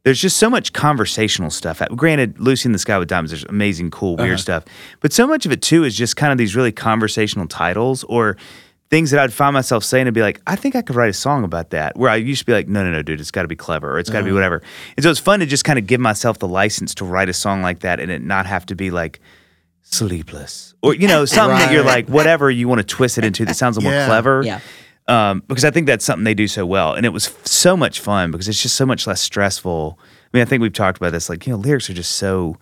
[SPEAKER 4] there's just so much conversational stuff. Uh, Granted, Lucy in the Sky with Diamonds, there's amazing, cool, weird stuff. But so much of it too is just kind of these really conversational titles or things that I'd find myself saying and be like, I think I could write a song about that. Where I used to be like, no, no, no, dude, it's got to be clever or it's got to be whatever. And so it's fun to just kind of give myself the license to write a song like that and it not have to be like, sleepless or you know something that you're like whatever you want to twist it into that sounds a little
[SPEAKER 2] Yeah.
[SPEAKER 4] more clever
[SPEAKER 3] Yeah.
[SPEAKER 4] um, because i think that's something they do so well and it was f- so much fun because it's just so much less stressful i mean i think we've talked about this like you know lyrics are just so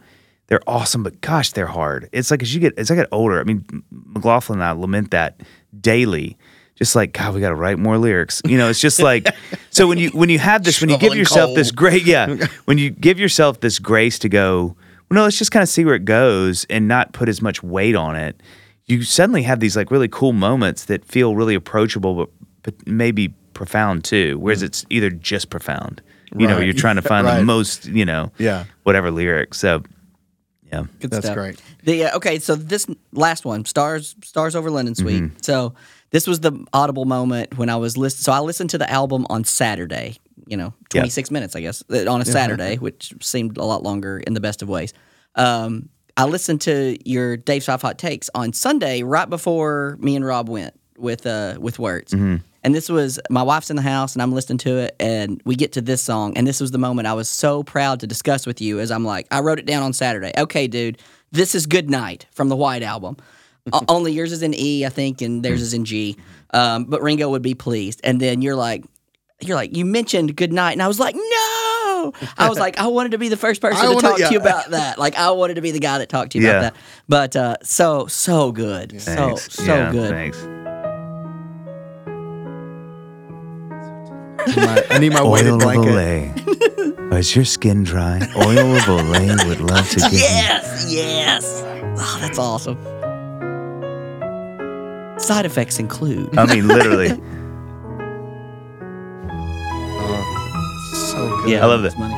[SPEAKER 4] they're awesome but gosh they're hard it's like as you get as i get older i mean M- mclaughlin and i lament that daily just like god we got to write more lyrics you know it's just like so when you when you have this when you give
[SPEAKER 2] Shoveling
[SPEAKER 4] yourself this
[SPEAKER 2] coal.
[SPEAKER 4] great yeah when you give yourself this grace to go well, no let's just kind of see where it goes and not put as much weight on it you suddenly have these like really cool moments that feel really approachable but, but maybe profound too whereas it's either just profound you know
[SPEAKER 2] Mm. Right.
[SPEAKER 4] you're trying to
[SPEAKER 2] Yeah,
[SPEAKER 4] find the
[SPEAKER 2] right.
[SPEAKER 4] most you know
[SPEAKER 2] Yeah.
[SPEAKER 4] whatever lyric so yeah
[SPEAKER 3] Good
[SPEAKER 2] That's
[SPEAKER 3] stuff.
[SPEAKER 2] great.
[SPEAKER 3] The uh, okay, so this last one, stars, stars over London Suite.
[SPEAKER 2] Mm-hmm.
[SPEAKER 3] So this was the audible moment when I was listening. So I listened to the album on Saturday. You know,
[SPEAKER 4] Yeah.
[SPEAKER 3] twenty six minutes, I guess, uh, on a Saturday, which seemed a lot longer in the best of ways. Um, I listened to your Dave's Five Hot Takes on Sunday, right before me and Rob went with uh with words.
[SPEAKER 2] Mm-hmm.
[SPEAKER 3] And this was my wife's in the house, and I'm listening to it, and we get to this song, and this was the moment I was so proud to discuss with you. As I'm like, I wrote it down on Saturday. Okay, dude, This is Good Night from the White Album. O- Only yours is in E, I think, and theirs is in G. Um, but Ringo would be pleased. And then you're like, you're like, you mentioned Good Night, and I was like, no. I was like, I wanted to be the first person
[SPEAKER 2] I
[SPEAKER 3] to
[SPEAKER 2] wanna-
[SPEAKER 3] talk
[SPEAKER 2] yeah.
[SPEAKER 3] to you about that. Like, I wanted to be the guy that talked to you
[SPEAKER 4] Yeah.
[SPEAKER 3] about that. But uh, so so good, so
[SPEAKER 4] Thanks.
[SPEAKER 3] so
[SPEAKER 4] Yeah,
[SPEAKER 3] good.
[SPEAKER 4] Thanks.
[SPEAKER 2] My- I need my weighted
[SPEAKER 4] Oil of
[SPEAKER 2] blanket.
[SPEAKER 4] Olay. Oh, Is your skin dry? Oil of Olay would love to give you-
[SPEAKER 3] Yes, yes. Oh, that's awesome. Side effects include
[SPEAKER 4] I mean, literally.
[SPEAKER 2] So good.
[SPEAKER 3] yeah,
[SPEAKER 4] I love
[SPEAKER 3] it's
[SPEAKER 4] that.
[SPEAKER 3] money.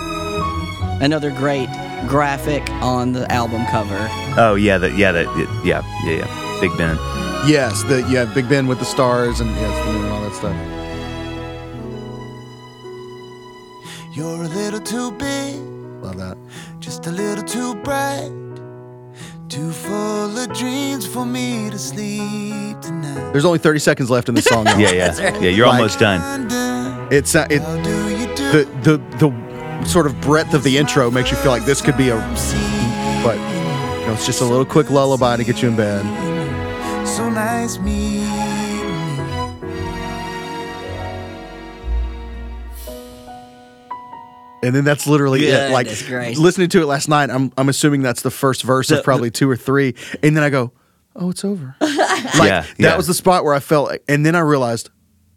[SPEAKER 2] Yeah.
[SPEAKER 3] Another great graphic on the album cover.
[SPEAKER 4] Oh yeah, that yeah that yeah yeah yeah. Big Ben.
[SPEAKER 2] Yes, the yeah, Big Ben with the stars and yes, the moon and all that stuff.
[SPEAKER 5] You're a little too big,
[SPEAKER 2] Love that.
[SPEAKER 5] just a little too bright, too full of dreams for me to sleep tonight.
[SPEAKER 2] There's only 30 seconds left in the song. y'all.
[SPEAKER 4] Yeah yeah yeah. You're
[SPEAKER 2] Like-
[SPEAKER 4] almost done.
[SPEAKER 5] Wonder
[SPEAKER 2] It's uh, it
[SPEAKER 5] How do you do?
[SPEAKER 2] the the the sort of breadth of the intro makes you feel like this could be a but you know, it's just a little quick lullaby to get you in bed.
[SPEAKER 5] so nice meeting you.
[SPEAKER 2] And then that's literally it. Like
[SPEAKER 3] Goodness gracious.
[SPEAKER 2] listening to it last night, I'm I'm assuming that's the first verse of probably two or three. And then I go, Oh, it's over. like
[SPEAKER 4] yeah,
[SPEAKER 2] that
[SPEAKER 4] yeah.
[SPEAKER 2] was the spot where I felt like, and then I realized,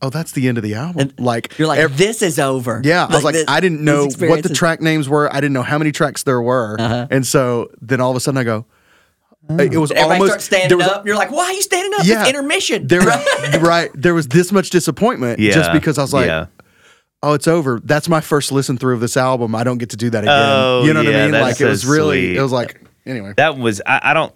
[SPEAKER 2] oh, that's the end of the album. like
[SPEAKER 3] You're like,
[SPEAKER 2] ev-
[SPEAKER 3] this is over.
[SPEAKER 2] Yeah, I was like,
[SPEAKER 3] this- Uh-huh.
[SPEAKER 2] I didn't
[SPEAKER 3] these
[SPEAKER 2] know what the
[SPEAKER 3] experiences-
[SPEAKER 2] track names were. I didn't know how many tracks there were, and so then all of a sudden I go, it was
[SPEAKER 3] Oh. Everybody
[SPEAKER 2] almost
[SPEAKER 3] starts standing
[SPEAKER 2] there was,
[SPEAKER 3] up. You're like, why are you standing up?
[SPEAKER 2] Yeah.
[SPEAKER 3] It's intermission.
[SPEAKER 2] There, right, there was this much disappointment
[SPEAKER 4] yeah.
[SPEAKER 2] just because I was like,
[SPEAKER 4] yeah.
[SPEAKER 2] oh, it's over. That's my first listen through of this album. I don't get to do that again.
[SPEAKER 4] Oh,
[SPEAKER 2] you know what I
[SPEAKER 4] yeah,
[SPEAKER 2] mean?
[SPEAKER 4] that's
[SPEAKER 2] Like it
[SPEAKER 4] so
[SPEAKER 2] was really,
[SPEAKER 4] sweet.
[SPEAKER 2] it was like anyway.
[SPEAKER 4] that was I, I don't.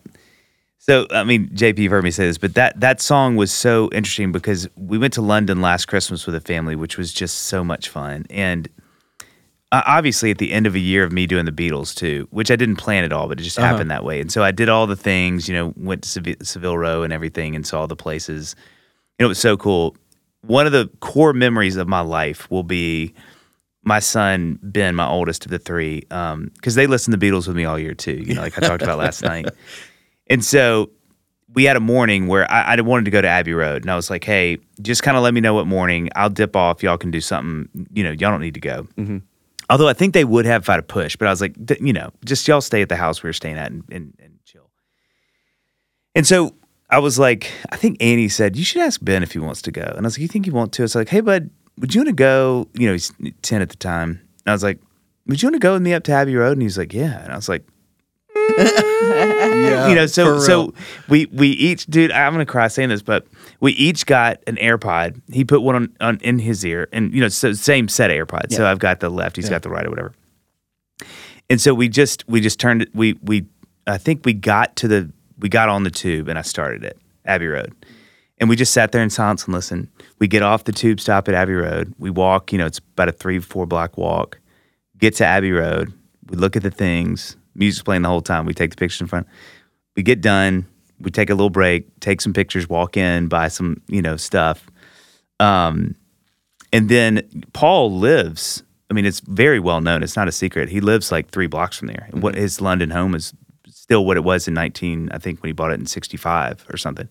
[SPEAKER 4] So I mean, JP, you've heard me say this, but that that song was so interesting because we went to London last Christmas with a family, which was just so much fun, and uh, obviously at the end of a year of me doing the Beatles too, which I didn't plan at all, but it just happened that way. And so I did all the things, you know, went to Seville, Seville Row and everything, and saw the places. And it was so cool. One of the core memories of my life will be my son Ben, my oldest of the three, because they listened to Beatles with me all year too. You know, like I talked about last night. And so we had a morning where I, I wanted to go to Abbey Road, and I was like, "Hey, just kind of let me know what morning. I'll dip off. Y'all can do something. You know, y'all don't need to go." Although I think they would have if I'd have pushed, but I was like, "Th- you know, just y'all stay at the house we were staying at and, and, and chill. And so I was like, I think Annie said, you should ask Ben if he wants to go. And I was like, you think you want to? It's like, hey, bud, would you want to go? You know, he's 10 at the time. And I was like, would you want to go with me up to Abbey Road? And he's like, yeah. And I was like,
[SPEAKER 2] Yeah,
[SPEAKER 4] you know, so
[SPEAKER 2] for real.
[SPEAKER 4] so we we each, dude, I'm gonna cry saying this, but we each got an AirPod. He put one on, on in his ear, and you know, so same set of AirPods. So I've got the left, he's got the right, or whatever. And so we just we just turned it. We we I think we got to the we got on the tube, and I started it Abbey Road, and we just sat there in silence and listened. We get off the tube stop at Abbey Road. We walk, you know, it's about a three four block walk get to Abbey Road. We look at the things. Music's playing the whole time. We take the pictures in front. We get done. We take a little break, take some pictures, walk in, buy some, you know, stuff. Um, and then Paul lives. I mean, it's very well known. It's not a secret. He lives like three blocks from there. And what his London home is still what it was in 19, I think, when he bought it in 65 or something.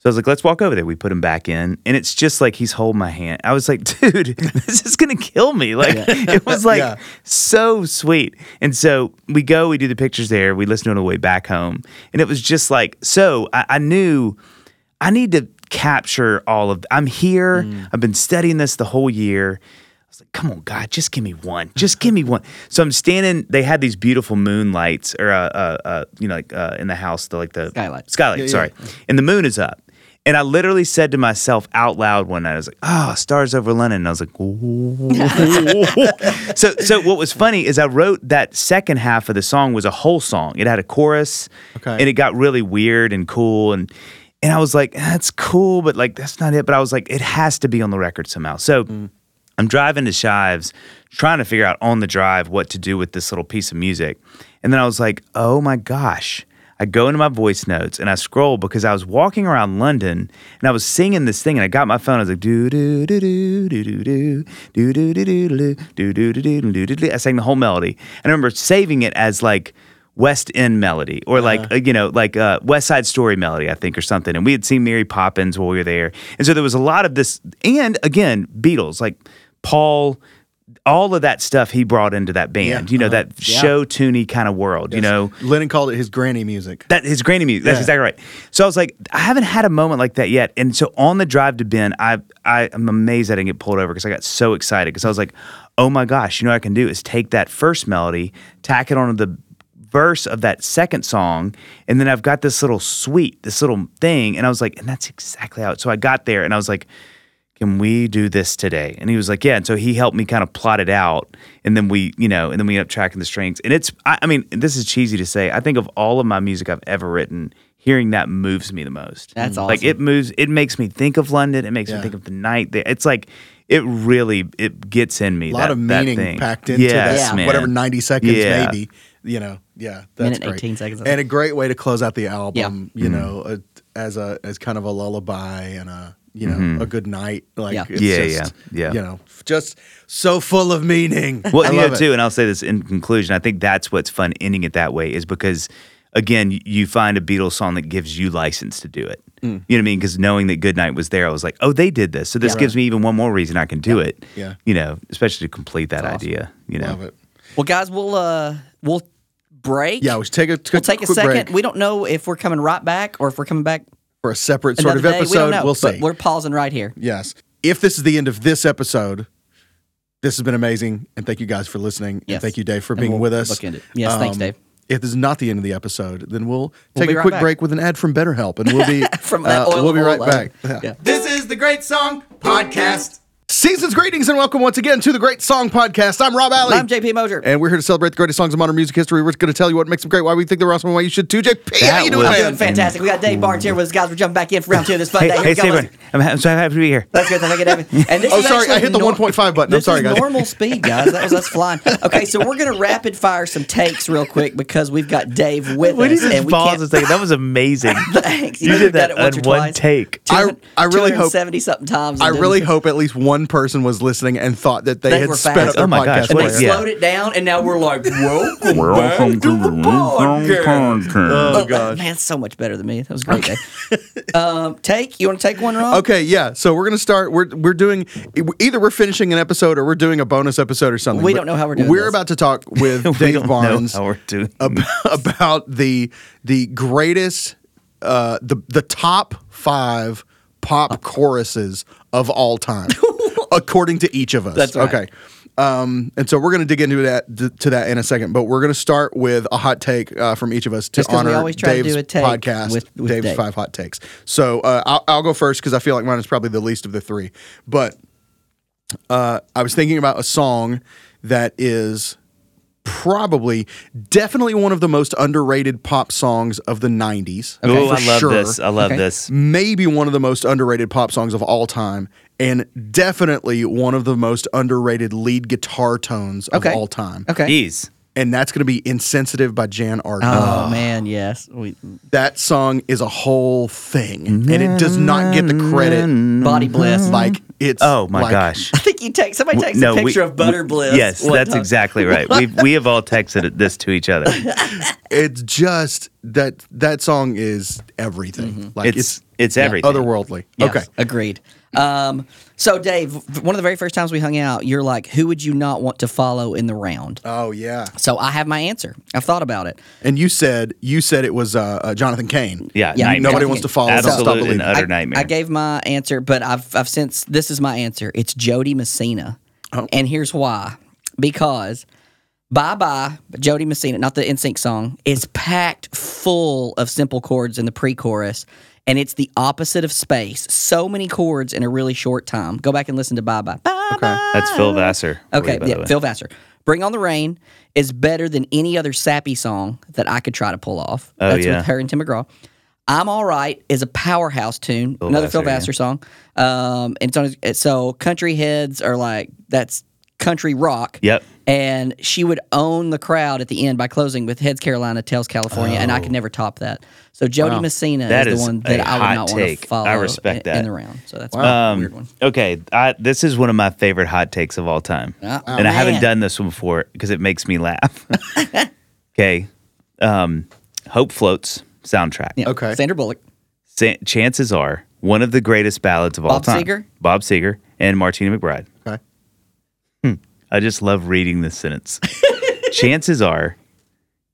[SPEAKER 4] So I was like, let's walk over there. We put him back in. And it's just like he's holding my hand. I was like, dude, this is going to kill me. Like, it was like
[SPEAKER 2] Yeah.
[SPEAKER 4] so sweet. And so we go, we do the pictures there. We listen to it on the way back home. And it was just like, so I, I knew I need to capture all of, I'm here.
[SPEAKER 2] Mm.
[SPEAKER 4] I've been studying this the whole year. I was like, come on, God, just give me one. Just give me one. So I'm standing, they had these beautiful moonlights or, uh, uh, uh, you know, like uh, in the house, the, like the
[SPEAKER 3] Skylight.
[SPEAKER 4] Skylight, sorry. And the moon is up. And I literally said to myself out loud one night, I was like, "Ah, stars over London." And I was like, "Ooh." "So, so what was funny is I wrote that second half of the song was a whole song. It had a chorus,
[SPEAKER 2] Okay.
[SPEAKER 4] and it got really weird and cool. And and I was like, "Ah, "That's cool," but like that's not it. But I was like, "It has to be on the record somehow." So. I'm driving to Shives, trying to figure out on the drive what to do with this little piece of music. And then I was like, oh my gosh, I go into my voice notes and I scroll because I was walking around London and I was singing this thing and I got my phone. I was like, do do do do do do do do do do do do do do do do do do. I sang the whole melody and I remember saving it as like West End melody or like
[SPEAKER 2] Uh-huh.
[SPEAKER 4] uh, you know like uh, West Side Story melody I think or something and we had seen Mary Poppins while we were there and so there was a lot of this and again Beatles like Paul all of that stuff he brought into that band
[SPEAKER 2] Yeah,
[SPEAKER 4] you know that show tuny kind of world you know
[SPEAKER 2] Lennon called it his granny music.
[SPEAKER 4] that his granny music. That's
[SPEAKER 2] Yeah.
[SPEAKER 4] exactly right. So I was like, I haven't had a moment like that yet. And so on the drive to Ben, I I am amazed I didn't get pulled over because I got so excited because I was like, oh my gosh, you know what I can do is take that first melody, tack it onto the verse of that second song, and then I've got this little suite, this little thing, and I was like, and that's exactly how. It, so I got there and I was like. Can we do this today? And he was like, Yeah. And so he helped me kind of plot it out. And then we, you know, and then we end up tracking the strings. And it's, I, I mean, this is cheesy to say. I think of all of my music I've ever written, hearing that moves me the most.
[SPEAKER 3] That's
[SPEAKER 4] Like
[SPEAKER 3] awesome.
[SPEAKER 4] it moves, it makes me think of London. It makes me think of the night. there. It's like, it really, it gets in me.
[SPEAKER 2] A lot
[SPEAKER 4] that-
[SPEAKER 2] of
[SPEAKER 4] that
[SPEAKER 2] meaning
[SPEAKER 4] thing.
[SPEAKER 2] packed into
[SPEAKER 4] yes,
[SPEAKER 2] that,
[SPEAKER 4] man.
[SPEAKER 2] whatever 90 seconds
[SPEAKER 4] Yeah.
[SPEAKER 2] maybe. You know, yeah, that's
[SPEAKER 3] Minute
[SPEAKER 2] great.
[SPEAKER 3] 18 seconds, I
[SPEAKER 2] and
[SPEAKER 3] think.
[SPEAKER 2] a great way to close out the album.
[SPEAKER 3] Yeah.
[SPEAKER 2] You
[SPEAKER 4] Mm-hmm.
[SPEAKER 2] know, uh as a as kind of a lullaby and a you know a good night. Like
[SPEAKER 3] Yeah.
[SPEAKER 2] it's
[SPEAKER 4] Mm-hmm. Yeah,
[SPEAKER 2] just,
[SPEAKER 4] yeah, yeah.
[SPEAKER 2] You know, just so full of meaning.
[SPEAKER 4] Well,
[SPEAKER 2] I
[SPEAKER 4] you know,
[SPEAKER 2] love it.
[SPEAKER 4] too, and I'll say this in conclusion. I think that's what's fun ending it that way is because, again, y- you find a Beatles song that gives you license to do it.
[SPEAKER 2] Mm.
[SPEAKER 4] You know what I mean? Because knowing that Goodnight was there, I was like, oh, they did this. So this
[SPEAKER 3] Yeah.
[SPEAKER 4] gives me even one more reason I can do it.
[SPEAKER 2] Yeah.
[SPEAKER 4] You know, especially to complete that idea. You know,
[SPEAKER 2] Love it.
[SPEAKER 3] Well, guys, we'll uh, we'll break.
[SPEAKER 2] Yeah, we should take a,
[SPEAKER 3] we'll take a
[SPEAKER 2] quick
[SPEAKER 3] second.
[SPEAKER 2] break
[SPEAKER 3] We don't know if we're coming right back or if we're coming back
[SPEAKER 2] for a separate sort
[SPEAKER 3] another
[SPEAKER 2] of
[SPEAKER 3] day. we don't
[SPEAKER 2] episode.
[SPEAKER 3] know,
[SPEAKER 2] will
[SPEAKER 3] but
[SPEAKER 2] see.
[SPEAKER 3] We're pausing right here.
[SPEAKER 2] Yes. If this is the end of this episode, this has been amazing. And thank you guys for listening. And
[SPEAKER 3] Yes.
[SPEAKER 2] thank you, Dave, for
[SPEAKER 3] And
[SPEAKER 2] being
[SPEAKER 3] we'll
[SPEAKER 2] with us. Um,
[SPEAKER 3] look into it. Yes, thanks, Dave.
[SPEAKER 2] If this is not the end of the episode, then we'll take
[SPEAKER 3] be
[SPEAKER 2] a
[SPEAKER 3] right
[SPEAKER 2] quick
[SPEAKER 3] back.
[SPEAKER 2] break with an ad from BetterHelp and we'll be
[SPEAKER 3] From that
[SPEAKER 2] uh,
[SPEAKER 3] oil
[SPEAKER 2] we'll be
[SPEAKER 3] of
[SPEAKER 2] right
[SPEAKER 3] all
[SPEAKER 2] back.
[SPEAKER 3] that. Yeah.
[SPEAKER 1] This is the Great Song Podcast.
[SPEAKER 2] Season's greetings and welcome once again to the Great Song Podcast. I'm Rob Alley.
[SPEAKER 3] I'm JP Moser.
[SPEAKER 2] And we're here to celebrate the greatest songs in modern music history. We're going to tell you what makes them great, why we think they're awesome, and why you should too. JP, how
[SPEAKER 4] That
[SPEAKER 2] you doing,
[SPEAKER 4] was-
[SPEAKER 3] I'm
[SPEAKER 2] man?
[SPEAKER 3] doing fantastic. We got Dave Barnes here with us, guys. We're jumping back in for round two of this fun
[SPEAKER 4] hey,
[SPEAKER 3] day. Here
[SPEAKER 4] hey
[SPEAKER 3] we go.
[SPEAKER 4] Stephen,
[SPEAKER 3] Let's-
[SPEAKER 4] I'm, ha- I'm so happy to be here.
[SPEAKER 3] That's good. Thank you, David. And this
[SPEAKER 2] Oh,
[SPEAKER 3] is
[SPEAKER 2] sorry,
[SPEAKER 3] actually
[SPEAKER 2] I hit the 1.5 button. I'm
[SPEAKER 3] this
[SPEAKER 2] sorry,
[SPEAKER 3] is
[SPEAKER 2] guys.
[SPEAKER 3] normal speed, guys. That was us flying. Okay, so we're gonna rapid fire some takes real quick because we've got Dave with
[SPEAKER 4] When he
[SPEAKER 3] us,
[SPEAKER 4] just
[SPEAKER 3] and we can't.
[SPEAKER 4] paused a second, that was amazing.
[SPEAKER 3] Thanks.
[SPEAKER 4] you
[SPEAKER 3] We've
[SPEAKER 4] did
[SPEAKER 3] done
[SPEAKER 4] that
[SPEAKER 3] it once
[SPEAKER 4] on
[SPEAKER 3] or
[SPEAKER 4] one
[SPEAKER 3] twice.
[SPEAKER 4] take.
[SPEAKER 2] I- I really hope-
[SPEAKER 3] seventy something times.
[SPEAKER 2] I
[SPEAKER 3] and
[SPEAKER 2] really
[SPEAKER 3] didn't-
[SPEAKER 2] hope at least one person was listening and thought that they,
[SPEAKER 3] They
[SPEAKER 2] had
[SPEAKER 3] were
[SPEAKER 2] sped
[SPEAKER 3] fast.
[SPEAKER 2] up their
[SPEAKER 4] Oh my gosh,
[SPEAKER 2] podcast.
[SPEAKER 3] And they
[SPEAKER 4] Well,
[SPEAKER 2] player.
[SPEAKER 4] yeah.
[SPEAKER 3] slowed it down, and now we're like, welcome,
[SPEAKER 6] Welcome
[SPEAKER 3] back to the podcast.
[SPEAKER 6] podcast.
[SPEAKER 3] Oh, man, it's so much better than me. That was a great day. um, take you want to take one, Rob?
[SPEAKER 2] Okay, yeah. So we're gonna start. We're we're doing either we're finishing an episode or we're doing a bonus episode or something.
[SPEAKER 3] We
[SPEAKER 2] but
[SPEAKER 3] don't know how we're doing
[SPEAKER 2] We're
[SPEAKER 3] this.
[SPEAKER 2] about to talk with
[SPEAKER 4] We
[SPEAKER 2] Dave
[SPEAKER 4] don't
[SPEAKER 2] Barnes Uh,
[SPEAKER 4] know how we're doing.
[SPEAKER 2] ab- about the the greatest, uh, the the top five pop choruses of all time, according to each of us.
[SPEAKER 3] That's right.
[SPEAKER 2] okay. Um, and so we're going to dig into that th- to that in a second, but we're going to start with a hot take uh, from each of us to
[SPEAKER 3] Just 'cause we
[SPEAKER 2] honor
[SPEAKER 3] always try to
[SPEAKER 2] Dave's
[SPEAKER 3] do a take
[SPEAKER 2] podcast,
[SPEAKER 3] with- with
[SPEAKER 2] Dave's
[SPEAKER 3] Dave.
[SPEAKER 2] five hot takes. So uh, I'll, I'll go first because I feel like mine is probably the least of the three. But uh, I was thinking about a song that is probably definitely one of the most underrated pop songs of the 90s.
[SPEAKER 4] Oh, I
[SPEAKER 2] for
[SPEAKER 4] love
[SPEAKER 2] sure.
[SPEAKER 4] this. I love
[SPEAKER 3] Okay.
[SPEAKER 4] this.
[SPEAKER 2] Maybe one of the most underrated pop songs of all time, and definitely one of the most underrated lead guitar tones of
[SPEAKER 3] Okay.
[SPEAKER 2] all time.
[SPEAKER 3] Okay.
[SPEAKER 4] Jeez.
[SPEAKER 2] And that's going to be Insensitive by Jan Arden.
[SPEAKER 3] Oh man, yes. We,
[SPEAKER 2] That song is a whole thing, and it does not get the credit.
[SPEAKER 3] body bliss.
[SPEAKER 2] Like, it's.
[SPEAKER 4] Oh my
[SPEAKER 2] like-
[SPEAKER 4] gosh.
[SPEAKER 3] I think you take somebody takes a picture of butter bliss.
[SPEAKER 4] Yes,
[SPEAKER 3] one
[SPEAKER 4] that's
[SPEAKER 3] time.
[SPEAKER 4] exactly right. We've, we have all texted it- this to each other.
[SPEAKER 2] It's just that that song is everything. Like,
[SPEAKER 4] It's
[SPEAKER 2] it's,
[SPEAKER 4] it's, everything.
[SPEAKER 2] otherworldly.
[SPEAKER 3] Yes,
[SPEAKER 2] Okay.
[SPEAKER 3] agreed. Um, so Dave, v- one of the very first times we hung out, you're like, "Who would you not want to follow in the round?"
[SPEAKER 2] Oh yeah.
[SPEAKER 3] So I have my answer. I've thought about it.
[SPEAKER 2] And you said you said it was uh, uh, Jonathan Cain.
[SPEAKER 4] yeah,
[SPEAKER 3] Yeah,
[SPEAKER 4] nightmare.
[SPEAKER 3] nobody wants to
[SPEAKER 2] follow
[SPEAKER 3] Stop
[SPEAKER 4] Absolute
[SPEAKER 2] Believing.
[SPEAKER 4] and utter
[SPEAKER 3] I,
[SPEAKER 4] nightmare.
[SPEAKER 3] I gave my answer, but I've I've since this is my answer. It's Jody Messina, and here's why: because "Bye Bye" by Jody Messina, not the NSYNC song, is packed full of simple chords in the pre-chorus, and it's the opposite of space. So many chords in a really short time. Go back and listen to "Bye Bye." Bye Bye.
[SPEAKER 4] That's Phil Vassar. for
[SPEAKER 3] Okay,
[SPEAKER 4] you, by the
[SPEAKER 3] yeah,
[SPEAKER 4] way.
[SPEAKER 3] Phil Vassar. Bring on the Rain is better than any other sappy song that I could try to pull off.
[SPEAKER 4] Oh,
[SPEAKER 3] That's
[SPEAKER 4] yeah.
[SPEAKER 3] with her and Tim McGraw. I'm All Right is a powerhouse tune, another Phil
[SPEAKER 4] Vassar, yeah.
[SPEAKER 3] Vassar song. Um, and it's on his, so country heads are like, that's country rock.
[SPEAKER 4] Yep.
[SPEAKER 3] And she would own the crowd at the end by closing with Heads Carolina, Tails California, and I could never top that. So Jody Messina
[SPEAKER 4] Oh. That
[SPEAKER 3] is
[SPEAKER 4] is
[SPEAKER 3] the one
[SPEAKER 4] a
[SPEAKER 3] that I
[SPEAKER 4] hot
[SPEAKER 3] would not want
[SPEAKER 4] take. I
[SPEAKER 3] to follow.
[SPEAKER 4] respect
[SPEAKER 3] in,
[SPEAKER 4] that. Um,
[SPEAKER 3] in the round. So that's my Oh, weird one.
[SPEAKER 4] Okay, I, this is one of my favorite hot takes of all time,
[SPEAKER 3] Oh,
[SPEAKER 4] and I haven't
[SPEAKER 3] man.
[SPEAKER 4] done this one before because it makes me laugh. okay, um, Hope Floats soundtrack.
[SPEAKER 3] Yeah.
[SPEAKER 2] Okay.
[SPEAKER 3] Sandra Bullock.
[SPEAKER 4] Sa- chances are one of the greatest ballads of all
[SPEAKER 3] Bob
[SPEAKER 4] time.
[SPEAKER 3] Seger?
[SPEAKER 4] Bob Seger and Martina McBride. Hmm.
[SPEAKER 2] Okay.
[SPEAKER 4] I just love reading this sentence. chances are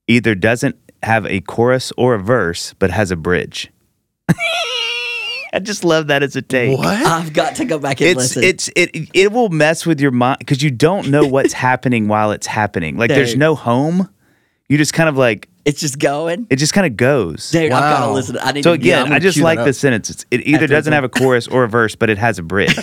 [SPEAKER 4] either doesn't have a chorus or a verse, but has a bridge. I just love that as a take.
[SPEAKER 3] I've got to go back and
[SPEAKER 4] It's
[SPEAKER 3] listen.
[SPEAKER 4] it's it it will mess with your mind because you don't know what's happening while it's happening. Like there's
[SPEAKER 3] Dude.
[SPEAKER 4] no home. You just kind of like
[SPEAKER 3] it's just going.
[SPEAKER 4] it just kind of goes.
[SPEAKER 3] Dude, I've got to
[SPEAKER 2] Wow.
[SPEAKER 3] listen. I need
[SPEAKER 4] So
[SPEAKER 3] to yeah,
[SPEAKER 4] again,
[SPEAKER 3] I'm
[SPEAKER 4] I
[SPEAKER 3] gonna
[SPEAKER 4] just
[SPEAKER 2] cue that
[SPEAKER 4] like
[SPEAKER 2] up.
[SPEAKER 4] the sentence. It's, it either
[SPEAKER 3] After it's
[SPEAKER 4] doesn't have a chorus or a verse, but it has a bridge.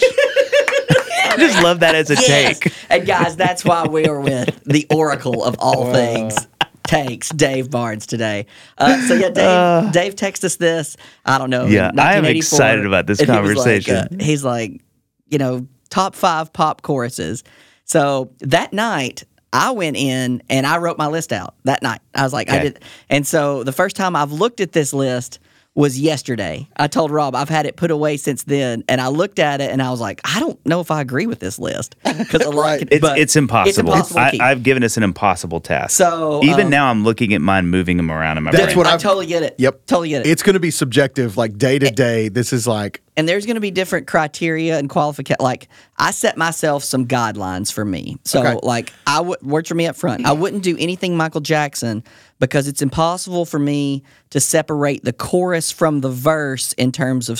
[SPEAKER 4] I just love that as a
[SPEAKER 3] Yes.
[SPEAKER 4] take.
[SPEAKER 3] And guys, that's why we are with the oracle of all things. Takes Dave Barnes today. Uh, so yeah, Dave. Dave texted us this. I don't know. in
[SPEAKER 4] Yeah, I am
[SPEAKER 3] 1984,
[SPEAKER 4] excited about this
[SPEAKER 3] and he was like,
[SPEAKER 4] conversation.
[SPEAKER 3] uh, he's like, you know, top five pop choruses. So that night, I went in and I wrote my list out that night. I was like, I
[SPEAKER 4] Okay.
[SPEAKER 3] did. And so the first time I've looked at this list was yesterday. I told Rob I've had it put away since then, and I looked at it and I was like, I don't know if I agree with this list because
[SPEAKER 2] Right.
[SPEAKER 4] It's, it's impossible.
[SPEAKER 3] It's impossible. to
[SPEAKER 4] I,
[SPEAKER 3] keep.
[SPEAKER 4] I've given us an impossible task.
[SPEAKER 3] So,
[SPEAKER 4] even
[SPEAKER 3] um,
[SPEAKER 4] now, I'm looking at mine, moving them around in my
[SPEAKER 2] That's
[SPEAKER 4] brain.
[SPEAKER 2] what
[SPEAKER 3] I
[SPEAKER 2] I've-
[SPEAKER 3] totally get it.
[SPEAKER 2] Yep.
[SPEAKER 3] totally get it.
[SPEAKER 2] It's going to be subjective, like day to day. This is like
[SPEAKER 3] and there's going to be different criteria and qualification. Like I set myself some guidelines for me. So
[SPEAKER 2] Okay.
[SPEAKER 3] like I would words for me up front. I wouldn't do anything Michael Jackson because it's impossible for me to separate the chorus from the verse in terms of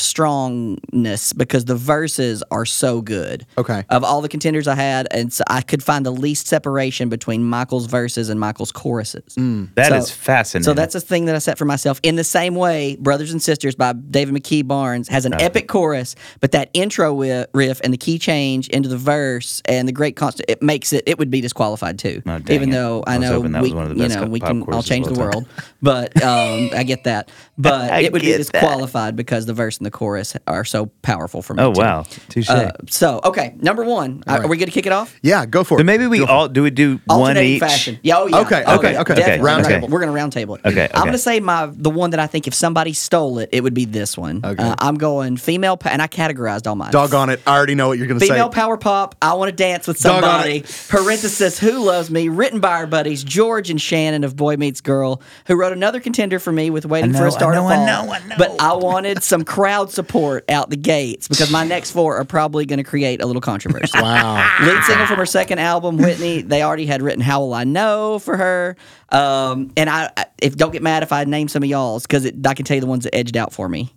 [SPEAKER 3] strongness because the verses are so good.
[SPEAKER 2] Okay.
[SPEAKER 3] Of all the contenders I had, and so I could find the least separation between Michael's verses and Michael's choruses.
[SPEAKER 2] Mm.
[SPEAKER 4] That
[SPEAKER 3] So-
[SPEAKER 4] is fascinating.
[SPEAKER 3] So that's a thing that I set for myself. In the same way, Brothers and Sisters by David McKee Barnes has an epic chorus, but that intro wi- riff and the key change into the verse and the great constant, it makes it, it would be disqualified too.
[SPEAKER 4] Oh, dang
[SPEAKER 3] even
[SPEAKER 4] it.
[SPEAKER 3] though I,
[SPEAKER 4] I was
[SPEAKER 3] know
[SPEAKER 4] hoping that
[SPEAKER 3] we,
[SPEAKER 4] was one of the
[SPEAKER 3] you
[SPEAKER 4] best
[SPEAKER 3] know, we
[SPEAKER 4] pop
[SPEAKER 3] can all
[SPEAKER 4] choruses
[SPEAKER 3] change
[SPEAKER 4] of
[SPEAKER 3] the
[SPEAKER 4] all time.
[SPEAKER 3] world. But um, I get that. But
[SPEAKER 4] I
[SPEAKER 3] it would be
[SPEAKER 4] get that.
[SPEAKER 3] disqualified because the verse and the chorus are so powerful for me.
[SPEAKER 4] oh
[SPEAKER 3] too.
[SPEAKER 4] wow, touche.
[SPEAKER 3] Uh, so, okay, number one. Are- Are we good to kick it off?
[SPEAKER 2] yeah, go for
[SPEAKER 4] so
[SPEAKER 2] it.
[SPEAKER 4] maybe we
[SPEAKER 2] Go for
[SPEAKER 4] all do we do one
[SPEAKER 3] Alternating
[SPEAKER 4] each?
[SPEAKER 3] fashion. Yeah, oh, yeah.
[SPEAKER 2] Okay,
[SPEAKER 3] Oh,
[SPEAKER 2] okay,
[SPEAKER 3] yeah.
[SPEAKER 2] okay.
[SPEAKER 3] Definitely.
[SPEAKER 2] Round
[SPEAKER 3] Okay.
[SPEAKER 2] table.
[SPEAKER 3] We're gonna round table it.
[SPEAKER 4] Okay,
[SPEAKER 3] I'm
[SPEAKER 4] okay.
[SPEAKER 3] gonna say my the one that I think if somebody stole it, it would be this one. Okay. I'm going female, pa- and I categorized all mine.
[SPEAKER 2] it. doggone it. I already know what you're going to say.
[SPEAKER 3] Female power pop. I want to dance with
[SPEAKER 2] Doggone
[SPEAKER 3] somebody. Parenthesis. Who loves me? Written by our buddies George and Shannon of Boy Meets Girl, who wrote another contender for me with "Waiting
[SPEAKER 4] I
[SPEAKER 3] for
[SPEAKER 4] know,
[SPEAKER 3] a Star
[SPEAKER 4] I
[SPEAKER 3] to
[SPEAKER 4] know, I
[SPEAKER 3] Fall."
[SPEAKER 4] know, I know.
[SPEAKER 3] But I wanted some crowd support out the gates because my next four are probably going to create a little controversy.
[SPEAKER 2] wow.
[SPEAKER 3] Lead single
[SPEAKER 2] Ah.
[SPEAKER 3] from her second album, Whitney. They already had written "How Will I Know" for her. Um, and I, I- if don't get mad if I name some of y'all's because I can tell you the ones that edged out for me.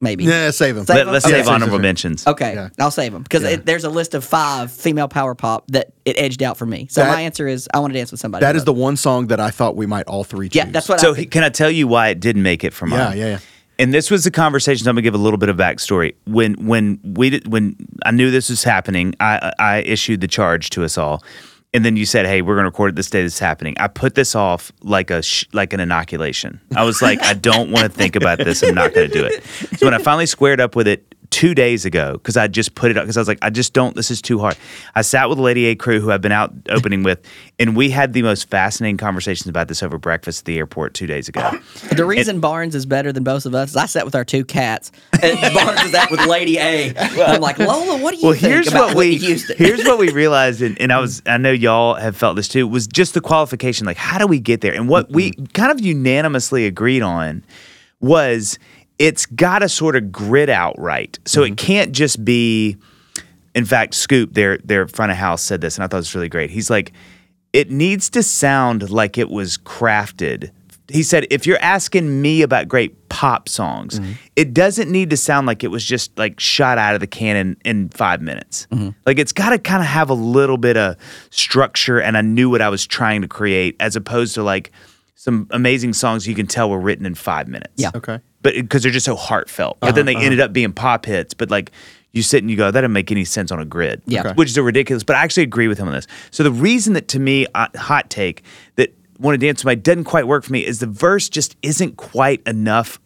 [SPEAKER 3] Maybe.
[SPEAKER 2] Yeah, save him.
[SPEAKER 4] Let, us
[SPEAKER 3] Okay.
[SPEAKER 4] save
[SPEAKER 2] Yeah,
[SPEAKER 4] honorable
[SPEAKER 2] sure.
[SPEAKER 4] mentions.
[SPEAKER 3] Okay,
[SPEAKER 2] Yeah.
[SPEAKER 3] I'll save them because there's a list of five female power pop that it edged out for me. So
[SPEAKER 2] That-
[SPEAKER 3] my answer is I want to dance with somebody.
[SPEAKER 2] that is the one song that I thought we might all three choose.
[SPEAKER 3] yeah. That's what. I
[SPEAKER 4] So he,
[SPEAKER 3] think.
[SPEAKER 4] can I tell you why it didn't make it for mine?
[SPEAKER 2] Yeah, yeah, yeah.
[SPEAKER 4] And this was the conversation. So I'm gonna give a little bit of backstory. When when we did, when I knew this was happening, I I issued the charge to us all, and then you said, "Hey, we're gonna record it this day. This is happening." I put this off like a sh- like an inoculation. I was like, I don't want to think about this. I'm not gonna do it. So when I finally squared up with it two days ago, because I just put it up because I was like, I just don't. This is too hard. I sat with Lady A crew who I've been out opening with, and we had the most fascinating conversations about this over breakfast at the airport two days ago.
[SPEAKER 3] the reason Barnes is better than both of us is I sat with our two cats. And Barnes is out with Lady A. am like Lola. What do you
[SPEAKER 4] well,
[SPEAKER 3] think
[SPEAKER 4] here's
[SPEAKER 3] about
[SPEAKER 4] what we
[SPEAKER 3] Whitney Houston?
[SPEAKER 4] here's what we realized, and, and I was I know y'all have felt this too. Was just the qualification, like how do we get there? And what we
[SPEAKER 3] Mm-hmm.
[SPEAKER 4] kind of unanimously agreed on was it's got to sort of grid out right, so
[SPEAKER 3] Mm-hmm.
[SPEAKER 4] it can't just be. In fact, Scoop, their their front of house, said this, and I thought it was really great. He's like, it needs to sound like it was crafted. He said, if you're asking me about great pop songs, it doesn't need to sound like it was just like shot out of the cannon in five minutes. Like it's got to kind of have a little bit of structure, and I knew what I was trying to create, as opposed to like some amazing songs you can tell were written in five minutes
[SPEAKER 3] Yeah.
[SPEAKER 2] Okay.
[SPEAKER 4] but because they're just so heartfelt. But then they
[SPEAKER 3] Uh-huh,
[SPEAKER 4] ended up being pop hits. But like you sit and you go, that didn't make any sense on a grid.
[SPEAKER 3] Yeah. Okay.
[SPEAKER 4] which is a ridiculous. But I actually agree with him on this. So the reason that to me, uh, hot take that want to dance with my doesn't quite work for me is the verse just isn't quite enough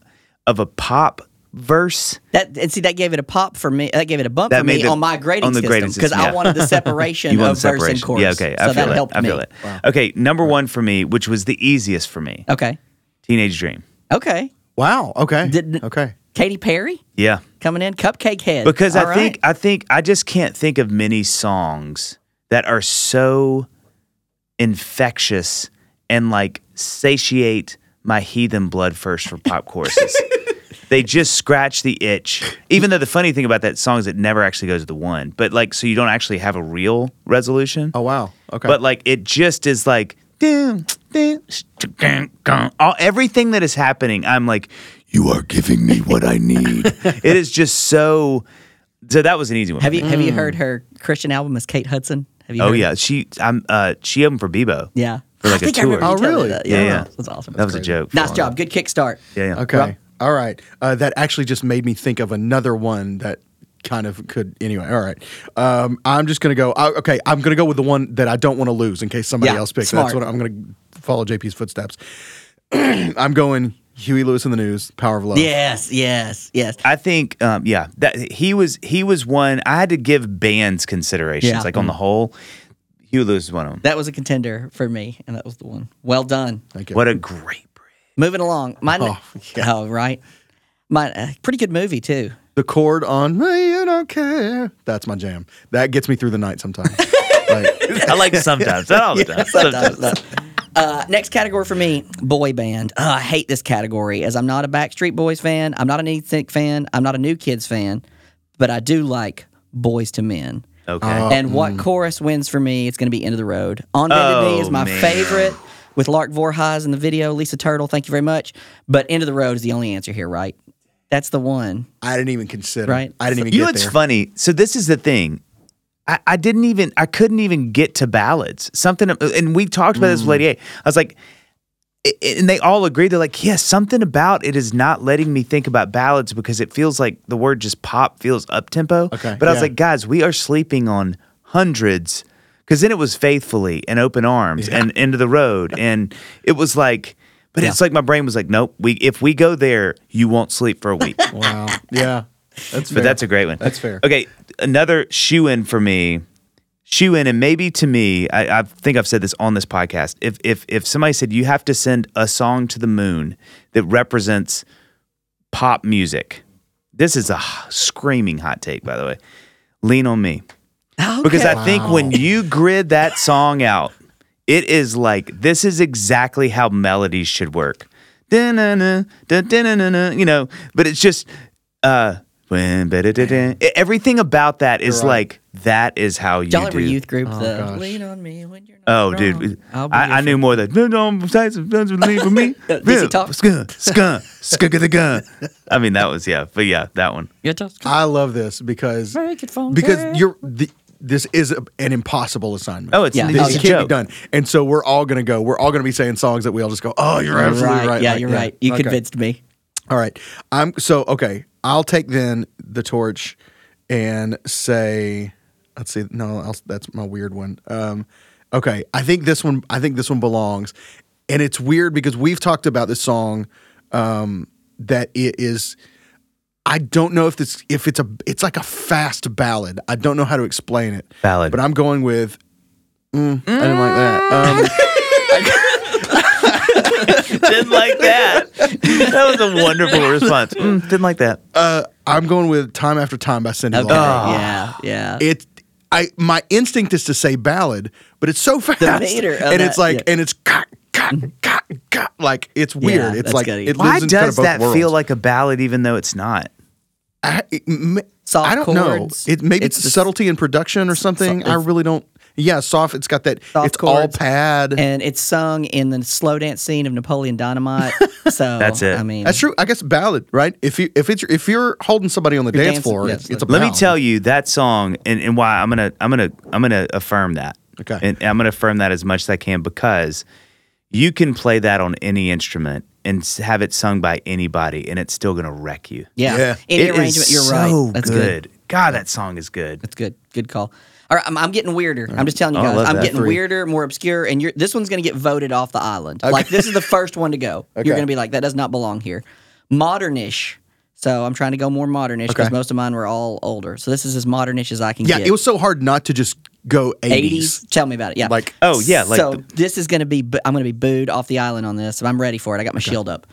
[SPEAKER 4] of a pop verse.
[SPEAKER 3] That and see that gave it a pop for me. That gave it a bump
[SPEAKER 4] That
[SPEAKER 3] for
[SPEAKER 4] made
[SPEAKER 3] me
[SPEAKER 4] the-
[SPEAKER 3] on my grading
[SPEAKER 4] on the
[SPEAKER 3] system
[SPEAKER 4] grading
[SPEAKER 3] because
[SPEAKER 4] system,
[SPEAKER 3] I
[SPEAKER 4] yeah.
[SPEAKER 3] wanted the separation
[SPEAKER 4] You want
[SPEAKER 3] of
[SPEAKER 4] the
[SPEAKER 3] verse and
[SPEAKER 4] separation.
[SPEAKER 3] chorus.
[SPEAKER 4] Yeah, okay. I
[SPEAKER 3] so
[SPEAKER 4] feel
[SPEAKER 3] that
[SPEAKER 4] it.
[SPEAKER 3] helped
[SPEAKER 4] I feel
[SPEAKER 3] me.
[SPEAKER 4] it. Okay, number one for me, which was the easiest for me,
[SPEAKER 3] Okay,
[SPEAKER 4] Teenage Dream.
[SPEAKER 3] okay.
[SPEAKER 2] Wow. Okay.
[SPEAKER 3] Didn't-
[SPEAKER 2] okay.
[SPEAKER 3] Katy Perry
[SPEAKER 4] Yeah,
[SPEAKER 3] coming in, Cupcake Head.
[SPEAKER 4] because
[SPEAKER 3] All
[SPEAKER 4] I
[SPEAKER 3] right.
[SPEAKER 4] think I think I just can't think of many songs that are so infectious and like satiate my heathen blood first for pop courses. they just scratch the itch. Even though the funny thing about that song is it never actually goes to the one, but like so you don't actually have a real resolution.
[SPEAKER 2] Oh wow. Okay.
[SPEAKER 4] But like it just is like dun, dun, sh- dun, dun. all everything that is happening, I'm like, you are giving me what I need. it is just so so that was an easy one. for
[SPEAKER 3] Have you
[SPEAKER 4] me.
[SPEAKER 3] have
[SPEAKER 2] Mm.
[SPEAKER 3] you heard her Christian album as Kate Hudson? Have you?
[SPEAKER 4] Oh
[SPEAKER 3] heard
[SPEAKER 4] yeah. She I'm uh she opened for Bebo.
[SPEAKER 3] Yeah.
[SPEAKER 4] For like
[SPEAKER 3] I
[SPEAKER 4] a
[SPEAKER 3] think I
[SPEAKER 4] tour.
[SPEAKER 3] remember you
[SPEAKER 2] Oh,
[SPEAKER 3] telling me
[SPEAKER 2] really?
[SPEAKER 3] That.
[SPEAKER 4] Yeah, yeah.
[SPEAKER 3] That's awesome.
[SPEAKER 4] that was a joke.
[SPEAKER 3] nice job. Good kickstart.
[SPEAKER 4] Yeah, yeah.
[SPEAKER 2] okay.
[SPEAKER 3] Rob-
[SPEAKER 2] All right. Uh, that actually just made me think of another one that kind of could. Anyway. All right. Um, I'm just gonna go. I, okay. I'm gonna go with the one that I don't want to lose in case somebody
[SPEAKER 3] Yeah,
[SPEAKER 2] else picks.
[SPEAKER 3] smart.
[SPEAKER 2] That's what I'm gonna follow JP's footsteps. I'm going Huey Lewis in the News. Power of Love.
[SPEAKER 3] Yes, yes, yes.
[SPEAKER 4] I think, um, yeah, that he was he was one. I had to give bands considerations,
[SPEAKER 3] Yeah. Mm.
[SPEAKER 4] like on the whole. Hugh Lewis is one of them.
[SPEAKER 3] That was a contender for me, and that was the one. Well done.
[SPEAKER 2] Thank you.
[SPEAKER 4] What a great bridge.
[SPEAKER 3] Moving along. My
[SPEAKER 2] Oh, yeah.
[SPEAKER 3] oh right. My uh, pretty good movie too.
[SPEAKER 2] the chord on me, you don't care. That's my jam. That gets me through the night sometimes. like,
[SPEAKER 4] I like sometimes, not all the time.
[SPEAKER 3] Sometimes. Uh, next category for me, boy band. Uh, I hate this category as I'm not a Backstreet Boys fan. I'm not an Sync fan. I'm not a New Kids fan, but I do like Boys to Men.
[SPEAKER 4] Okay.
[SPEAKER 2] Oh.
[SPEAKER 3] and what chorus wins for me? It's going to be End of the Road. On Bended
[SPEAKER 4] Mm. Oh,
[SPEAKER 3] Knee is my
[SPEAKER 4] man.
[SPEAKER 3] favorite with Lark Voorhees in the video. Lisa Turtle, thank you very much. But End of the Road is the only answer here, right? That's the one.
[SPEAKER 2] I didn't even consider.
[SPEAKER 3] Right.
[SPEAKER 2] I didn't even
[SPEAKER 4] you know
[SPEAKER 2] get
[SPEAKER 4] what's
[SPEAKER 2] there.
[SPEAKER 4] funny? So this is the thing. I, I didn't even I couldn't even get to ballads. Something and we talked about this with
[SPEAKER 2] Mm.
[SPEAKER 4] Lady A. I was like i- i- and they all agreed they're like, yeah, something about it is not letting me think about ballads because it feels like the word just pop feels up tempo.
[SPEAKER 2] Okay,
[SPEAKER 4] But I was
[SPEAKER 2] yeah.
[SPEAKER 4] like, guys, we are sleeping on hundreds because then it was faithfully and open arms and into the road and it was like but it's like my brain was like, nope, we if we go there, you won't sleep for a week.
[SPEAKER 2] Wow. Yeah. That's fair.
[SPEAKER 4] But that's a great one.
[SPEAKER 2] That's fair.
[SPEAKER 4] Okay, another shoe in for me, shoe in, and maybe to me, I, I think I've said this on this podcast. If if if somebody said you have to send a song to the moon that represents pop music, this is a h- screaming hot take, by the way. Lean on me because I think when you grid that song out, it is like this is exactly how melodies should work. Dun-dun-dun, dun-dun-dun-dun, You know, but it's just uh when- ba-da-da-da. E- everything about that is like that is how you
[SPEAKER 3] Jolly
[SPEAKER 4] do.
[SPEAKER 3] River Youth Group. the
[SPEAKER 2] Oh, gosh.
[SPEAKER 3] lean on me when you're not
[SPEAKER 4] Oh,
[SPEAKER 3] strong.
[SPEAKER 4] dude,
[SPEAKER 3] I'll be
[SPEAKER 4] I, I
[SPEAKER 3] your
[SPEAKER 4] knew more than don't say some things with leave for me.
[SPEAKER 3] Dixie Talk.
[SPEAKER 4] skunk, skunk, skunk of the gun. I mean, that was yeah, but yeah, that one.
[SPEAKER 3] friend. You're just
[SPEAKER 2] I love this because
[SPEAKER 3] Make it funky.
[SPEAKER 2] because you're the, this is a, an impossible assignment.
[SPEAKER 4] Oh, it's
[SPEAKER 3] Yeah.
[SPEAKER 4] yeah.
[SPEAKER 2] this
[SPEAKER 3] Oh,
[SPEAKER 2] can't
[SPEAKER 3] yeah.
[SPEAKER 2] be done. And so we're all gonna go. We're all gonna be saying songs that we all just go. Oh, you're absolutely
[SPEAKER 3] right.
[SPEAKER 2] right.
[SPEAKER 3] Yeah,
[SPEAKER 2] Like,
[SPEAKER 3] you're right. You
[SPEAKER 2] Okay.
[SPEAKER 3] convinced me.
[SPEAKER 2] All right. I'm so okay. I'll take then the torch and say let's see. No, I'll, that's my weird one. Um, okay. I think this one. I think this one belongs, and it's weird because we've talked about this song um, that it is. I don't know if this if it's a it's like a fast ballad. I don't know how to explain it.
[SPEAKER 4] Ballad.
[SPEAKER 2] but I'm going with. Mm, I didn't like that. Um,
[SPEAKER 4] didn't like that. That was a wonderful response. Mm, didn't like that.
[SPEAKER 2] uh, I'm going with "Time After Time" by Cindy
[SPEAKER 3] Okay.
[SPEAKER 2] Lauper.
[SPEAKER 3] Yeah, yeah.
[SPEAKER 2] it I my instinct is to say ballad, but it's so fast.
[SPEAKER 3] meter of
[SPEAKER 2] and
[SPEAKER 3] that-
[SPEAKER 2] it's like
[SPEAKER 3] yeah. Mm-hmm.
[SPEAKER 2] and it's cock, cock, cock, cock, like it's weird. it's
[SPEAKER 3] that's
[SPEAKER 2] like
[SPEAKER 3] gotta-
[SPEAKER 2] it lives
[SPEAKER 4] Why
[SPEAKER 2] in kind of
[SPEAKER 4] does
[SPEAKER 2] both
[SPEAKER 4] that
[SPEAKER 2] worlds.
[SPEAKER 4] feel like a ballad even though it's not?
[SPEAKER 2] I, it m-
[SPEAKER 3] Soft
[SPEAKER 2] I don't
[SPEAKER 3] chords.
[SPEAKER 2] know. It maybe
[SPEAKER 3] It's
[SPEAKER 2] it's,
[SPEAKER 3] the-
[SPEAKER 2] subtlety in production or something. I
[SPEAKER 3] it's-
[SPEAKER 2] really don't. Yeah, soft. It's got that.
[SPEAKER 3] Soft
[SPEAKER 2] it's all
[SPEAKER 3] chords.
[SPEAKER 2] pad.
[SPEAKER 3] and it's sung in the slow dance scene of Napoleon Dynamite. So
[SPEAKER 4] That's it.
[SPEAKER 3] I mean,
[SPEAKER 2] That's true. I guess ballad, right? If you if it's if you're holding somebody on the dance
[SPEAKER 3] dancing,
[SPEAKER 2] floor,
[SPEAKER 3] yeah,
[SPEAKER 2] it's,
[SPEAKER 3] it's
[SPEAKER 2] it's a
[SPEAKER 3] like-
[SPEAKER 4] Let me
[SPEAKER 2] ballad.
[SPEAKER 4] tell you that song and, and why I'm gonna I'm gonna I'm gonna affirm that.
[SPEAKER 2] Okay.
[SPEAKER 4] And I'm gonna affirm that as much as I can because you can play that on any instrument and s- have it sung by anybody and it's still gonna wreck you.
[SPEAKER 3] Yeah.
[SPEAKER 2] Yeah.
[SPEAKER 3] Any
[SPEAKER 4] It is
[SPEAKER 3] arrangement, you're
[SPEAKER 4] so
[SPEAKER 3] right. That's good.
[SPEAKER 4] good. God, that song is good.
[SPEAKER 3] That's good. Good call. All right, I'm, I'm getting weirder. I'm just telling you
[SPEAKER 4] Oh, I
[SPEAKER 3] guys,
[SPEAKER 4] love
[SPEAKER 3] I'm
[SPEAKER 4] that.
[SPEAKER 3] getting
[SPEAKER 4] Three.
[SPEAKER 3] weirder, more obscure, and you're, this one's going to get voted off the island. Like this is the first one to go. You're going to be like, that does not belong here. Modernish So I'm trying to go more modernish because
[SPEAKER 2] Okay.
[SPEAKER 3] most of mine were all older. So this is as modernish as I can
[SPEAKER 2] Yeah,
[SPEAKER 3] get.
[SPEAKER 2] it was so hard not to just go 80s.
[SPEAKER 3] 80s. Tell me about it. Yeah.
[SPEAKER 2] Like-
[SPEAKER 4] Oh, yeah, like
[SPEAKER 3] so
[SPEAKER 4] the-
[SPEAKER 3] this is going to be. bu- I'm going to be booed off the island on this. I'm ready for it. I got my shield up.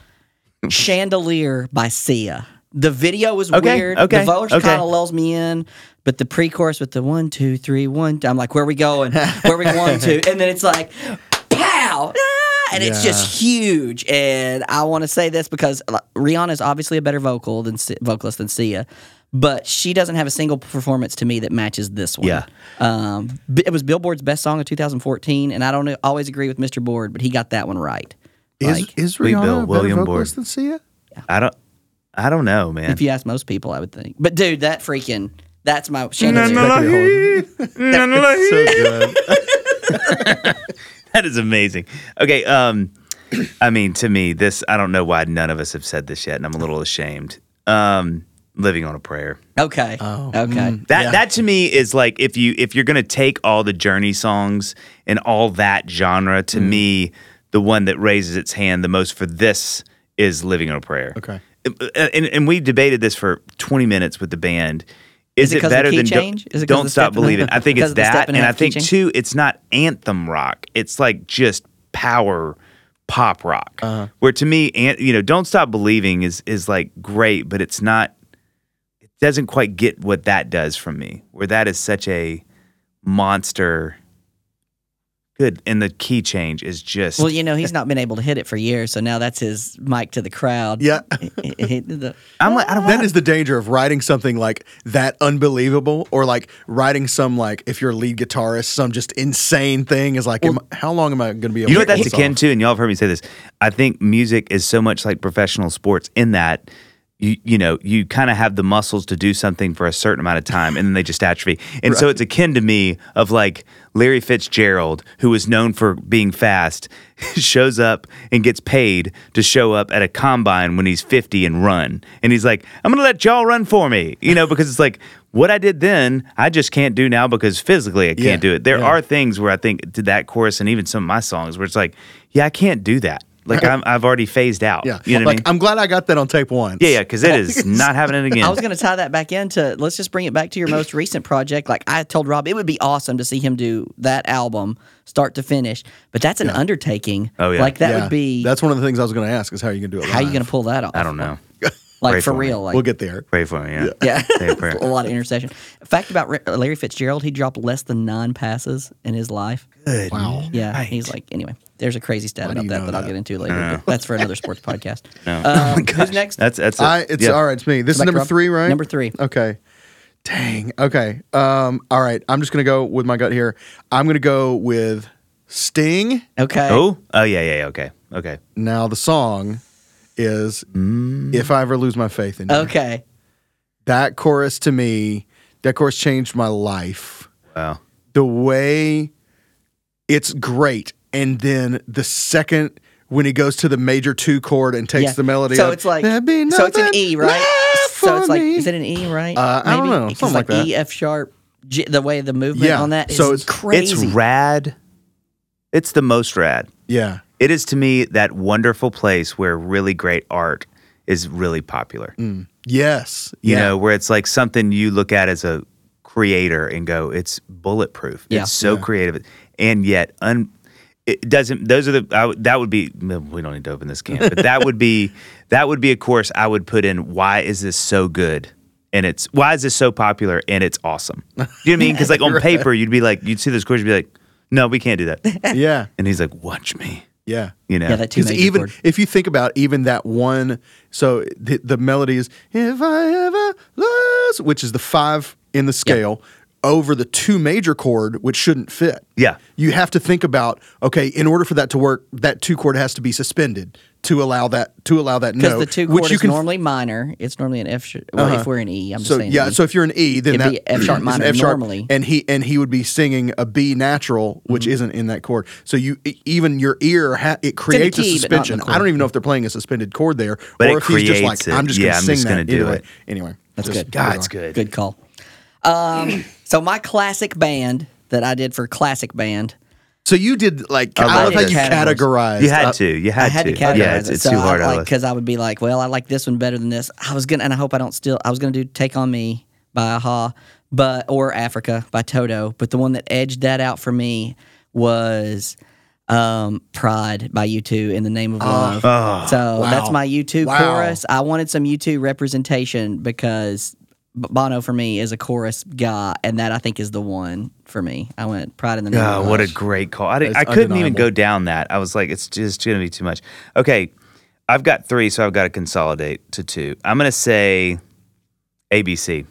[SPEAKER 3] Chandelier by Sia. The video was
[SPEAKER 4] Okay,
[SPEAKER 3] weird.
[SPEAKER 4] okay,
[SPEAKER 3] the verse
[SPEAKER 4] okay.
[SPEAKER 3] kind of lulls me in, but the pre-chorus with the one, two, three, one. I'm like, where we going? Where we going to? And then it's like, pow, ah, and it's just huge. And I want to say this because like, Rihanna is obviously a better vocal than Si- vocalist than Sia, but she doesn't have a single performance to me that matches this one.
[SPEAKER 4] Yeah.
[SPEAKER 3] Um, b- it was Billboard's best song of 2014, and I don't always agree with Mr. Board, but he got that one right.
[SPEAKER 2] Is,
[SPEAKER 3] Like,
[SPEAKER 2] is
[SPEAKER 4] Big
[SPEAKER 2] Rihanna a
[SPEAKER 4] Bill,
[SPEAKER 2] better
[SPEAKER 4] William
[SPEAKER 2] vocalist than
[SPEAKER 4] Board.
[SPEAKER 2] Sia?
[SPEAKER 4] I don't. I don't know, man.
[SPEAKER 3] if you ask most people, I would think. But dude, that freaking that's my
[SPEAKER 4] no,
[SPEAKER 3] chandelier.
[SPEAKER 4] no.
[SPEAKER 2] So good.
[SPEAKER 4] that is amazing. Okay. Um, I mean, to me, this I don't know why none of us have said this yet, and I'm a little ashamed. Um, living on a prayer.
[SPEAKER 3] Okay.
[SPEAKER 4] Oh,
[SPEAKER 3] okay.
[SPEAKER 4] That that to me is like if you if you're gonna take all the journey songs and all that genre, to me, the one that raises its hand the most for this is Living on a Prayer.
[SPEAKER 2] Okay.
[SPEAKER 4] And, and we debated this for 20 minutes with the band.
[SPEAKER 3] Is
[SPEAKER 4] Is,
[SPEAKER 3] it
[SPEAKER 4] it
[SPEAKER 3] 'cause of the
[SPEAKER 4] better
[SPEAKER 3] key
[SPEAKER 4] than Don't-
[SPEAKER 3] change? Is it 'cause of
[SPEAKER 4] Don't
[SPEAKER 3] the
[SPEAKER 4] Stop
[SPEAKER 3] step and a-
[SPEAKER 4] Believing? I think
[SPEAKER 3] because
[SPEAKER 4] it's
[SPEAKER 3] of the step
[SPEAKER 4] that,
[SPEAKER 3] and a
[SPEAKER 4] and, I
[SPEAKER 3] half key
[SPEAKER 4] think
[SPEAKER 3] change?
[SPEAKER 4] too, it's not anthem rock. It's like just power pop rock.
[SPEAKER 3] Uh-huh.
[SPEAKER 4] Where to me, and, you know, Don't Stop Believing is is like great, but it's not doesn't quite get what that does from me. Where that is such a monster. Good, and the key change is just
[SPEAKER 3] Well, you know, he's not been able to hit it for years, so now that's his mic to the crowd.
[SPEAKER 2] Yeah.
[SPEAKER 3] He- he- he did the-
[SPEAKER 4] I'm like I don't
[SPEAKER 2] That is the danger of writing something like that unbelievable, or like writing some like if you're a lead guitarist, some just insane thing is like, am I- how long am I going to be? able
[SPEAKER 4] You know
[SPEAKER 2] to
[SPEAKER 4] what that's
[SPEAKER 2] pull this
[SPEAKER 4] akin
[SPEAKER 2] off?
[SPEAKER 4] to, and y'all have heard me say this. I think music is so much like professional sports in that you you know you kind of have the muscles to do something for a certain amount of time, and then they just atrophy. And so it's akin to me of like Larry Fitzgerald, who is known for being fast, shows up and gets paid to show up at a combine when he's fifty and run, and he's like, I'm gonna let y'all run for me, you know, because it's like. What I did then, I just can't do now because physically I can't
[SPEAKER 2] Yeah.
[SPEAKER 4] do it. There are are things where I think to that chorus and even some of my songs where it's like, yeah, I can't do that. Like I'm, I've already phased out.
[SPEAKER 2] Yeah,
[SPEAKER 4] you
[SPEAKER 2] like
[SPEAKER 4] know what I mean?
[SPEAKER 2] I'm glad I got that on tape one.
[SPEAKER 4] yeah, yeah, because it is not happening again.
[SPEAKER 3] I was going to tie that back into let's just bring it back to your most recent project. Like I told Rob, it would be awesome to see him do that album start to finish, but that's an undertaking.
[SPEAKER 4] Oh, yeah.
[SPEAKER 3] Like that
[SPEAKER 2] Yeah.
[SPEAKER 3] would be
[SPEAKER 2] That's one of the things I was going to ask is how are you going to do it?
[SPEAKER 3] how you
[SPEAKER 2] live?
[SPEAKER 3] going to pull that off?
[SPEAKER 4] I don't know.
[SPEAKER 3] Like
[SPEAKER 4] Pray
[SPEAKER 3] for
[SPEAKER 4] for me.
[SPEAKER 3] real. Like
[SPEAKER 2] We'll get there.
[SPEAKER 4] Pray for me. Yeah.
[SPEAKER 3] Yeah.
[SPEAKER 4] Say a prayer.
[SPEAKER 3] a lot of intercession. Fact about Ra- Larry Fitzgerald, he dropped less than nine passes in his life.
[SPEAKER 2] Wow.
[SPEAKER 3] Yeah, he's like anyway. There's a crazy stat about
[SPEAKER 2] you
[SPEAKER 3] that
[SPEAKER 2] know
[SPEAKER 3] that, I'll
[SPEAKER 2] that?
[SPEAKER 3] get into later. But that's for another sports podcast. Um, who's next?
[SPEAKER 4] That's that's. it.
[SPEAKER 2] I, it's
[SPEAKER 4] Yeah.
[SPEAKER 2] all right. It's me. This is
[SPEAKER 3] Back to
[SPEAKER 2] number
[SPEAKER 3] Rob.
[SPEAKER 2] three, right?
[SPEAKER 3] Number three.
[SPEAKER 2] Okay. Dang. Okay. Um. All right. I'm just going to go with my gut here. I'm going to go with Sting.
[SPEAKER 3] okay.
[SPEAKER 4] Oh, oh yeah, yeah, yeah. Okay, okay.
[SPEAKER 2] Now the song is "If I Ever Lose My Faith in You."
[SPEAKER 3] Okay.
[SPEAKER 2] That chorus to me, that chorus changed my life.
[SPEAKER 4] Wow.
[SPEAKER 2] the way it's great and then the second when he goes to the major two chord and takes
[SPEAKER 3] yeah.
[SPEAKER 2] the melody
[SPEAKER 3] So
[SPEAKER 2] up,
[SPEAKER 3] it's like
[SPEAKER 2] "There'd be
[SPEAKER 3] so it's an
[SPEAKER 2] nothing
[SPEAKER 3] E, right?
[SPEAKER 2] left
[SPEAKER 3] So it's
[SPEAKER 2] for
[SPEAKER 3] like
[SPEAKER 2] me."
[SPEAKER 3] is it an E, right?
[SPEAKER 2] Uh, I don't know,
[SPEAKER 3] Because
[SPEAKER 2] something
[SPEAKER 3] like,
[SPEAKER 2] like that.
[SPEAKER 3] E F sharp. G, the way the movement
[SPEAKER 2] Yeah,
[SPEAKER 3] on that is
[SPEAKER 2] so it's-
[SPEAKER 3] crazy.
[SPEAKER 4] It's rad. It's the most rad.
[SPEAKER 2] yeah
[SPEAKER 4] It is to me that wonderful place where really great art is really popular.
[SPEAKER 2] Mm. yes
[SPEAKER 4] you
[SPEAKER 2] yeah
[SPEAKER 4] know, where it's like something you look at as a creator and go, it's bulletproof.
[SPEAKER 3] Yeah.
[SPEAKER 4] It's so creative, and yet un. It doesn't. Those are the. I, would- that would be. no, We don't need to open this can, but that would be. That would be a course I would put in. Why is this so good? And it's why is this so popular? And it's awesome. Do you know what I mean? Because like on paper, you'd be like, you'd see this course, you'd be like, no, we can't do that.
[SPEAKER 2] yeah
[SPEAKER 4] and he's like, watch me.
[SPEAKER 2] yeah
[SPEAKER 4] You know.
[SPEAKER 3] yeah, that two
[SPEAKER 2] because
[SPEAKER 3] major
[SPEAKER 2] even
[SPEAKER 3] chord.
[SPEAKER 2] if you think about even that one so the, the melody is if i ever lose which is the five in the scale over the two major chord which shouldn't fit
[SPEAKER 4] Yeah.
[SPEAKER 2] you have to think about okay in order for that to work that two chord has to be suspended to allow that to allow that
[SPEAKER 3] Because
[SPEAKER 2] note
[SPEAKER 3] the two
[SPEAKER 2] which
[SPEAKER 3] chord
[SPEAKER 2] you
[SPEAKER 3] is
[SPEAKER 2] can Uh-huh.
[SPEAKER 3] normally minor. It's normally an F. Sh- well, if we're an E, I'm just
[SPEAKER 2] so
[SPEAKER 3] saying.
[SPEAKER 2] yeah
[SPEAKER 3] E.
[SPEAKER 2] so if you're an e then
[SPEAKER 3] It'd
[SPEAKER 2] that
[SPEAKER 3] be F sharp
[SPEAKER 2] is an
[SPEAKER 3] minor
[SPEAKER 2] F sharp,
[SPEAKER 3] normally.
[SPEAKER 2] and he and he would be singing a b natural which isn't in that chord so you e- even your ear ha- it creates a
[SPEAKER 3] key, but not in the
[SPEAKER 2] suspension i
[SPEAKER 3] chord.
[SPEAKER 2] don't even know if they're playing a suspended chord there
[SPEAKER 4] But
[SPEAKER 2] or
[SPEAKER 4] it
[SPEAKER 2] if he's just like
[SPEAKER 4] creates it.
[SPEAKER 2] i'm just
[SPEAKER 4] Yeah,
[SPEAKER 2] gonna
[SPEAKER 4] I'm
[SPEAKER 2] sing
[SPEAKER 4] just
[SPEAKER 2] that
[SPEAKER 4] gonna do
[SPEAKER 2] anyway.
[SPEAKER 4] it.
[SPEAKER 2] anyway
[SPEAKER 3] That's
[SPEAKER 2] just-
[SPEAKER 3] good.
[SPEAKER 4] God, it's good.
[SPEAKER 3] Good call. Um, so my classic band that I did for classic band
[SPEAKER 2] So you did like I,
[SPEAKER 4] love
[SPEAKER 2] love how
[SPEAKER 4] this.
[SPEAKER 2] you categorized.
[SPEAKER 4] You had
[SPEAKER 2] uh,
[SPEAKER 4] to. You had,
[SPEAKER 3] I had to, categorize
[SPEAKER 4] Yeah, it's,
[SPEAKER 3] it.
[SPEAKER 4] it's
[SPEAKER 3] so
[SPEAKER 4] too hard.
[SPEAKER 3] I,
[SPEAKER 4] I
[SPEAKER 3] like
[SPEAKER 4] love-
[SPEAKER 3] because I would be like, well, I like this one better than this. I was gonna, and I hope I don't steal. I was gonna do "Take on Me" by Aha, but or "Africa" by Toto. But the one that edged that out for me was um, "Pride" by U2 in the name
[SPEAKER 4] Ah.
[SPEAKER 3] of love. so
[SPEAKER 2] wow.
[SPEAKER 3] that's my U2
[SPEAKER 2] Wow.
[SPEAKER 3] chorus. I wanted some U2 representation because. B- Bono for me is a chorus guy, and that I think is the one for me. I went Pride in the Name.
[SPEAKER 4] Oh,
[SPEAKER 3] of
[SPEAKER 4] what a
[SPEAKER 3] Love.
[SPEAKER 4] great call. I, didn't, I
[SPEAKER 2] That's
[SPEAKER 4] couldn't even
[SPEAKER 2] undeniable.
[SPEAKER 4] go down that. I was like, it's just going to be too much. Okay. I've got three, so I've got to consolidate to two. I'm going to say ABC.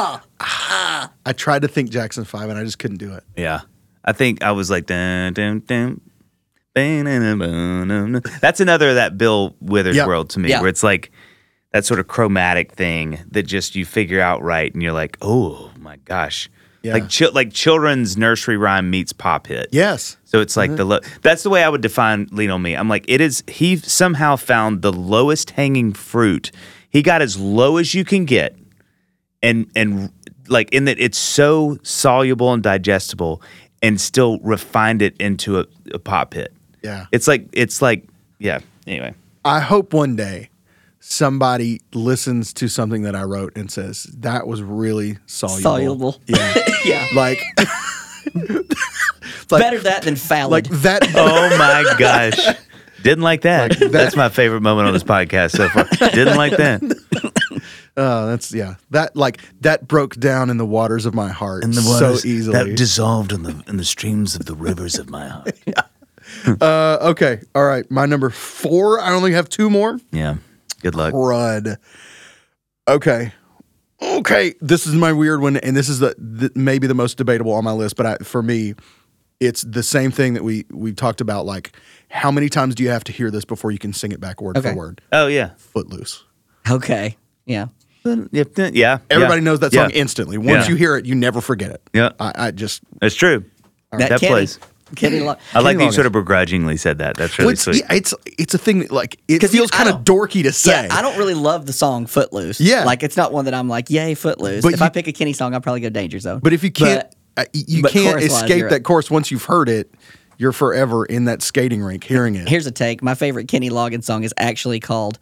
[SPEAKER 2] I tried to think Jackson Five, and I just couldn't do it.
[SPEAKER 4] Yeah. I think I was like, dun, dun, dun. ba-na-na-ba-na-na. That's another of that Bill Withers
[SPEAKER 2] Yeah.
[SPEAKER 4] world to me,
[SPEAKER 3] Yeah.
[SPEAKER 4] where it's like that sort of chromatic thing that just you figure out right, and you're like, oh my gosh,
[SPEAKER 2] Yeah.
[SPEAKER 4] like chil- like children's nursery rhyme meets pop hit.
[SPEAKER 2] Yes.
[SPEAKER 4] So it's like the low. That's the way I would define lean on me. I'm like it is. He somehow found the lowest hanging fruit. He got as low as you can get, and and like in that it's so soluble and digestible, and still refined it into a, a pop hit.
[SPEAKER 2] Yeah.
[SPEAKER 4] It's like it's like yeah. Anyway,
[SPEAKER 2] I hope one day somebody listens to something that I wrote and says that was really soluble.
[SPEAKER 3] Soluble.
[SPEAKER 2] Yeah.
[SPEAKER 3] Yeah.
[SPEAKER 2] like, like
[SPEAKER 3] Better that than Fallon.
[SPEAKER 2] like that.
[SPEAKER 4] oh my gosh, didn't like that. That's my favorite moment on this podcast so far. Didn't like that.
[SPEAKER 2] Oh, that's yeah. That like that broke down in the waters of my heart
[SPEAKER 4] And the waters
[SPEAKER 2] so easily.
[SPEAKER 4] that dissolved in the in the streams of the rivers of my heart.
[SPEAKER 2] uh, okay. All right. My number four. I only have two more.
[SPEAKER 4] Yeah. Good luck.
[SPEAKER 2] crud. Okay. Okay. This is my weird one, and this is the, the maybe the most debatable on my list, but I, for me, it's the same thing that we we talked about. Like, how many times do you have to hear this before you can sing it back word
[SPEAKER 3] Okay.
[SPEAKER 2] for word?
[SPEAKER 4] Oh yeah.
[SPEAKER 2] Footloose.
[SPEAKER 3] okay. Yeah.
[SPEAKER 4] Yeah. yeah.
[SPEAKER 2] Everybody knows that song
[SPEAKER 4] Yeah.
[SPEAKER 2] instantly. Once
[SPEAKER 4] Yeah.
[SPEAKER 2] you hear it, you never forget it.
[SPEAKER 4] Yeah.
[SPEAKER 2] I, I just
[SPEAKER 4] It's true.
[SPEAKER 3] That,
[SPEAKER 4] That
[SPEAKER 3] Kenny,
[SPEAKER 4] plays.
[SPEAKER 3] Kenny Lo-
[SPEAKER 4] I like that you
[SPEAKER 2] Loggins.
[SPEAKER 4] sort of begrudgingly said that. That's really
[SPEAKER 2] Well, it's,
[SPEAKER 4] sweet.
[SPEAKER 2] yeah, it's it's a thing that like it
[SPEAKER 3] 'Cause you-
[SPEAKER 2] feels
[SPEAKER 3] I
[SPEAKER 2] kind of
[SPEAKER 3] don't-
[SPEAKER 2] dorky to say.
[SPEAKER 3] Yeah, I don't really love the song Footloose.
[SPEAKER 2] Yeah.
[SPEAKER 3] Like it's not one that I'm like, yay, Footloose.
[SPEAKER 2] But
[SPEAKER 3] if
[SPEAKER 2] you-
[SPEAKER 3] I pick a Kenny song, I'll probably go Danger Zone.
[SPEAKER 2] But if you can't, uh, y- you
[SPEAKER 3] but
[SPEAKER 2] can't
[SPEAKER 3] chorus-wise,
[SPEAKER 2] escape
[SPEAKER 3] you're
[SPEAKER 2] that
[SPEAKER 3] right.
[SPEAKER 2] course once you've heard it. You're forever in that skating rink hearing it.
[SPEAKER 3] here's a take. My favorite Kenny Loggins song is actually called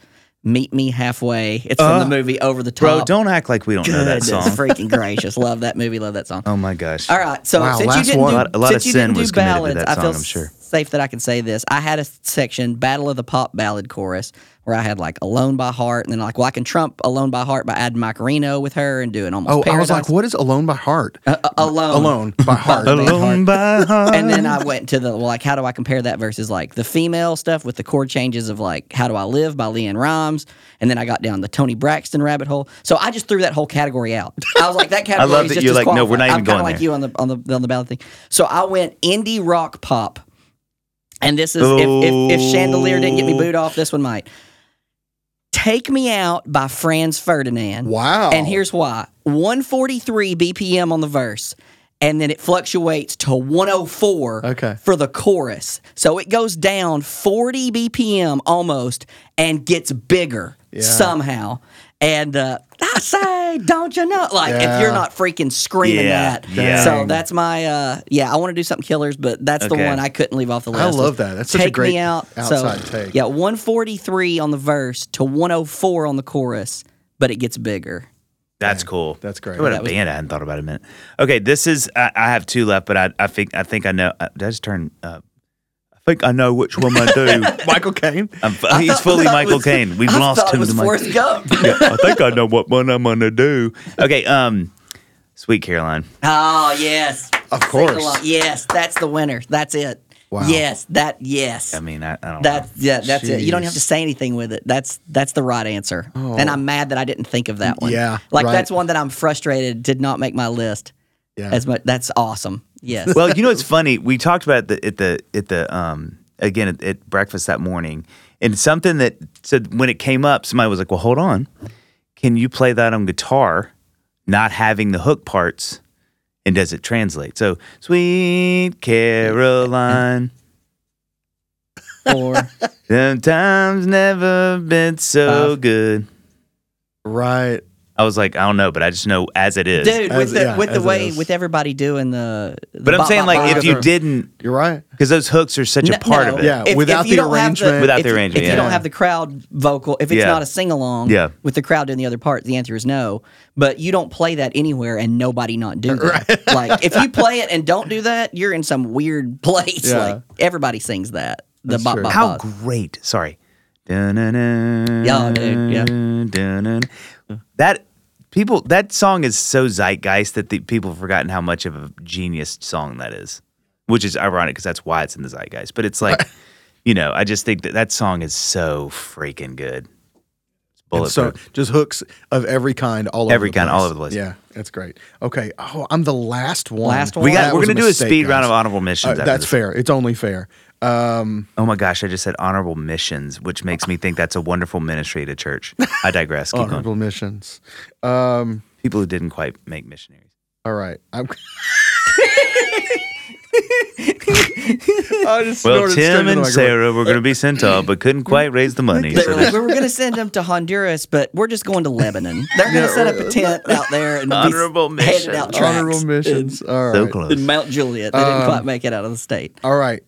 [SPEAKER 3] Meet Me Halfway. It's from the movie Over the Top.
[SPEAKER 4] Uh, Bro, don't act like we don't know that
[SPEAKER 3] Goodness
[SPEAKER 4] song.
[SPEAKER 3] freaking gracious. Love that movie. Love that song.
[SPEAKER 4] oh my gosh.
[SPEAKER 3] All right. So
[SPEAKER 2] Wow,
[SPEAKER 3] since you
[SPEAKER 2] last
[SPEAKER 3] didn't
[SPEAKER 2] one. A
[SPEAKER 3] do,
[SPEAKER 4] lot- a lot
[SPEAKER 3] since
[SPEAKER 4] of
[SPEAKER 3] you
[SPEAKER 4] sin
[SPEAKER 3] didn't
[SPEAKER 4] was
[SPEAKER 3] do
[SPEAKER 4] committed to
[SPEAKER 3] ballads,
[SPEAKER 4] that
[SPEAKER 3] I feel
[SPEAKER 4] song, I'm sure.
[SPEAKER 3] safe that I can say this. I had a section, Battle of the Pop Ballad Chorus, where I had like Alone by Heart, and then like, well, I can trump Alone by Heart by adding Mike Reno with her and doing almost
[SPEAKER 2] Oh,
[SPEAKER 3] Paradise.
[SPEAKER 2] I was like, what is Alone by Heart?
[SPEAKER 3] Uh, alone.
[SPEAKER 2] Alone by Heart.
[SPEAKER 3] Alone.
[SPEAKER 4] Alone by heart.
[SPEAKER 3] And then I went to the well, like, how do I compare that versus like the female stuff with the chord changes of like How Do I Live by Leanne Rhymes, and then I got down the Tony Braxton rabbit hole. So I just threw that whole category out. I was like, that category.
[SPEAKER 4] love
[SPEAKER 3] is
[SPEAKER 4] that
[SPEAKER 3] just
[SPEAKER 4] you're like, no, we're not
[SPEAKER 3] disqualified.
[SPEAKER 4] even
[SPEAKER 3] I'm kinda
[SPEAKER 4] going
[SPEAKER 3] like
[SPEAKER 4] there.
[SPEAKER 3] you on the on the on the ballot thing. So I went indie rock pop, and this is if, if if Chandelier didn't get me booed off, this one might. Take Me Out by Franz Ferdinand.
[SPEAKER 2] Wow.
[SPEAKER 3] And here's why 143 BPM on the verse, and then it fluctuates to 104
[SPEAKER 2] Okay.
[SPEAKER 3] for the chorus. So it goes down 40 BPM almost and gets bigger somehow. And uh, I say, don't you know? Like, if you're
[SPEAKER 2] Yeah.
[SPEAKER 3] not freaking screaming
[SPEAKER 4] Yeah,
[SPEAKER 3] that.
[SPEAKER 4] yeah.
[SPEAKER 3] So that's my, uh, yeah, I want to do something killers, but that's the
[SPEAKER 4] Okay.
[SPEAKER 3] one I couldn't leave off the list.
[SPEAKER 2] I love
[SPEAKER 3] was
[SPEAKER 2] that. That's such a
[SPEAKER 3] Take
[SPEAKER 2] great
[SPEAKER 3] me out.
[SPEAKER 2] outside
[SPEAKER 3] so,
[SPEAKER 2] take.
[SPEAKER 3] Yeah, 143 on the verse to 104 on the chorus, but it gets bigger.
[SPEAKER 4] That's cool.
[SPEAKER 2] that's great.
[SPEAKER 4] What a
[SPEAKER 3] That was-
[SPEAKER 4] band! I hadn't thought about it in a minute. Okay, this is. I, I have two left, but I, I think I think I know. I, did I just turn. Uh, I think I know which one I do.
[SPEAKER 2] Michael Caine.
[SPEAKER 4] I'm,
[SPEAKER 3] I
[SPEAKER 4] he's
[SPEAKER 3] thought-
[SPEAKER 4] fully
[SPEAKER 3] I thought it
[SPEAKER 4] Michael
[SPEAKER 3] was-
[SPEAKER 4] Caine. We've
[SPEAKER 3] I
[SPEAKER 4] lost
[SPEAKER 3] thought
[SPEAKER 4] him
[SPEAKER 3] it was
[SPEAKER 4] to Michael.
[SPEAKER 3] Forrest Gump.
[SPEAKER 4] yeah, I think I know what one I'm gonna do. Okay, um, Sweet Caroline.
[SPEAKER 3] Oh yes,
[SPEAKER 2] Of
[SPEAKER 3] Sing
[SPEAKER 2] course.
[SPEAKER 3] along. Yes, that's the winner. That's it.
[SPEAKER 2] Wow.
[SPEAKER 3] Yes, that yes.
[SPEAKER 4] I mean, I, I don't.
[SPEAKER 3] That's yeah, that's it. You don't
[SPEAKER 2] Jeez. Oh.
[SPEAKER 3] have to say anything with it. That's that's the right answer. And I'm mad that I didn't think of that one.
[SPEAKER 2] Yeah,
[SPEAKER 3] like
[SPEAKER 2] right.
[SPEAKER 3] that's one that I'm frustrated did not make my list.
[SPEAKER 2] Yeah.
[SPEAKER 3] As much that's awesome. Yes.
[SPEAKER 4] Well, you know, it's funny. We talked about it at the at the, at the um again at, at breakfast that morning, and something that said when it came up, somebody was like, "Well, hold on, can you play that on guitar, not having the hook parts, and does it translate?" So, Sweet Caroline.
[SPEAKER 3] or Uh,
[SPEAKER 4] Sometimes never been so good.
[SPEAKER 2] Right.
[SPEAKER 4] I was like, I don't know, but I just know as it is.
[SPEAKER 3] dude.
[SPEAKER 2] As-
[SPEAKER 3] with the
[SPEAKER 2] yeah,
[SPEAKER 3] with the
[SPEAKER 2] as it
[SPEAKER 3] way
[SPEAKER 2] is.
[SPEAKER 3] with everybody doing the, the
[SPEAKER 4] but I'm
[SPEAKER 3] bop,
[SPEAKER 4] saying
[SPEAKER 3] bop,
[SPEAKER 4] like
[SPEAKER 3] bop,
[SPEAKER 4] if you
[SPEAKER 3] or-
[SPEAKER 4] didn't,
[SPEAKER 2] You're right.
[SPEAKER 4] because those hooks are such a
[SPEAKER 3] No,
[SPEAKER 4] part
[SPEAKER 3] no.
[SPEAKER 4] of it.
[SPEAKER 2] Yeah. without the
[SPEAKER 3] you don't have
[SPEAKER 2] arrangement-
[SPEAKER 4] Without the
[SPEAKER 3] if you-
[SPEAKER 4] arrangement,
[SPEAKER 3] If
[SPEAKER 4] yeah.
[SPEAKER 3] you don't have the crowd vocal, if it's
[SPEAKER 4] Yeah.
[SPEAKER 3] not a sing along
[SPEAKER 4] Yeah.
[SPEAKER 3] with the crowd doing the other part, the answer is no. But you don't play that anywhere and nobody not do that. like if you play it and don't do that, you're in some weird place.
[SPEAKER 2] Yeah.
[SPEAKER 3] Like everybody sings that. The
[SPEAKER 2] That's
[SPEAKER 3] bop,
[SPEAKER 2] true.
[SPEAKER 3] bop,
[SPEAKER 4] How
[SPEAKER 3] bop.
[SPEAKER 4] great! Sorry. Dun-dun-dun,
[SPEAKER 3] Yeah, dude, yeah.
[SPEAKER 4] dun-dun. That people that song is so zeitgeist that the people have forgotten how much of a genius song that is, which is ironic because that's why it's in the zeitgeist. But it's like, you know, I just think that that song is so freaking good. It's
[SPEAKER 2] And so
[SPEAKER 4] bulletproof.
[SPEAKER 2] just hooks of every kind, all over
[SPEAKER 4] Every
[SPEAKER 2] the
[SPEAKER 4] kind,
[SPEAKER 2] place.
[SPEAKER 4] all over the place.
[SPEAKER 2] Yeah, that's great. Okay. Oh, I'm the last one.
[SPEAKER 3] Last one?
[SPEAKER 4] we got.
[SPEAKER 2] That
[SPEAKER 4] We're
[SPEAKER 2] was
[SPEAKER 4] gonna do
[SPEAKER 2] mistake,
[SPEAKER 4] a speed round
[SPEAKER 2] guys.
[SPEAKER 4] of honorable
[SPEAKER 2] Uh,
[SPEAKER 4] missions. after
[SPEAKER 2] that's
[SPEAKER 4] this.
[SPEAKER 2] fair. It's only fair. Um,
[SPEAKER 4] Oh my gosh! I just said honorable missions, which makes me think that's a wonderful ministry to church. I digress. Keep going.
[SPEAKER 2] honorable Uh, missions. Um,
[SPEAKER 4] People who didn't quite make missionaries.
[SPEAKER 2] all right. I'm. I just
[SPEAKER 4] Well,
[SPEAKER 2] snorted straight
[SPEAKER 4] Tim
[SPEAKER 2] into the
[SPEAKER 4] and
[SPEAKER 2] microphone.
[SPEAKER 4] Sarah were going to be sent off, but couldn't quite raise the money.
[SPEAKER 3] They
[SPEAKER 4] So
[SPEAKER 3] were like, we were going to send them to Honduras, but we're just going to Lebanon. They're going to set up a tent out there and be
[SPEAKER 4] Honorable
[SPEAKER 3] handed
[SPEAKER 4] mission.
[SPEAKER 3] out tracts
[SPEAKER 2] Honorable Um, missions. All right.
[SPEAKER 4] so close.
[SPEAKER 3] in Mount Juliet. They didn't quite make it out of the state.
[SPEAKER 2] All right.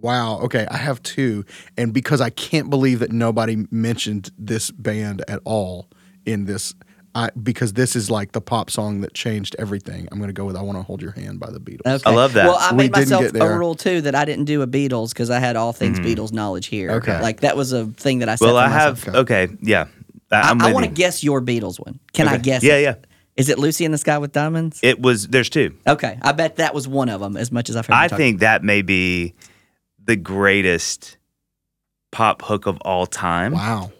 [SPEAKER 2] Wow. Okay. I have two. And because I can't believe that nobody mentioned this band at all in this, I, because this is like the pop song that changed everything, I'm going to go with I Want to Hold Your Hand by the Beatles.
[SPEAKER 3] Okay.
[SPEAKER 4] I love that.
[SPEAKER 3] Well, I
[SPEAKER 2] We
[SPEAKER 3] made
[SPEAKER 2] didn't
[SPEAKER 3] myself
[SPEAKER 2] get there.
[SPEAKER 3] a rule too that I didn't do a Beatles because I had all things Beatles knowledge here.
[SPEAKER 2] Okay.
[SPEAKER 3] like that was a thing that I said.
[SPEAKER 4] Mm-hmm. well,
[SPEAKER 3] for
[SPEAKER 4] I
[SPEAKER 3] myself.
[SPEAKER 4] have. Okay. Yeah. I, I'm
[SPEAKER 3] I,
[SPEAKER 4] with
[SPEAKER 3] want to
[SPEAKER 4] you.
[SPEAKER 3] guess your Beatles one. Can I guess?
[SPEAKER 4] Yeah,
[SPEAKER 3] it?
[SPEAKER 4] yeah.
[SPEAKER 3] Is it Lucy in the Sky with Diamonds?
[SPEAKER 4] It was, there's two.
[SPEAKER 3] okay, I bet that was one of them. As much as I've heard. you
[SPEAKER 4] I
[SPEAKER 3] talk-
[SPEAKER 4] think that may be the greatest pop hook of all time.
[SPEAKER 2] Wow.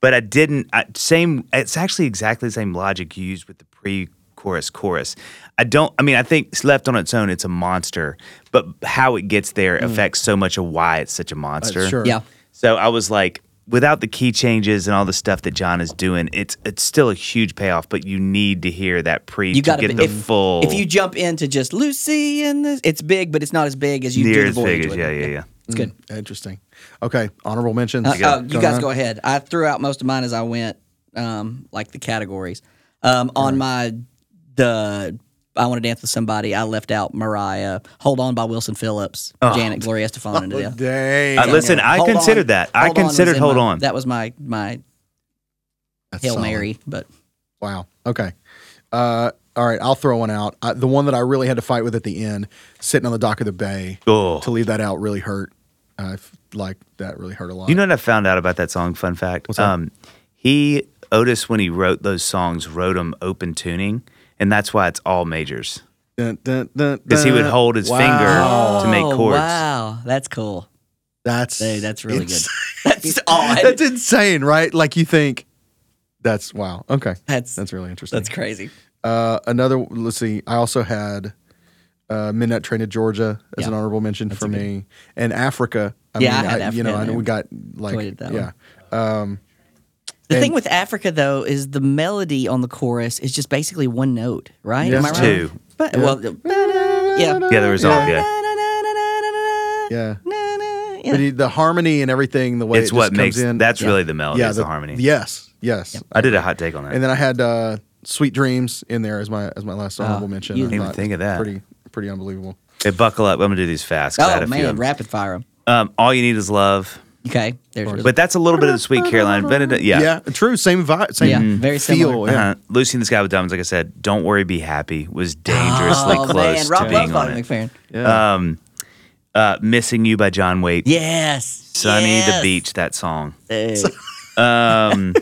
[SPEAKER 4] But I didn't, I, same, it's actually exactly the same logic you used with the pre chorus chorus. I don't, I mean, I think it's left on its own, it's a monster, but how it gets there
[SPEAKER 3] Hmm.
[SPEAKER 4] affects so much of why it's such a monster.
[SPEAKER 2] sure.
[SPEAKER 3] Yeah.
[SPEAKER 4] So I was like, without the key changes and all the stuff that John is doing, it's it's still a huge payoff. But you need to hear that pre
[SPEAKER 3] You
[SPEAKER 4] to
[SPEAKER 3] got
[SPEAKER 4] get the
[SPEAKER 3] if,
[SPEAKER 4] full.
[SPEAKER 3] If you jump into just Lucy and the, it's big, but it's not as big as you
[SPEAKER 4] near
[SPEAKER 3] do the
[SPEAKER 4] as big
[SPEAKER 3] Voyage.
[SPEAKER 4] as
[SPEAKER 3] with
[SPEAKER 4] yeah,
[SPEAKER 3] it.
[SPEAKER 4] yeah, yeah.
[SPEAKER 3] It's good.
[SPEAKER 2] Mm, Interesting. Okay. Honorable mentions.
[SPEAKER 3] Uh, oh,
[SPEAKER 2] Going
[SPEAKER 3] you guys
[SPEAKER 2] on?
[SPEAKER 3] go ahead. I threw out most of mine as I went, um, like the categories. Um, on my the I want to dance with somebody. I left out Mariah. Hold on by Wilson Phillips.
[SPEAKER 4] Oh.
[SPEAKER 3] Janet Gloria Estefan and Adele.
[SPEAKER 2] Oh, Dang.
[SPEAKER 4] Uh, listen, I
[SPEAKER 3] Hold On-
[SPEAKER 4] considered that. I
[SPEAKER 3] Hold On was
[SPEAKER 4] considered
[SPEAKER 3] in
[SPEAKER 4] hold
[SPEAKER 3] my-
[SPEAKER 4] on.
[SPEAKER 3] That was my my
[SPEAKER 2] That's
[SPEAKER 3] hail
[SPEAKER 2] solid.
[SPEAKER 3] mary. But
[SPEAKER 2] Wow. Okay. Uh, all right. I'll throw one out. I, the one that I really had to fight with at the end, sitting on the dock of the bay.
[SPEAKER 4] Oh.
[SPEAKER 2] To leave that out really hurt. I f- like that really hurt a lot.
[SPEAKER 4] You know what I found out about that song? Fun fact. Um, he Otis when he wrote those songs wrote them open tuning, and that's why it's all majors because
[SPEAKER 2] because
[SPEAKER 4] he would hold his finger to make chords.
[SPEAKER 3] Oh, wow, that's cool.
[SPEAKER 2] Oh, That's
[SPEAKER 3] Dude, that's really
[SPEAKER 2] ins-
[SPEAKER 3] good. That's all.
[SPEAKER 2] that's insane, right? Like you think that's wow. Okay,
[SPEAKER 3] That's-
[SPEAKER 2] that's really interesting.
[SPEAKER 3] that's crazy.
[SPEAKER 2] Uh, another. Let's see. I also had uh, Midnight Train to Georgia as
[SPEAKER 3] Yeah.
[SPEAKER 2] an honorable mention for me, and Africa. I mean,
[SPEAKER 3] Yeah, I had
[SPEAKER 2] you
[SPEAKER 3] Africa
[SPEAKER 2] know,
[SPEAKER 3] in
[SPEAKER 2] I know
[SPEAKER 3] there.
[SPEAKER 2] we got like
[SPEAKER 3] Avoided that
[SPEAKER 2] yeah.
[SPEAKER 3] one. The
[SPEAKER 2] And-
[SPEAKER 3] thing with Africa though is the melody on the chorus is just basically one note, right? Am I
[SPEAKER 2] Yes.
[SPEAKER 3] right?
[SPEAKER 4] Two.
[SPEAKER 3] But well, yeah.
[SPEAKER 4] Yeah, the result. Yeah,
[SPEAKER 2] Yeah.
[SPEAKER 3] Yeah.
[SPEAKER 2] But he- the harmony and everything, the way
[SPEAKER 4] it's
[SPEAKER 2] it
[SPEAKER 4] what
[SPEAKER 2] just
[SPEAKER 4] makes.
[SPEAKER 2] comes in.
[SPEAKER 4] That's
[SPEAKER 3] Yeah.
[SPEAKER 4] really the melody.
[SPEAKER 2] yeah,
[SPEAKER 4] is the, harmony.
[SPEAKER 2] Yes, yes.
[SPEAKER 4] I did a hot take on that.
[SPEAKER 2] And then I had uh, Sweet Dreams in there as my as my last honorable mention.
[SPEAKER 3] Oh, you
[SPEAKER 2] I
[SPEAKER 4] didn't
[SPEAKER 2] thought
[SPEAKER 4] think of that.
[SPEAKER 2] Pretty pretty unbelievable.
[SPEAKER 4] Hey, buckle up. I'm gonna do these fast. 'cause I had
[SPEAKER 3] Oh
[SPEAKER 4] a few
[SPEAKER 3] man,
[SPEAKER 4] of 'em.
[SPEAKER 3] rapid fire 'em.
[SPEAKER 4] Um, all you need is love.
[SPEAKER 3] Okay, there's
[SPEAKER 4] But that's a little bit of the sweet Caroline. Benedict, yeah.
[SPEAKER 2] Yeah, true. Same vibe. Same
[SPEAKER 3] Yeah, very
[SPEAKER 2] feel.
[SPEAKER 3] similar.
[SPEAKER 2] Yeah.
[SPEAKER 4] Uh, Lucy in the Sky with Diamonds, like I said, Don't Worry, Be Happy was dangerously
[SPEAKER 3] oh, man,
[SPEAKER 4] close
[SPEAKER 3] Rob
[SPEAKER 4] to
[SPEAKER 3] loves
[SPEAKER 4] being on
[SPEAKER 3] Bobby
[SPEAKER 4] it.
[SPEAKER 3] McFerrin.
[SPEAKER 4] Um, uh, Missing You by John Waite.
[SPEAKER 3] Yes,
[SPEAKER 4] Sunny
[SPEAKER 3] yes.
[SPEAKER 4] the Beach, that song.
[SPEAKER 3] Dude.
[SPEAKER 4] Um,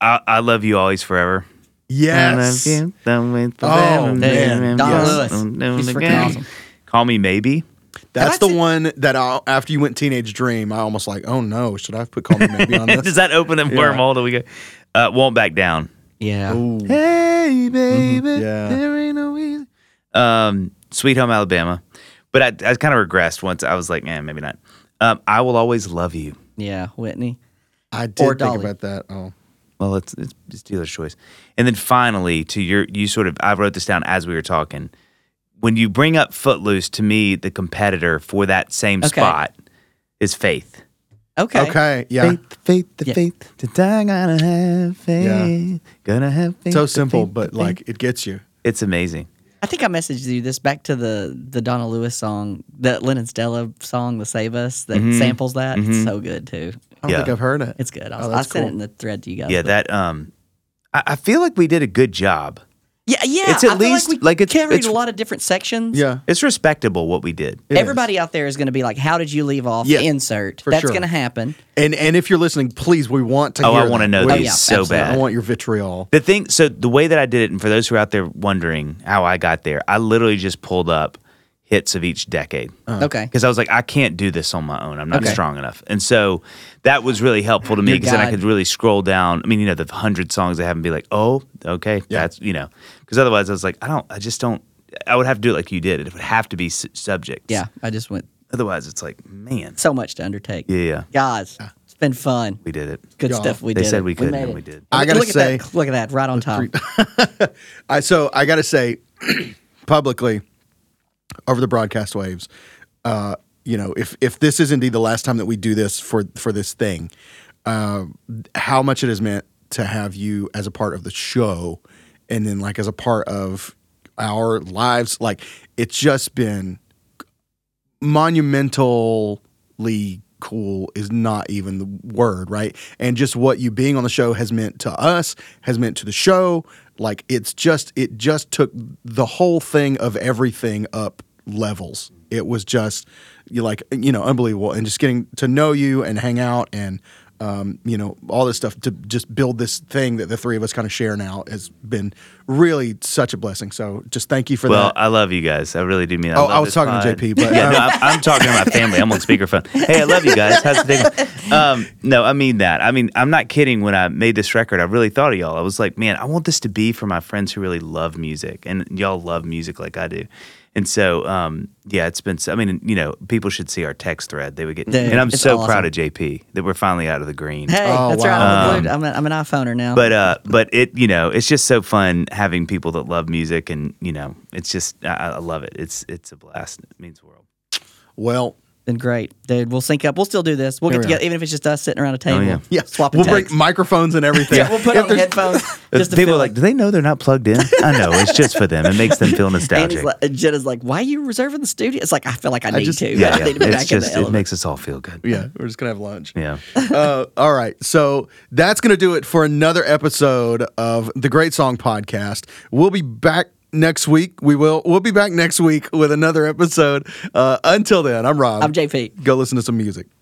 [SPEAKER 4] I, I Love You Always Forever.
[SPEAKER 2] Yes.
[SPEAKER 4] I love you. Don't wait for
[SPEAKER 2] Oh,
[SPEAKER 4] them.
[SPEAKER 2] man.
[SPEAKER 3] Don
[SPEAKER 2] Yes.
[SPEAKER 3] Lewis.
[SPEAKER 4] Don't do it
[SPEAKER 3] He's freaking
[SPEAKER 4] again.
[SPEAKER 3] awesome.
[SPEAKER 4] Call Me Maybe.
[SPEAKER 2] That's
[SPEAKER 3] Have
[SPEAKER 2] the
[SPEAKER 3] I seen-
[SPEAKER 2] one that I, after you went Teenage Dream, I almost like, oh no, should I have put Call Me Maybe on
[SPEAKER 4] Does
[SPEAKER 2] this?
[SPEAKER 4] that open a wormhole that we go? Uh, Won't Back Down.
[SPEAKER 3] Yeah.
[SPEAKER 2] Oh.
[SPEAKER 4] Hey, baby,
[SPEAKER 2] Yeah.
[SPEAKER 4] there ain't no reason. Um, Sweet Home Alabama, but I, I kind of regressed once. I was like, man, maybe not. Um, I will always love you.
[SPEAKER 3] Yeah, Whitney.
[SPEAKER 2] I did
[SPEAKER 3] Or
[SPEAKER 2] think
[SPEAKER 3] Dolly.
[SPEAKER 2] about that. Oh,
[SPEAKER 4] Well, it's, it's it's dealer's choice. And then finally, to your you sort of I wrote this down as we were talking. When you bring up Footloose, to me, the competitor for that same
[SPEAKER 3] Okay.
[SPEAKER 4] spot is Faith.
[SPEAKER 3] Okay.
[SPEAKER 2] Okay. Yeah.
[SPEAKER 4] Faith, faith, the
[SPEAKER 3] Yeah.
[SPEAKER 4] faith. To die, gotta have faith.
[SPEAKER 2] Yeah.
[SPEAKER 4] Gonna have faith.
[SPEAKER 2] So
[SPEAKER 4] the
[SPEAKER 2] simple,
[SPEAKER 4] faith,
[SPEAKER 2] but
[SPEAKER 4] the faith.
[SPEAKER 2] like it gets you.
[SPEAKER 4] it's amazing.
[SPEAKER 3] I think I messaged you this back to the the Donna Lewis song, that Lennon Stella song, "The Save Us," that
[SPEAKER 4] Mm-hmm.
[SPEAKER 3] samples that. It's so good too.
[SPEAKER 2] I don't
[SPEAKER 4] Yeah.
[SPEAKER 2] think I've heard it.
[SPEAKER 3] It's good. I'll,
[SPEAKER 2] Oh,
[SPEAKER 3] I'll
[SPEAKER 2] that's
[SPEAKER 3] send
[SPEAKER 2] cool.
[SPEAKER 3] it in the thread to you guys.
[SPEAKER 4] Yeah,
[SPEAKER 3] but-
[SPEAKER 4] that um, I, I feel like we did a good job.
[SPEAKER 3] yeah, yeah.
[SPEAKER 4] it's at
[SPEAKER 3] I feel
[SPEAKER 4] least-
[SPEAKER 3] like, we
[SPEAKER 4] like, it's-
[SPEAKER 3] carried
[SPEAKER 4] it's-
[SPEAKER 3] a lot of different sections.
[SPEAKER 2] Yeah.
[SPEAKER 4] It's respectable what we did.
[SPEAKER 2] it is.
[SPEAKER 3] Everybody out there is going to be like, "How did you leave off?"
[SPEAKER 2] Yeah,
[SPEAKER 3] insert.
[SPEAKER 2] for
[SPEAKER 3] That's
[SPEAKER 2] sure.
[SPEAKER 3] going to happen.
[SPEAKER 2] And and if you're listening, please, we want to.
[SPEAKER 4] Oh,
[SPEAKER 2] hear
[SPEAKER 4] I want to
[SPEAKER 2] that.
[SPEAKER 4] know
[SPEAKER 2] We-
[SPEAKER 3] Oh,
[SPEAKER 4] these
[SPEAKER 3] yeah,
[SPEAKER 4] so
[SPEAKER 3] absolutely.
[SPEAKER 4] bad.
[SPEAKER 2] I want your vitriol.
[SPEAKER 4] The thing, so the way that I did it, and for those who are out there wondering how I got there, I literally just pulled up hits of each decade
[SPEAKER 3] okay.
[SPEAKER 4] because I was like, I can't do this on my own. I'm not
[SPEAKER 3] Uh. Okay.
[SPEAKER 4] strong enough, and so that was really helpful to me
[SPEAKER 3] Your
[SPEAKER 4] because then I
[SPEAKER 3] guide.
[SPEAKER 4] could really scroll down. I mean, you know, the hundred songs I have and be like, oh, okay, that's you know, because otherwise I was like, I don't, I just don't. I would have to do it like you did. It would have to be s- subjects.
[SPEAKER 3] Yeah, I just went
[SPEAKER 4] Otherwise, it's like, man,
[SPEAKER 3] so much to undertake.
[SPEAKER 4] yeah, yeah,
[SPEAKER 3] Guys, it's been fun.
[SPEAKER 4] we did it.
[SPEAKER 3] Good
[SPEAKER 2] Y'all,
[SPEAKER 3] stuff. We
[SPEAKER 4] they
[SPEAKER 3] did.
[SPEAKER 4] said
[SPEAKER 3] it.
[SPEAKER 4] we couldn't,
[SPEAKER 3] made
[SPEAKER 4] and
[SPEAKER 3] it.
[SPEAKER 4] we did.
[SPEAKER 2] I gotta
[SPEAKER 3] look
[SPEAKER 2] say-
[SPEAKER 3] at that, look at that, right on top.
[SPEAKER 2] I so I got to say publicly over the broadcast waves, uh, you know, if if this is indeed the last time that we do this for for this thing, uh, how much it has meant to have you as a part of the show, and then like as a part of our lives, like it's just been monumentally cool is not even the word, right? And just what you being on the show has meant to us, has meant to the show. Like it's just it just took the whole thing of everything up levels. It was just you like you know unbelievable, and just getting to know you and hang out and um, you know all this stuff to just build this thing that the three of us kind of share now has been really such a blessing. So just thank you for
[SPEAKER 4] Well,
[SPEAKER 2] that.
[SPEAKER 4] I love you guys. I really do mean.
[SPEAKER 2] Oh,
[SPEAKER 4] love
[SPEAKER 2] I was
[SPEAKER 4] this
[SPEAKER 2] talking to
[SPEAKER 4] pod.
[SPEAKER 2] JP, but,
[SPEAKER 4] yeah,
[SPEAKER 2] um,
[SPEAKER 4] no, I'm, I'm talking to my family. I'm on speakerphone. Hey, I love you guys. How's the thing? Um, no, I mean that. I mean, I'm not kidding. When I made this record, I really thought of y'all. I was like, man, I want this to be for my friends who really love music, and y'all love music like I do. And so, um, yeah, it's been. so- I mean, you know, people should see our text thread. They would get,
[SPEAKER 3] Dude,
[SPEAKER 4] and I'm
[SPEAKER 3] it's
[SPEAKER 4] so
[SPEAKER 3] awesome.
[SPEAKER 4] proud of JP that we're finally out of the green.
[SPEAKER 3] Hey,
[SPEAKER 2] Oh,
[SPEAKER 3] that's
[SPEAKER 2] wow.
[SPEAKER 3] right. I'm, a blue- I'm, a, I'm an iPhoner now.
[SPEAKER 4] But uh, but it you know it's just so fun having people that love music and you know it's just I, I love it. It's it's a blast. It means the world.
[SPEAKER 2] well
[SPEAKER 3] been great, dude. We'll sync up. We'll still do this. We'll
[SPEAKER 2] Here
[SPEAKER 3] get
[SPEAKER 2] we
[SPEAKER 3] together, even if it's just us sitting around a table.
[SPEAKER 4] yeah.
[SPEAKER 2] Yeah,
[SPEAKER 3] swapping
[SPEAKER 2] We'll
[SPEAKER 3] texts.
[SPEAKER 2] bring microphones and everything.
[SPEAKER 3] yeah, we'll put
[SPEAKER 2] If
[SPEAKER 3] on
[SPEAKER 2] there's-
[SPEAKER 3] headphones just to
[SPEAKER 4] people
[SPEAKER 3] feel
[SPEAKER 4] are like, do they know they're not plugged in? I know it's just for them. It makes them feel nostalgic.
[SPEAKER 3] Andy's like, Jenna's like, why are you reserving the studio? It's like, I feel like I need
[SPEAKER 2] just-
[SPEAKER 3] to.
[SPEAKER 4] yeah,
[SPEAKER 3] I
[SPEAKER 4] yeah.
[SPEAKER 3] need to be
[SPEAKER 4] It's
[SPEAKER 3] back
[SPEAKER 4] just
[SPEAKER 3] in the
[SPEAKER 4] it
[SPEAKER 3] element.
[SPEAKER 4] makes us all feel good.
[SPEAKER 2] Yeah, we're just gonna have lunch.
[SPEAKER 4] Yeah.
[SPEAKER 2] uh, all right, so that's gonna do it for another episode of the Great Song Podcast. We'll be back next week. We will. We'll be back next week with another episode. Uh, until then, I'm Rob.
[SPEAKER 3] I'm JP.
[SPEAKER 2] Go listen to some music.